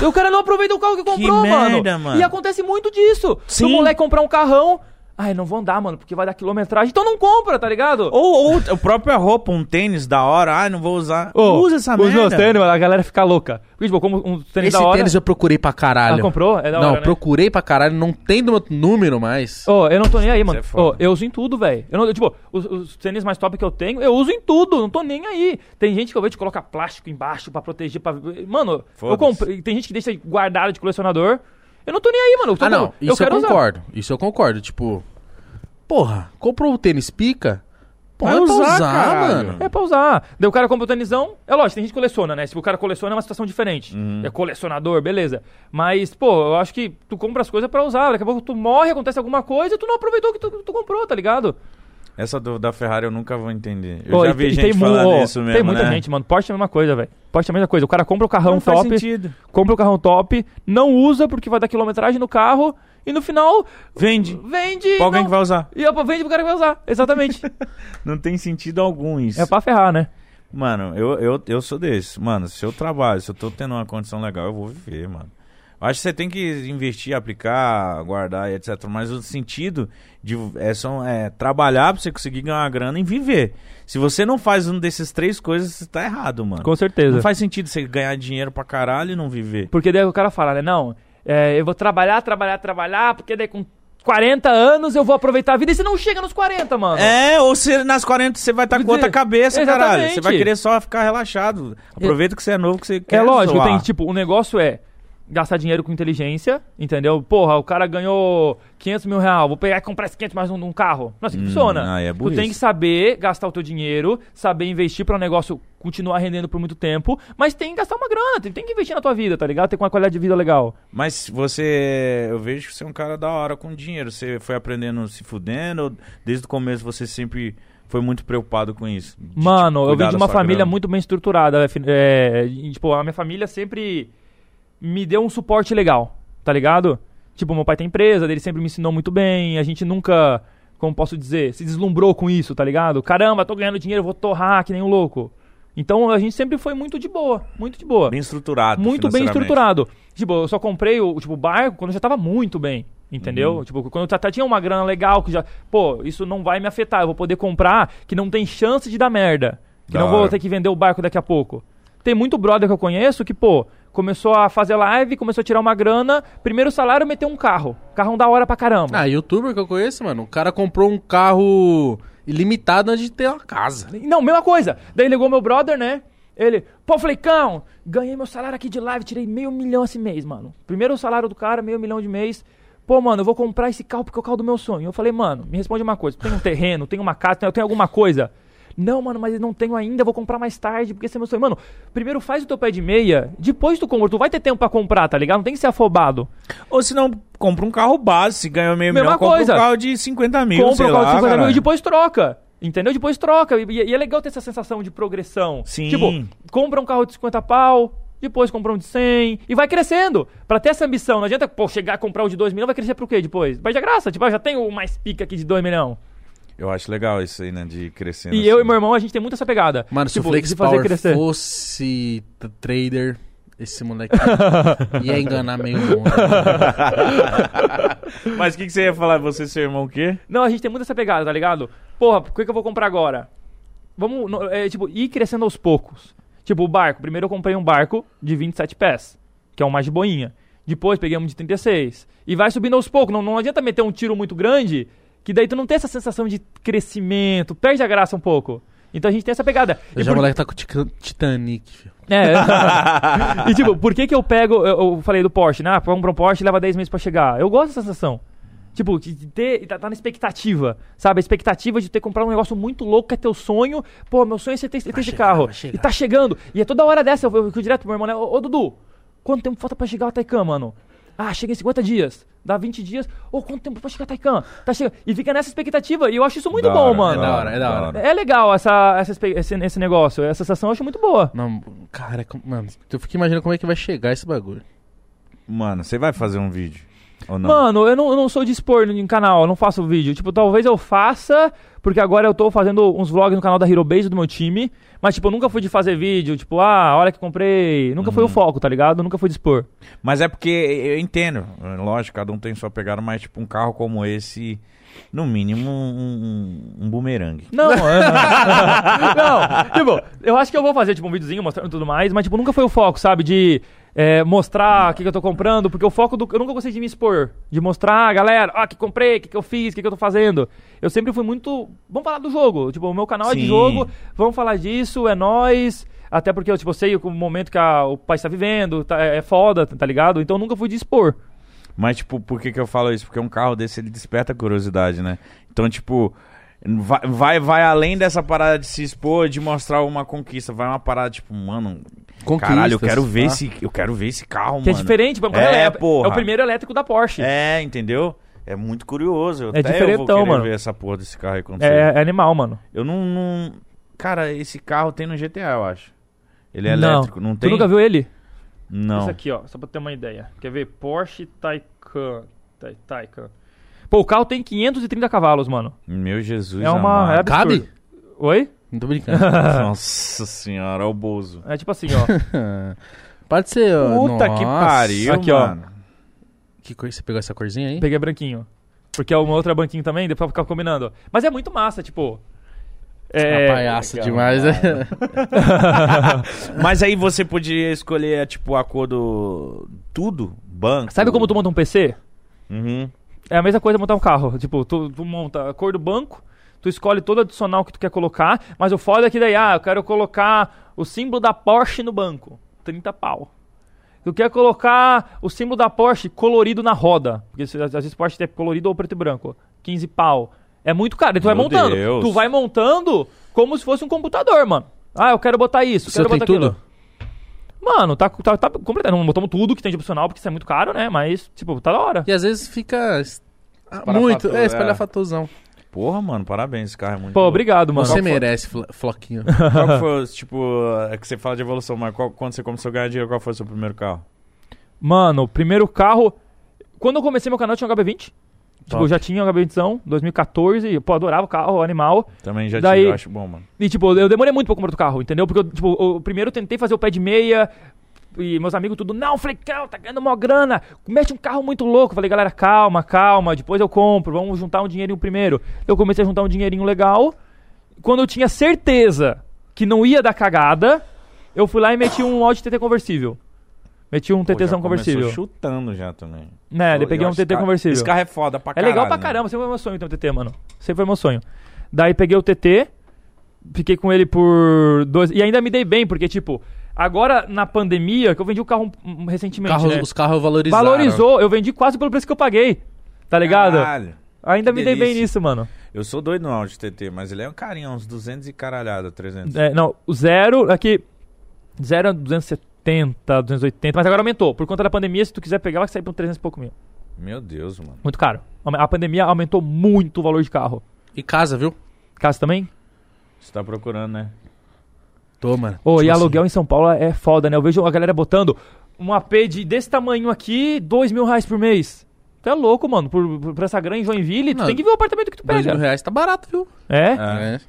E o cara não aproveita o carro que comprou,
merda, mano.
E acontece muito disso. Se o
Sim.
moleque comprar um carrão, ai, não vou andar, mano, porque vai dar quilometragem. Então não compra, tá ligado?
Ou, ou a própria roupa, um tênis da hora. Ai, não vou usar. Usa essa
os
merda.
meus tênis, a galera fica louca. Porque, tipo, como um tênis
Esse
da hora.
tênis eu procurei pra caralho.
Ah, comprou? É da
não,
hora, né?
procurei pra caralho, não tem do meu número mais.
Ô, eu não tô nem aí, mano.
Isso é
Ô,
foda.
eu uso em tudo, velho. Eu não, eu, tipo, os, os tênis mais top que eu tenho, eu uso em tudo, não tô nem aí. Tem gente que eu vejo que coloca plástico embaixo pra proteger, pra... Mano, eu
Foda-se.
comprei. Tem gente que deixa guardado de colecionador. Eu não tô nem aí, mano. Eu tô-
ah, não,
eu
isso eu,
quero usar.
concordo. Isso eu concordo, tipo... Porra, comprou o tênis pica? Pô,
Vai
é pra
usar,
usar,
caralho.
mano.
É pra usar. Daí o cara compra o tênisão. É lógico, tem gente que coleciona, né? Se o cara coleciona é uma situação diferente.
Uhum.
É colecionador, beleza. Mas, pô, eu acho que tu compra as coisas pra usar. Daqui a pouco tu morre, acontece alguma coisa, tu não aproveitou o que tu, tu comprou, tá ligado?
Essa do- da Ferrari eu nunca vou entender. Eu
Pô,
já
e
vi
tem-
gente
tem mu-
falando
ó,
isso mesmo,
Tem muita
né?
gente, mano. Porsche é a mesma coisa, velho. Porsche é a mesma coisa. O cara compra o carrão
Não faz
top,
sentido.
compra o carrão top, não usa porque vai dar quilometragem no carro e no final
Vende.
vende. e
Pra alguém
não-
que vai usar.
E opa, vende pro cara que vai usar. Exatamente.
Não tem sentido algum isso.
é pra ferrar, né?
Mano, eu, eu, eu sou desse. Mano, se eu trabalho, se eu tô tendo uma condição legal, eu vou viver, mano. Eu Acho que você tem que investir, aplicar, guardar e etc. Mas o sentido de é, são, é trabalhar pra você conseguir ganhar uma grana e viver. Se você não faz um desses três coisas, você tá errado, mano.
Com certeza.
Não faz sentido você ganhar dinheiro pra caralho e não viver.
Porque daí o cara fala, né? Não, é, eu vou trabalhar, trabalhar, trabalhar, porque daí com 40 anos eu vou aproveitar a vida e você não chega nos 40, mano.
É, ou se nas 40 você vai estar
Quer
com outra
dizer,
cabeça, caralho.
é. exatamente.
Você vai querer só ficar relaxado. Aproveita que você é novo, que você quer
É lógico,
zoar.
tem tipo, o negócio é gastar dinheiro com inteligência, entendeu? Porra, o cara ganhou 500 mil reais, vou pegar e comprar esses 500 mais um, um carro. Nossa, que
Hum,
funciona.
aí é
tu
burrice.
tem que saber gastar o teu dinheiro, saber investir para o negócio continuar rendendo por muito tempo, mas tem que gastar uma grana, tem, tem que investir na tua vida, tá ligado? Tem que ter uma qualidade de vida legal.
Mas você. Eu vejo que você é um cara da hora com dinheiro. Você foi aprendendo se fudendo. ou Desde o começo você sempre foi muito preocupado com isso. De, tipo,
Mano, eu
cuidar
vim de
da
uma
sua
família
grana.
muito bem estruturada. é, fi- é, e, tipo, a minha família sempre me deu um suporte legal, tá ligado? Tipo, meu pai tem empresa, ele sempre me ensinou muito bem. A gente nunca, como posso dizer, se deslumbrou com isso, tá ligado? Caramba, tô ganhando dinheiro, vou torrar que nem um louco. Então a gente sempre foi muito de boa, muito de boa.
Bem estruturado.
muito bem
financeiramente.
estruturado. Tipo, eu só comprei o tipo, barco quando eu já tava muito bem. Entendeu?
Uhum.
Tipo, quando eu já- já tinha uma grana legal, que já. Pô, isso não vai me afetar. Eu vou poder comprar que não tem chance de dar merda. Que
Da
não vou
hora.
ter que vender o barco daqui a pouco. Tem muito brother que eu conheço que, pô, começou a fazer live, começou a tirar uma grana. Primeiro salário meteu um carro. Carrão da hora pra caramba.
Ah, youtuber que eu conheço, mano, o cara comprou um carro ilimitado antes de ter uma casa.
Não, mesma coisa. Daí ligou meu brother, né? Ele, pô, Flecão, ganhei meu salário aqui de live, tirei meio milhão esse mês, mano. Primeiro salário do cara, meio milhão de mês. Pô, mano, eu vou comprar esse carro porque é o carro do meu sonho. Eu falei, mano, me responde uma coisa. Tem um terreno, tem uma casa, tem- eu tenho alguma coisa? Não, mano, mas eu não tenho ainda, vou comprar mais tarde, porque esse é meu sonho. Mano, primeiro faz o teu pé de meia, depois tu compra. Tu vai ter tempo pra comprar, tá ligado? Não tem que ser afobado.
Ou se não, compra um carro base. Se ganha meio
Mesma
milhão, compra
coisa.
um carro de 50 mil.
compra
sei
o carro
lá,
de 50 mil e
caralho.
depois troca. Entendeu? Depois troca. E, e- e é legal ter essa sensação de progressão.
Sim.
Tipo, compra um carro de 50 pau, depois compra um de 100 e vai crescendo. Pra ter essa ambição. Não adianta, pô, chegar a comprar um de 2 milhões, vai crescer pro quê depois? Vai de graça. Tipo, ah, já tenho mais pica aqui de 2 milhões.
Eu acho legal isso aí, né? De crescendo.
E eu e meu irmão, a gente tem muito essa pegada.
Mano, se o
Tipo,
Flex
de fazer
Power
crescer.
fosse t- trader, esse moleque ia enganar meio mundo.
irmão. Mas o que, que você ia falar? Você e seu irmão o quê?
Não, a gente tem muito essa pegada, tá ligado? Porra, o que, que eu vou comprar agora? Vamos, no- é, tipo, ir crescendo aos poucos. Tipo, o barco. Primeiro eu comprei um barco de 27 pés, que é um mais de boinha. Depois peguei um de 36. E vai subindo aos poucos. Não, não adianta meter um tiro muito grande, que daí tu não tem essa sensação de crescimento. Perde a graça um pouco. Então a gente tem essa pegada. E
Já o
por-
moleque tá com o Titan- Titanic, filho.
é. e tipo, por que que eu pego. Eu, eu falei do Porsche, né? Ah, compra um Porsche e leva 10 meses pra chegar. Eu gosto dessa sensação. Tipo, de de ter. Tá, tá na expectativa, sabe? A expectativa de ter comprado um negócio muito louco que é teu sonho. Pô, meu sonho é você ter, ter esse
chegar,
carro.
vai chegar.
E tá chegando. E é toda hora dessa. Eu, eu, fico direto pro meu irmão, né? Ô, ô, Dudu, quanto tempo falta pra chegar o Taycan, mano? Ah, chega em 50 dias. Dá 20 dias. Ô, quanto tempo pra chegar o Taycan? Tá chegando. E fica nessa expectativa. E eu acho isso muito
Da
bom,
hora,
mano.
É da hora, é da hora.
É legal essa, essa espe- esse, esse negócio. Essa sensação eu acho muito boa.
Não, cara, como- mano, eu fico imaginando como é que vai chegar esse bagulho.
Mano, você vai fazer um vídeo? Ou não?
Mano, eu não, eu não sou de expor em canal, eu não faço vídeo. Tipo, talvez eu faça, porque agora eu tô fazendo uns vlogs no canal da Hero Base do meu time. Mas, tipo, eu nunca fui de fazer vídeo, tipo, ah, a hora que comprei. Nunca foi o foco, tá ligado? Nunca fui de expor.
Mas é porque eu entendo, lógico, cada um tem sua pegada, mas tipo, um carro como esse, no mínimo, um, um, um bumerangue.
Não, é- não, tipo, eu acho que eu vou fazer, tipo, um videozinho mostrando tudo mais, mas, tipo, nunca foi o foco, sabe? De é, mostrar o que, que eu tô comprando, porque o foco do. Eu nunca gostei de me expor, de mostrar, "Ah, galera, ó, o que comprei, o que, que eu fiz, o que, que eu tô fazendo. Eu sempre fui muito. Vamos falar do jogo, tipo, o meu canal é de
Sim.
jogo, vamos falar disso, é nóis. Até porque eu, tipo, eu sei o momento que a- o país tá vivendo, tá- é foda, tá ligado? Então eu nunca fui de expor.
Mas, tipo, por que, que eu falo isso? Porque um carro desse ele desperta curiosidade, né? Então, tipo, vai, vai, vai além dessa parada de se expor, de mostrar uma conquista. Vai uma parada, tipo, mano, caralho, eu quero ver
tá?
esse. Eu quero ver esse carro,
Que
mano.
é diferente, tipo, um
É,
carro elé- é
porra.
o primeiro elétrico da Porsche.
É, entendeu? É muito curioso. Eu até
É
eu vou
diferentão,
querer
mano.
ver essa porra desse carro aí acontecer.
É, é animal, mano.
Eu não, não- Cara, esse carro tem no GTA, eu acho. Ele é
Não.
elétrico, não tem?
Tu nunca viu ele?
Não.
Isso aqui, ó, só pra ter uma ideia. Quer ver? Porsche Taycan. Tay- Taycan. Pô, o carro tem 530 cavalos, mano.
Meu Jesus.
É uma-
amado.
é absurdo.
Cabe?
Oi?
Não tô brincando.
Nossa senhora, olha o Bozo.
É tipo assim, ó.
Pode ser. ó,
Puta que
nossa.
pariu,
Aqui, ó.
mano.
Que coisa, você pegou essa corzinha aí?
Peguei branquinho. Porque é uma outra branquinho também, depois ficar combinando. Mas é muito massa, tipo. É.
Uma palhaça demais, né?
Mas aí você podia escolher, tipo, a cor do... Tudo? Banco?
Sabe como tu monta um PC?
Uhum.
É a mesma coisa montar um carro. Tipo, tu, tu monta a cor do banco, tu escolhe todo o adicional que tu quer colocar, mas o foda é que daí, ah, eu quero colocar o símbolo da Porsche no banco. 30 pau. Tu quer colocar o símbolo da Porsche colorido na roda. Porque se- às vezes Porsche é colorido ou preto e branco. 15 pau. É muito caro. E tu vai
Meu
montando.
Deus.
Tu vai montando como se fosse um computador, mano. Ah, eu quero botar isso,
Você
quero
tem
botar
tudo?
aquilo. Mano, tá, tá, tá completando. Não botamos tudo que tem de opcional, porque isso é muito caro, né? Mas, tipo, tá da hora.
E às vezes fica. es-
Ah,
Muito.
Espalhafato-
É, espalhafatosão.
Porra, mano, parabéns, esse carro é muito
Pô,
louco.
obrigado, mano.
Você merece, flo- Floquinho.
Qual que foi, o, tipo, é que você fala de evolução, mas qual- quando você começou a ganhar dinheiro, qual foi o seu primeiro carro?
Mano, o primeiro carro. Quando eu comecei meu canal, eu tinha um HB20. Tipo,
Top.
eu já tinha um HB20zão, 2014. Pô, adorava o carro, animal.
Também já
Daí-
tive, eu acho bom, mano.
E, tipo, eu demorei muito pra comprar outro carro, entendeu? Porque, eu, tipo, eu, primeiro eu tentei fazer o pé de meia. E meus amigos tudo, não, Flecão, tá ganhando mó grana, mete um carro muito louco. Eu Falei, galera, calma, calma, depois eu compro, vamos juntar um dinheirinho primeiro. Eu comecei a juntar um dinheirinho legal. Quando eu tinha certeza que não ia dar cagada, eu fui lá e meti um Audi TT conversível. Meti um
Pô, já
TTzão
começou
conversível.
chutando já também.
Né,
Pô,
eu
eu
peguei um
acho esse
TT
carro-
conversível.
Esse carro é foda pra
É
caralho.
legal pra
né?
caramba, sempre foi meu sonho ter um TT, mano. Sempre foi meu sonho. Daí peguei o TT, fiquei com ele por dois. E ainda me dei bem, porque, tipo, agora na pandemia, que eu vendi o carro um- um- recentemente.
Carros-
né?
Os carros valorizaram.
Valorizou, eu vendi quase pelo preço que eu paguei. Tá ligado?
Caralho.
ainda
que
me dei bem
delícia.
nisso, mano.
Eu sou doido no Audi TT, mas ele é um carinha, uns 200 e caralhada, 300.
É, não, o zero aqui. Zero é 270, 280, mas agora aumentou. Por conta da pandemia, se tu quiser pegar, vai sair por 300 e pouco mil.
Meu Deus, mano.
Muito caro. A pandemia aumentou muito o valor de carro.
E casa, viu?
Caso também?
Você tá procurando, né?
Tô, mano.
Ô,
Tipo
e
assim,
aluguel em São Paulo é foda, né? Eu vejo a galera botando um AP de, desse tamanho aqui, dois mil reais por mês. Tu é louco, mano. Por, por, por essa grana em Joinville,
Não,
tu tem que ver o apartamento que tu
Dois mil
pega.
reais tá barato, viu?
É?
É.
É.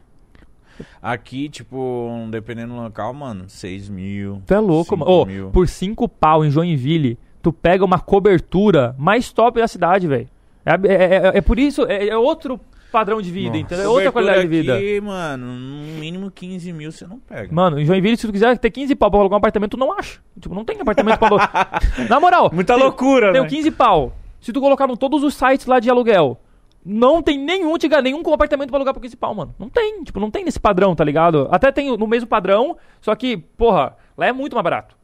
Aqui, tipo, um- dependendo do local, mano, 6 mil.
Tu é louco,
cinco
mano. Ô,
mil.
por cinco pau em Joinville, tu pega uma cobertura mais top da cidade, velho. É, ab- é- é- é por isso, é, é outro padrão de vida,
Nossa.
entendeu? É outra
Cobertura
qualidade de vida.
Aqui, mano, no mínimo 15 mil você não pega.
Mano, em Joinville, se tu quiser ter 15 pau pra colocar um apartamento, tu não acha. Tipo, não tem apartamento pra. bo- Na moral.
Muita
tem-
loucura,
Tem
né?
15 pau. Se tu colocar em todos os sites lá de aluguel, não tem nenhum, tiga, nenhum com apartamento pra alugar por 15 pau, mano. Não tem. Tipo, não tem nesse padrão, tá ligado? Até tem no mesmo padrão, só que, porra, lá é muito mais barato.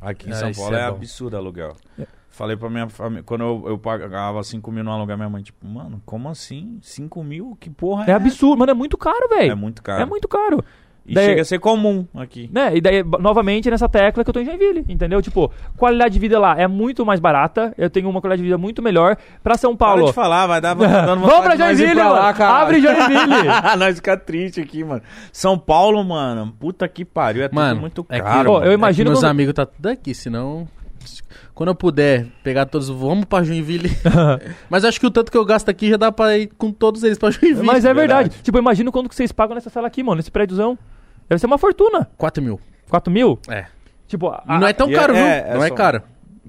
Aqui em
Ah,
São
isso
Paulo
é
é,
bom.
absurdo aluguel.
É.
Falei pra minha família, quando eu, eu pagava 5 mil no aluguel, minha mãe, tipo, mano, como assim? 5 mil? Que porra é?
É absurdo, mano, é muito caro, velho.
É muito caro.
É muito caro.
E
Daí-
chega a ser comum aqui.
Né? E daí, b- novamente, nessa tecla que eu tô em Joinville, entendeu? Tipo, qualidade de vida lá é muito mais barata, eu tenho uma qualidade de vida muito melhor. Pra São
Para
Paulo,
de falar, vai dar dando vontade
Vamos pra
de nós ir
Joinville,
pra lá,
mano.
caralho.
Abre Joinville.
nós fica triste aqui, mano. São Paulo, mano, puta que pariu, é tudo
Mano,
muito
é que-
caro.
Pô,
mano.
eu
É que
imagino
meus
quando-
amigos tá tudo aqui, senão. Quando eu puder pegar todos, vamos pra Joinville. Mas acho que o tanto que eu gasto aqui já dá pra ir com todos eles pra Joinville.
Mas é verdade.
Verdade.
Tipo, imagina quanto que vocês pagam nessa sala aqui, mano, nesse prédiozão. Deve ser uma fortuna.
4 mil.
4 mil?
É.
Tipo, a,
E não é tão
e é-
caro, viu?
é- é
não é
só-
caro.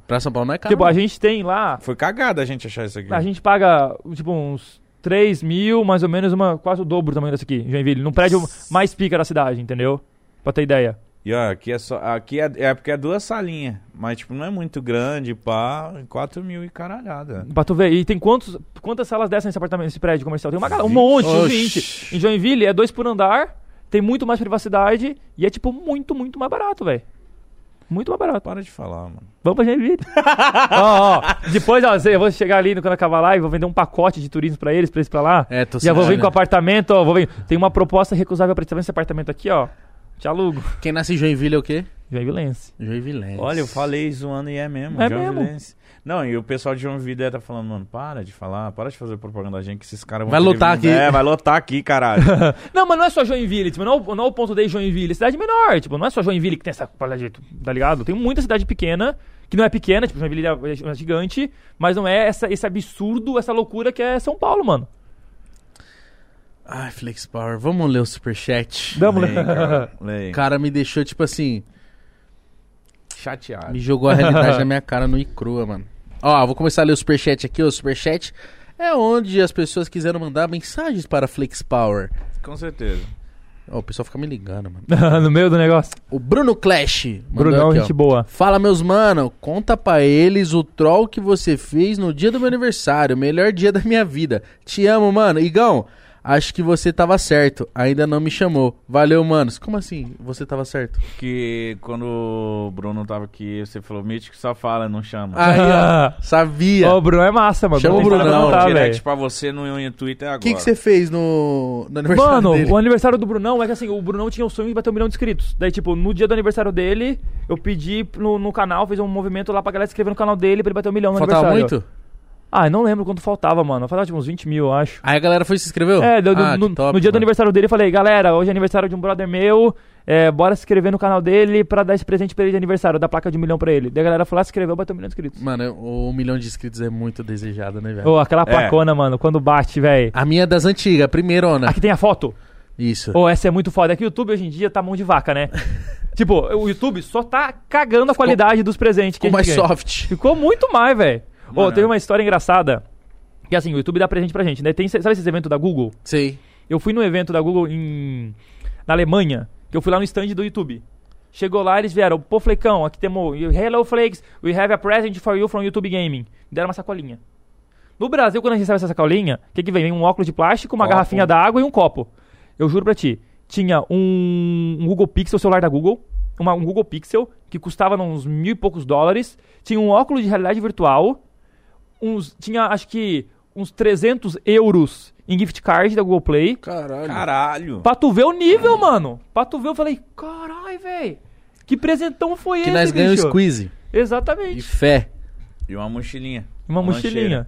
Pra São Paulo não é caro.
tipo, a
não.
gente tem lá,
É, Foi cagada a gente achar isso aqui.
a gente paga, tipo, uns 3 mil, mais ou menos, uma, quase o dobro do tamanho dessa aqui, em Joinville. Num prédio mais pica da cidade, entendeu? Pra ter ideia.
E ó, aqui é só. Aqui é, é porque é duas salinhas. Mas, tipo, não é muito grande, pá. 4 mil e caralhada.
Pra tu ver. E tem quantos, quantas salas dessas nesse apartamento, nesse prédio comercial? Tem uma galera, um monte, uns
Oxi.
20. Em Joinville é dois por andar, tem muito mais privacidade e é, tipo, muito, muito mais barato, velho. Muito mais barato.
Para de falar, mano.
Vamos pra Joinville. ó, ó, depois, ó, eu vou chegar ali no quando acabar lá e vou vender um pacote de turismo pra eles, pra eles pra lá.
É, tô
Já vou vir
sentindo.
com apartamento, ó, vou vir. Tem uma proposta recusável pra eles. Tá vendo esse apartamento aqui, ó? Te alugo.
Quem nasce em Joinville é o quê?
Joinvilense.
Joinville.
Olha, eu falei zoando e é mesmo.
É
João
mesmo.
Vilense.
Não, e o pessoal de João Vida tá falando, mano, para de falar, para de fazer propaganda da gente, que esses caras vão
Vai
querer
lotar
vir-
aqui.
É, vai lotar aqui, caralho.
Não, mas não é só Joinville, tipo, não, é o- não é o ponto de Joinville, é cidade menor, tipo, não é só Joinville que tem essa qualidade, tá ligado? Tem muita cidade pequena, que não é pequena, tipo, Joinville é é gigante, mas não é essa, esse absurdo, essa loucura que é São Paulo, mano.
Ai, Flex Power, vamos ler o superchat. É.
Vamos
Leia, cara, leia.
O cara me deixou, tipo assim,
Chateado.
me jogou a realidade na minha cara no e crua, mano. Ó, vou começar a ler o superchat aqui. O superchat é onde as pessoas quiseram mandar mensagens para Flex Power.
Com certeza.
Ó, o pessoal fica me ligando, mano.
no meio do negócio.
O Bruno Clash. mandou
Brunão,
aqui, ó.
gente boa.
Fala, meus mano, conta pra eles o troll que você fez no dia do meu aniversário, melhor dia da minha vida. Te amo, mano. Igão, acho que você tava certo, ainda não me chamou. Valeu, manos. Como assim, você tava certo?
Que quando o Bruno tava aqui, você falou, Mítico só fala, não chama.
Aí, ó, sabia.
Ah, Ô,
O
o Bruno é massa, mano.
Chama o
Não tem
Brunão,
pra
Não,
contar,
direct
velho.
pra você no, no Twitter agora.
que que você fez no, no aniversário
Mano,
dele?
o aniversário do Brunão é que assim, o Brunão tinha o sonho de bater um milhão de inscritos. Daí, tipo, no dia do aniversário dele, eu pedi no, no canal, fiz um movimento lá pra galera se inscrever no canal dele pra ele bater um milhão no
Faltava
aniversário.
muito?
Ah, eu não lembro quanto faltava, mano. Faltava tipo uns 20 mil, eu acho.
Aí a galera foi e se inscreveu?
É, deu-
Ah,
no,
que top,
no dia do
mano.
aniversário dele eu falei, galera, hoje é aniversário de um brother meu, é, bora se inscrever no canal dele pra dar esse presente pra ele de aniversário, dar placa de um milhão pra ele. Daí a galera foi lá, se inscreveu, bateu um milhão de inscritos.
Mano, o um milhão de inscritos é muito desejado, né, velho?
Ô, aquela placona, mano, quando bate, velho.
A minha é das antigas, a primeirona.
Aqui tem a foto.
Isso.
Ô, essa é muito foda. É que o YouTube hoje em dia tá mão de vaca, né? tipo, o YouTube só tá cagando a qualidade dos presentes que
Ficou
a gente
mais
ganha.
soft.
Ficou muito mais, velho. Ô,
Mano.
teve uma história engraçada. Que assim, o YouTube dá presente pra gente, né? Tem, sabe esses eventos da Google?
Sei.
Eu fui num evento da Google em na Alemanha, que eu fui lá no stand do YouTube. Chegou lá, eles vieram, pô, Flecão, aqui temos o Hello Flakes, we have a present for you from YouTube Gaming. Me Deram uma sacolinha. No Brasil, quando a gente recebe essa sacolinha, o que, que vem? Vem um óculos de plástico, uma
Copo.
garrafinha d'água e um copo. Eu juro pra ti, tinha um, um Google Pixel, celular da Google, uma- um Google Pixel, que custava uns mil e poucos dólares, tinha um óculos de realidade virtual, uns, tinha acho que uns 300 euros em gift card da Google Play,
Caralho.
Caralho.
Pra tu ver o nível, mano. Pra tu ver, eu falei, carai, velho. Que presentão foi
que
esse,
nós ganhamos
bicho?"
squeeze. E
Exatamente.
fé.
E uma mochilinha.
Uma
lancheira.
mochilinha.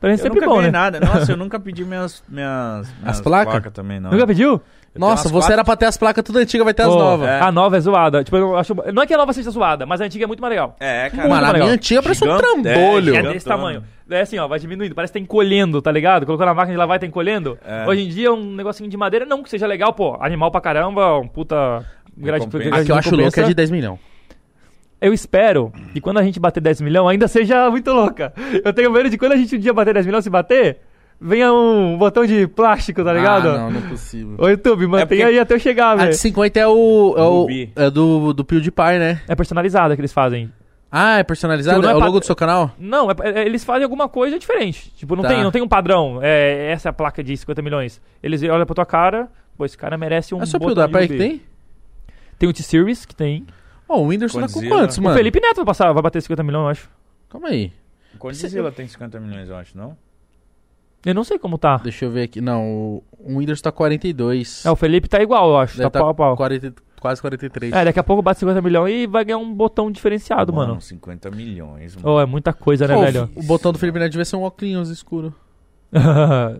pra gente
Eu
sempre
nunca
bom,
ganhei
né?
nada. Nossa, eu nunca pedi minhas, minhas, minhas
placas?
também, não.
Nunca pediu?
Eu
Nossa,
tenho
você
umas
era pra ter as placas tudo antigas, vai ter as
Pô,
novas.
A nova é zoada. Tipo, eu acho... Não é que a nova seja zoada, mas a antiga é muito mais legal.
É, cara.
Mano, a
legal.
minha antiga parece um
Gigante-
trambolho.
Pô,
É
gigante.
desse tamanho. É assim, ó, vai diminuindo. Parece que tá encolhendo, tá ligado? Colocou na máquina de lavar e tá encolhendo.
É.
Hoje em dia, um negocinho de madeira, não que seja legal, pô. Animal pra caramba, um puta... grade-
Recompensa.
grade
A que eu acho louca é
recompensa.
de 10 milhões.
Eu espero que quando a gente bater 10 milhões, ainda seja muito louca. Eu tenho medo de quando a gente um dia bater 10 milhões, se bater, venha um botão de plástico, tá ligado? tá
Ah, não, não é possível.
Ô YouTube, mantenha
porque-
aí até eu chegar,
A
velho.
de 50 é o. É, o,
Rubi.
é do, do PewDiePie, né?
É personalizada que eles fazem.
Ah, é personalizado?
Tipo, não
É
é
o
pat-
logo do seu canal?
Não, é- é- eles fazem alguma coisa diferente. Tipo, não,
Tá.
tem, não tem um padrão. É, essa é a placa de 50 milhões. Eles olham pra tua cara, pô, esse cara merece um.
é só o
botão de
PewDiePie que
YouTube.
tem?
Tem o T-Series que tem.
Ó, o Whindersson tá com
Godzilla.
quantos, mano?
O Felipe Neto vai, passar, vai bater 50 milhões, eu acho.
Calma aí.
Godzilla tem 50 milhões, eu acho, não?
Eu não sei como tá.
Deixa eu ver aqui. Não, o, o Whindersson tá 42.
É, o Felipe tá igual, eu acho.
Deve
tá pau a pau.
40 quase 43.
É, daqui a pouco bate 50 milhões e vai ganhar um botão diferenciado, mano.
50 milhões, mano.
Oh, é muita coisa, né,
Pô,
velho?
o botão do Felipe Neto devia ser um óculos escuro.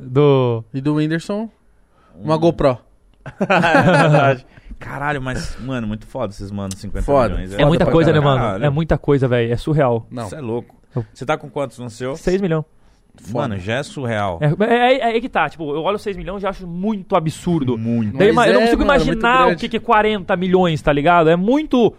Do.
E do Whindersson,
Hum.
uma GoPro.
Caralho, mas, mano, muito foda esses manos 50
Foda.
milhões.
É muita
pra
coisa, né,
caralho.
mano? É muita coisa, velho. É surreal.
Não,
Você é louco. Você tá com quantos no seu?
6 milhões.
Mano, já é surreal.
É, é, é- é que tá, tipo, eu olho 6 milhões e já acho muito absurdo.
Muito.
Daí,
Mas
mas eu não
é,
consigo
mano, muito
imaginar o
grande.
que, que é 40 milhões, tá ligado? É muito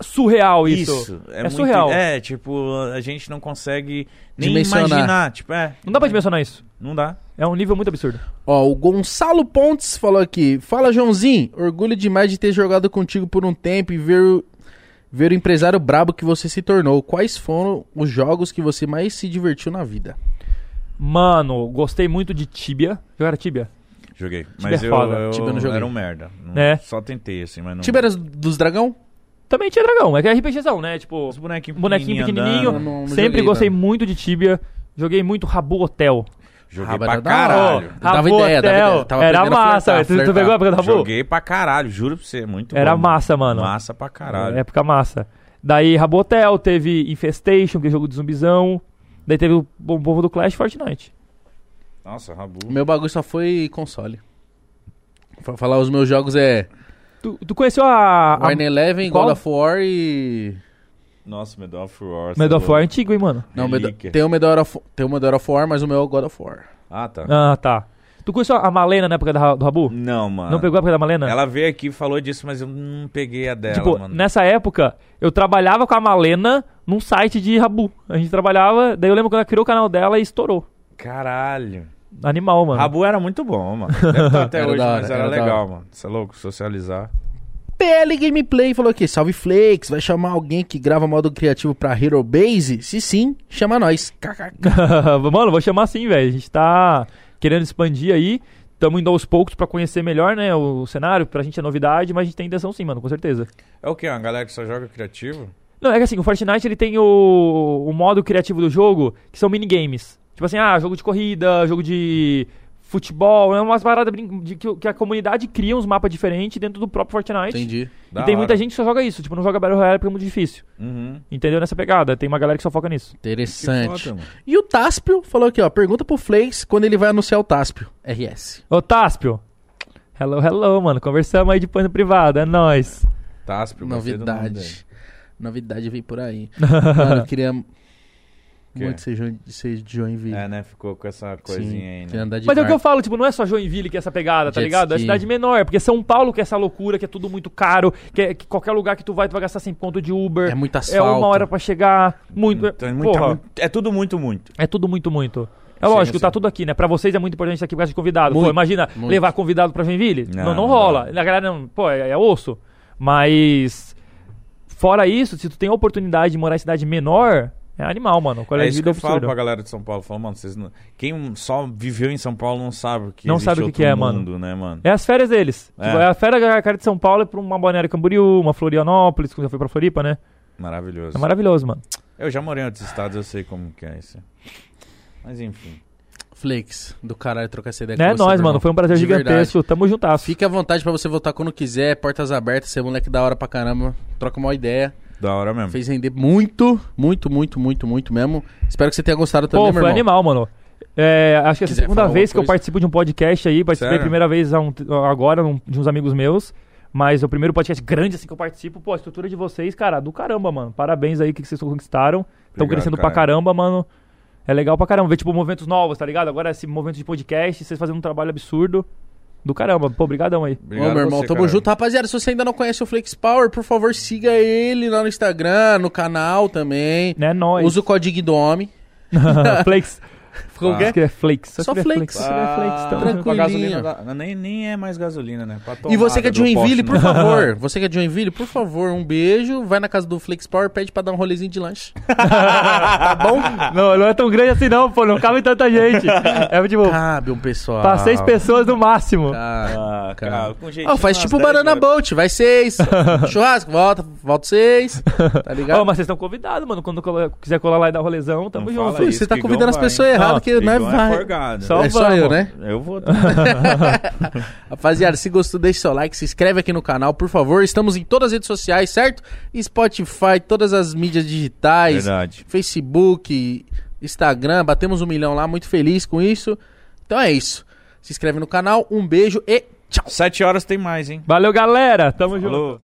surreal isso. É,
muito-
surreal.
É, tipo, a gente não consegue nem
Dimensionar.
imaginar. Tipo, é.
Não dá pra dimensionar isso.
Não dá.
É um nível muito absurdo.
Ó, o Gonçalo Pontes falou aqui. Fala, Joãozinho. Orgulho demais de ter jogado contigo por um tempo e ver o, ver o empresário brabo que você se tornou. Quais foram os jogos que você mais se divertiu na vida?
Mano, gostei muito de Tibia. Eu era Tibia.
Joguei. Mas
é
eu,
foda.
eu,
Tibia eu não joguei.
era um merda. Não-
É.
Só tentei, assim, mas não.
Tipo, era dos dragão?
Também tinha dragão. É que é RPGzão, né? Tipo,
Os bonequinhos
bonequinho pequenininho.
Eu não- não
Sempre
joguei,
gostei
mano.
muito de Tibia. Joguei muito Rabu Hotel.
Joguei
Ah, mas
pra
dá da hora.
caralho.
Eu dava ideia, dava ideia. Eu tava
era
aprendendo a
massa,
flertar,
velho. Tu, tu
flertar.
pegou a época do Rabu?
Joguei pra caralho, juro pra você. Muito
Tá Era
bom.
massa, mano.
Massa pra caralho.
É, Época massa. Daí Rabo Hotel, teve Infestation, que é jogo de zumbizão. Daí teve o bom povo do Clash e Fortnite.
Nossa, Rabu.
Meu bagulho só foi console. Pra falar os meus jogos é
Tu, tu conheceu a, a
Wine Eleven,
qual?
God of War e...
Nossa, Medal of War. cê
Medal
é
of War
louco.
antigo, hein, mano?
Não, Meda-
Relíquia.
tem, o Medal of, tem o Medal of War, mas o meu é o God of War.
Ah, tá.
Ah, tá. Tu conheceu a Malena na época da, do Rabu?
Não, mano.
Não pegou a época da Malena?
Ela veio aqui e falou disso, mas eu não peguei a
é
dela,
tipo,
mano.
nessa época, eu trabalhava com a Malena num site de Rabu. A gente trabalhava, daí eu lembro quando ela criou o canal dela e estourou.
Caralho.
Animal, mano.
Rabu era muito bom, mano. Deve tá até
Era
hoje,
da hora,
mas era,
era da
legal, mano. Você é louco, socializar.
PL Gameplay falou aqui, salve Flakes, vai chamar alguém que grava modo criativo pra Hero Base? Se sim, chama nós. KKK.
Mano, vou chamar assim, velho. A gente tá querendo expandir aí. Tamo indo aos poucos pra conhecer melhor, né, o cenário. Pra gente é novidade, mas a gente tem intenção sim, mano, com certeza.
É o quê? Uma galera que só joga criativo?
Não, é que assim, o Fortnite ele tem o, o modo criativo do jogo, que são minigames. Tipo assim, ah, jogo de corrida, jogo de futebol, é umas paradas brin- de que, que a comunidade cria uns mapas diferentes dentro do próprio Fortnite.
Entendi.
Da
e tem
hora.
muita gente que só joga isso, tipo, não joga Battle Royale porque é muito difícil.
Uhum.
Entendeu nessa pegada? Tem uma galera que só foca nisso.
Que
Interessante.
foda, mano.
E o Táspio falou aqui, ó, pergunta pro Flakes quando ele vai anunciar o Táspio. RS.
Ô, Táspio. Hello, hello, mano. Conversamos aí depois no privado, é nóis.
Táspio, gostei do nome dele.
Novidade. Novidade vem por aí. Mano, eu queria muito ser, Jo- ser de Joinville.
É, né? Ficou com essa coisinha
Sim,
aí,
queria
né?
andar de
Mas é o que eu
barco.
falo, tipo, não é só Joinville que é essa pegada, tá
Jet
ligado? É
ski.
cidade menor, porque São Paulo que é essa loucura, que é tudo muito caro, que, é- que qualquer lugar que tu vai, tu vai gastar 100 ponto de Uber.
É muito
É
asfalto.
uma hora pra chegar, muito.
Então, é,
é,
muita-
porra,
muito- é tudo muito, muito.
é tudo muito, muito. É
Sim,
lógico,
sim.
tá tudo aqui, né? Pra vocês é muito importante estar aqui por causa de convidado. pô,
Muito,
imagina,
muito.
levar convidado pra Joinville? Não,
Não,
não,
não
rola.
dá.
A galera, não, pô, é, é osso. Mas, fora isso, se tu tem a oportunidade de morar em cidade menor, é animal, mano. Qual é,
é
a
isso que
vida
eu falo
absurda.
pra galera de São Paulo. Falo, mano, vocês não... quem só viveu em São Paulo não sabe o que
Não
existe
sabe o que
outro
que é, mano.
mundo, né, mano?
É as férias deles.
É.
Tipo, é a férias da cara de São Paulo é pra uma Balneário Camboriú, uma Florianópolis, que já foi pra Floripa, né?
Maravilhoso.
É maravilhoso, mano.
Eu já morei em outros estados, eu sei como que é isso. Mas enfim.
Flakes, do caralho trocar essa ideia
Né?
com você,
Nós,
meu
mano.
irmão.
Foi um prazer
De
gigantesco. Tamo juntas.
Fique à vontade pra você voltar quando quiser, portas abertas, você é moleque da hora pra caramba, troca uma ideia.
Da hora mesmo.
Fez render muito, muito, muito, muito, muito mesmo. Espero que você tenha gostado
Pô,
também, meu
foi
irmão.
animal, mano. É, acho que é a
Quiser
segunda
falar
vez
alguma
que eu
coisa?
participo de um podcast aí. Participei
Sério?
a primeira vez há um t- agora num- de uns amigos meus. Mas é o primeiro podcast grande assim que eu participo. Pô, a estrutura de vocês, cara, do caramba, mano. Parabéns aí que que vocês conquistaram. Estão
Obrigado,
crescendo pra
cara.
caramba, mano. É legal pra caramba ver, tipo, movimentos novos, tá ligado? Agora esse movimento de podcast, vocês fazendo um trabalho absurdo. Do caramba, pô, brigadão aí.
Obrigado
Ô, meu
a
irmão,
você,
tamo
cara.
junto. tá? Rapaziada, se você ainda não conhece o Flex Power, por favor, siga ele lá no Instagram, no canal também.
É nóis.
Usa o código do homem.
flakes.
Como que é?
Escreve flakes.
Só
escreve
flakes.
Escreve flakes.
Ah,
tamo
Tranquilo.
junto.
com a gasolina
tranquilinho.
da- nem, nem é mais gasolina, né? Pra
E você que
tomada
é de
do
Joinville,
poste,
por
né?
favor. Você que é de Joinville, por favor, um beijo. Vai na casa do Flex Power, pede pra dar um rolezinho de lanche. tá bom?
Não, não é tão grande assim não, pô. Não cabe tanta gente. É tipo,
Cabe um pessoal.
pra Tá seis pessoas no máximo.
Cabe.
Ah, cara, com jeitinho,
Ah, faz
umas
tipo o
10
Banana
horas.
Bolt, vai seis. Churrasco, volta, volta seis. Tá ligado?
Ô, mas vocês estão convidados, mano. Quando colo- quiser colar lá e dar um rolezão, tamo
Não
junto.
fala
Ui,
isso,
você tá
que
convidando as
Igão vai,
pessoas
hein?
erradas, que não é
Igão é
vai.
forgado.
Só-
É só
Vamos.
eu, né?
Eu vou.
Rapaziada, se gostou, deixe seu like, se inscreve aqui no canal, por favor. Estamos em todas as redes sociais, certo? Spotify, todas as mídias digitais,
é
É
Verdade.
Facebook, Instagram. Batemos um milhão lá, muito feliz com isso. Então é isso. Se inscreve no canal, um beijo e tchau!
Sete horas tem mais, hein?
Valeu, galera. Tamo junto.
Falou.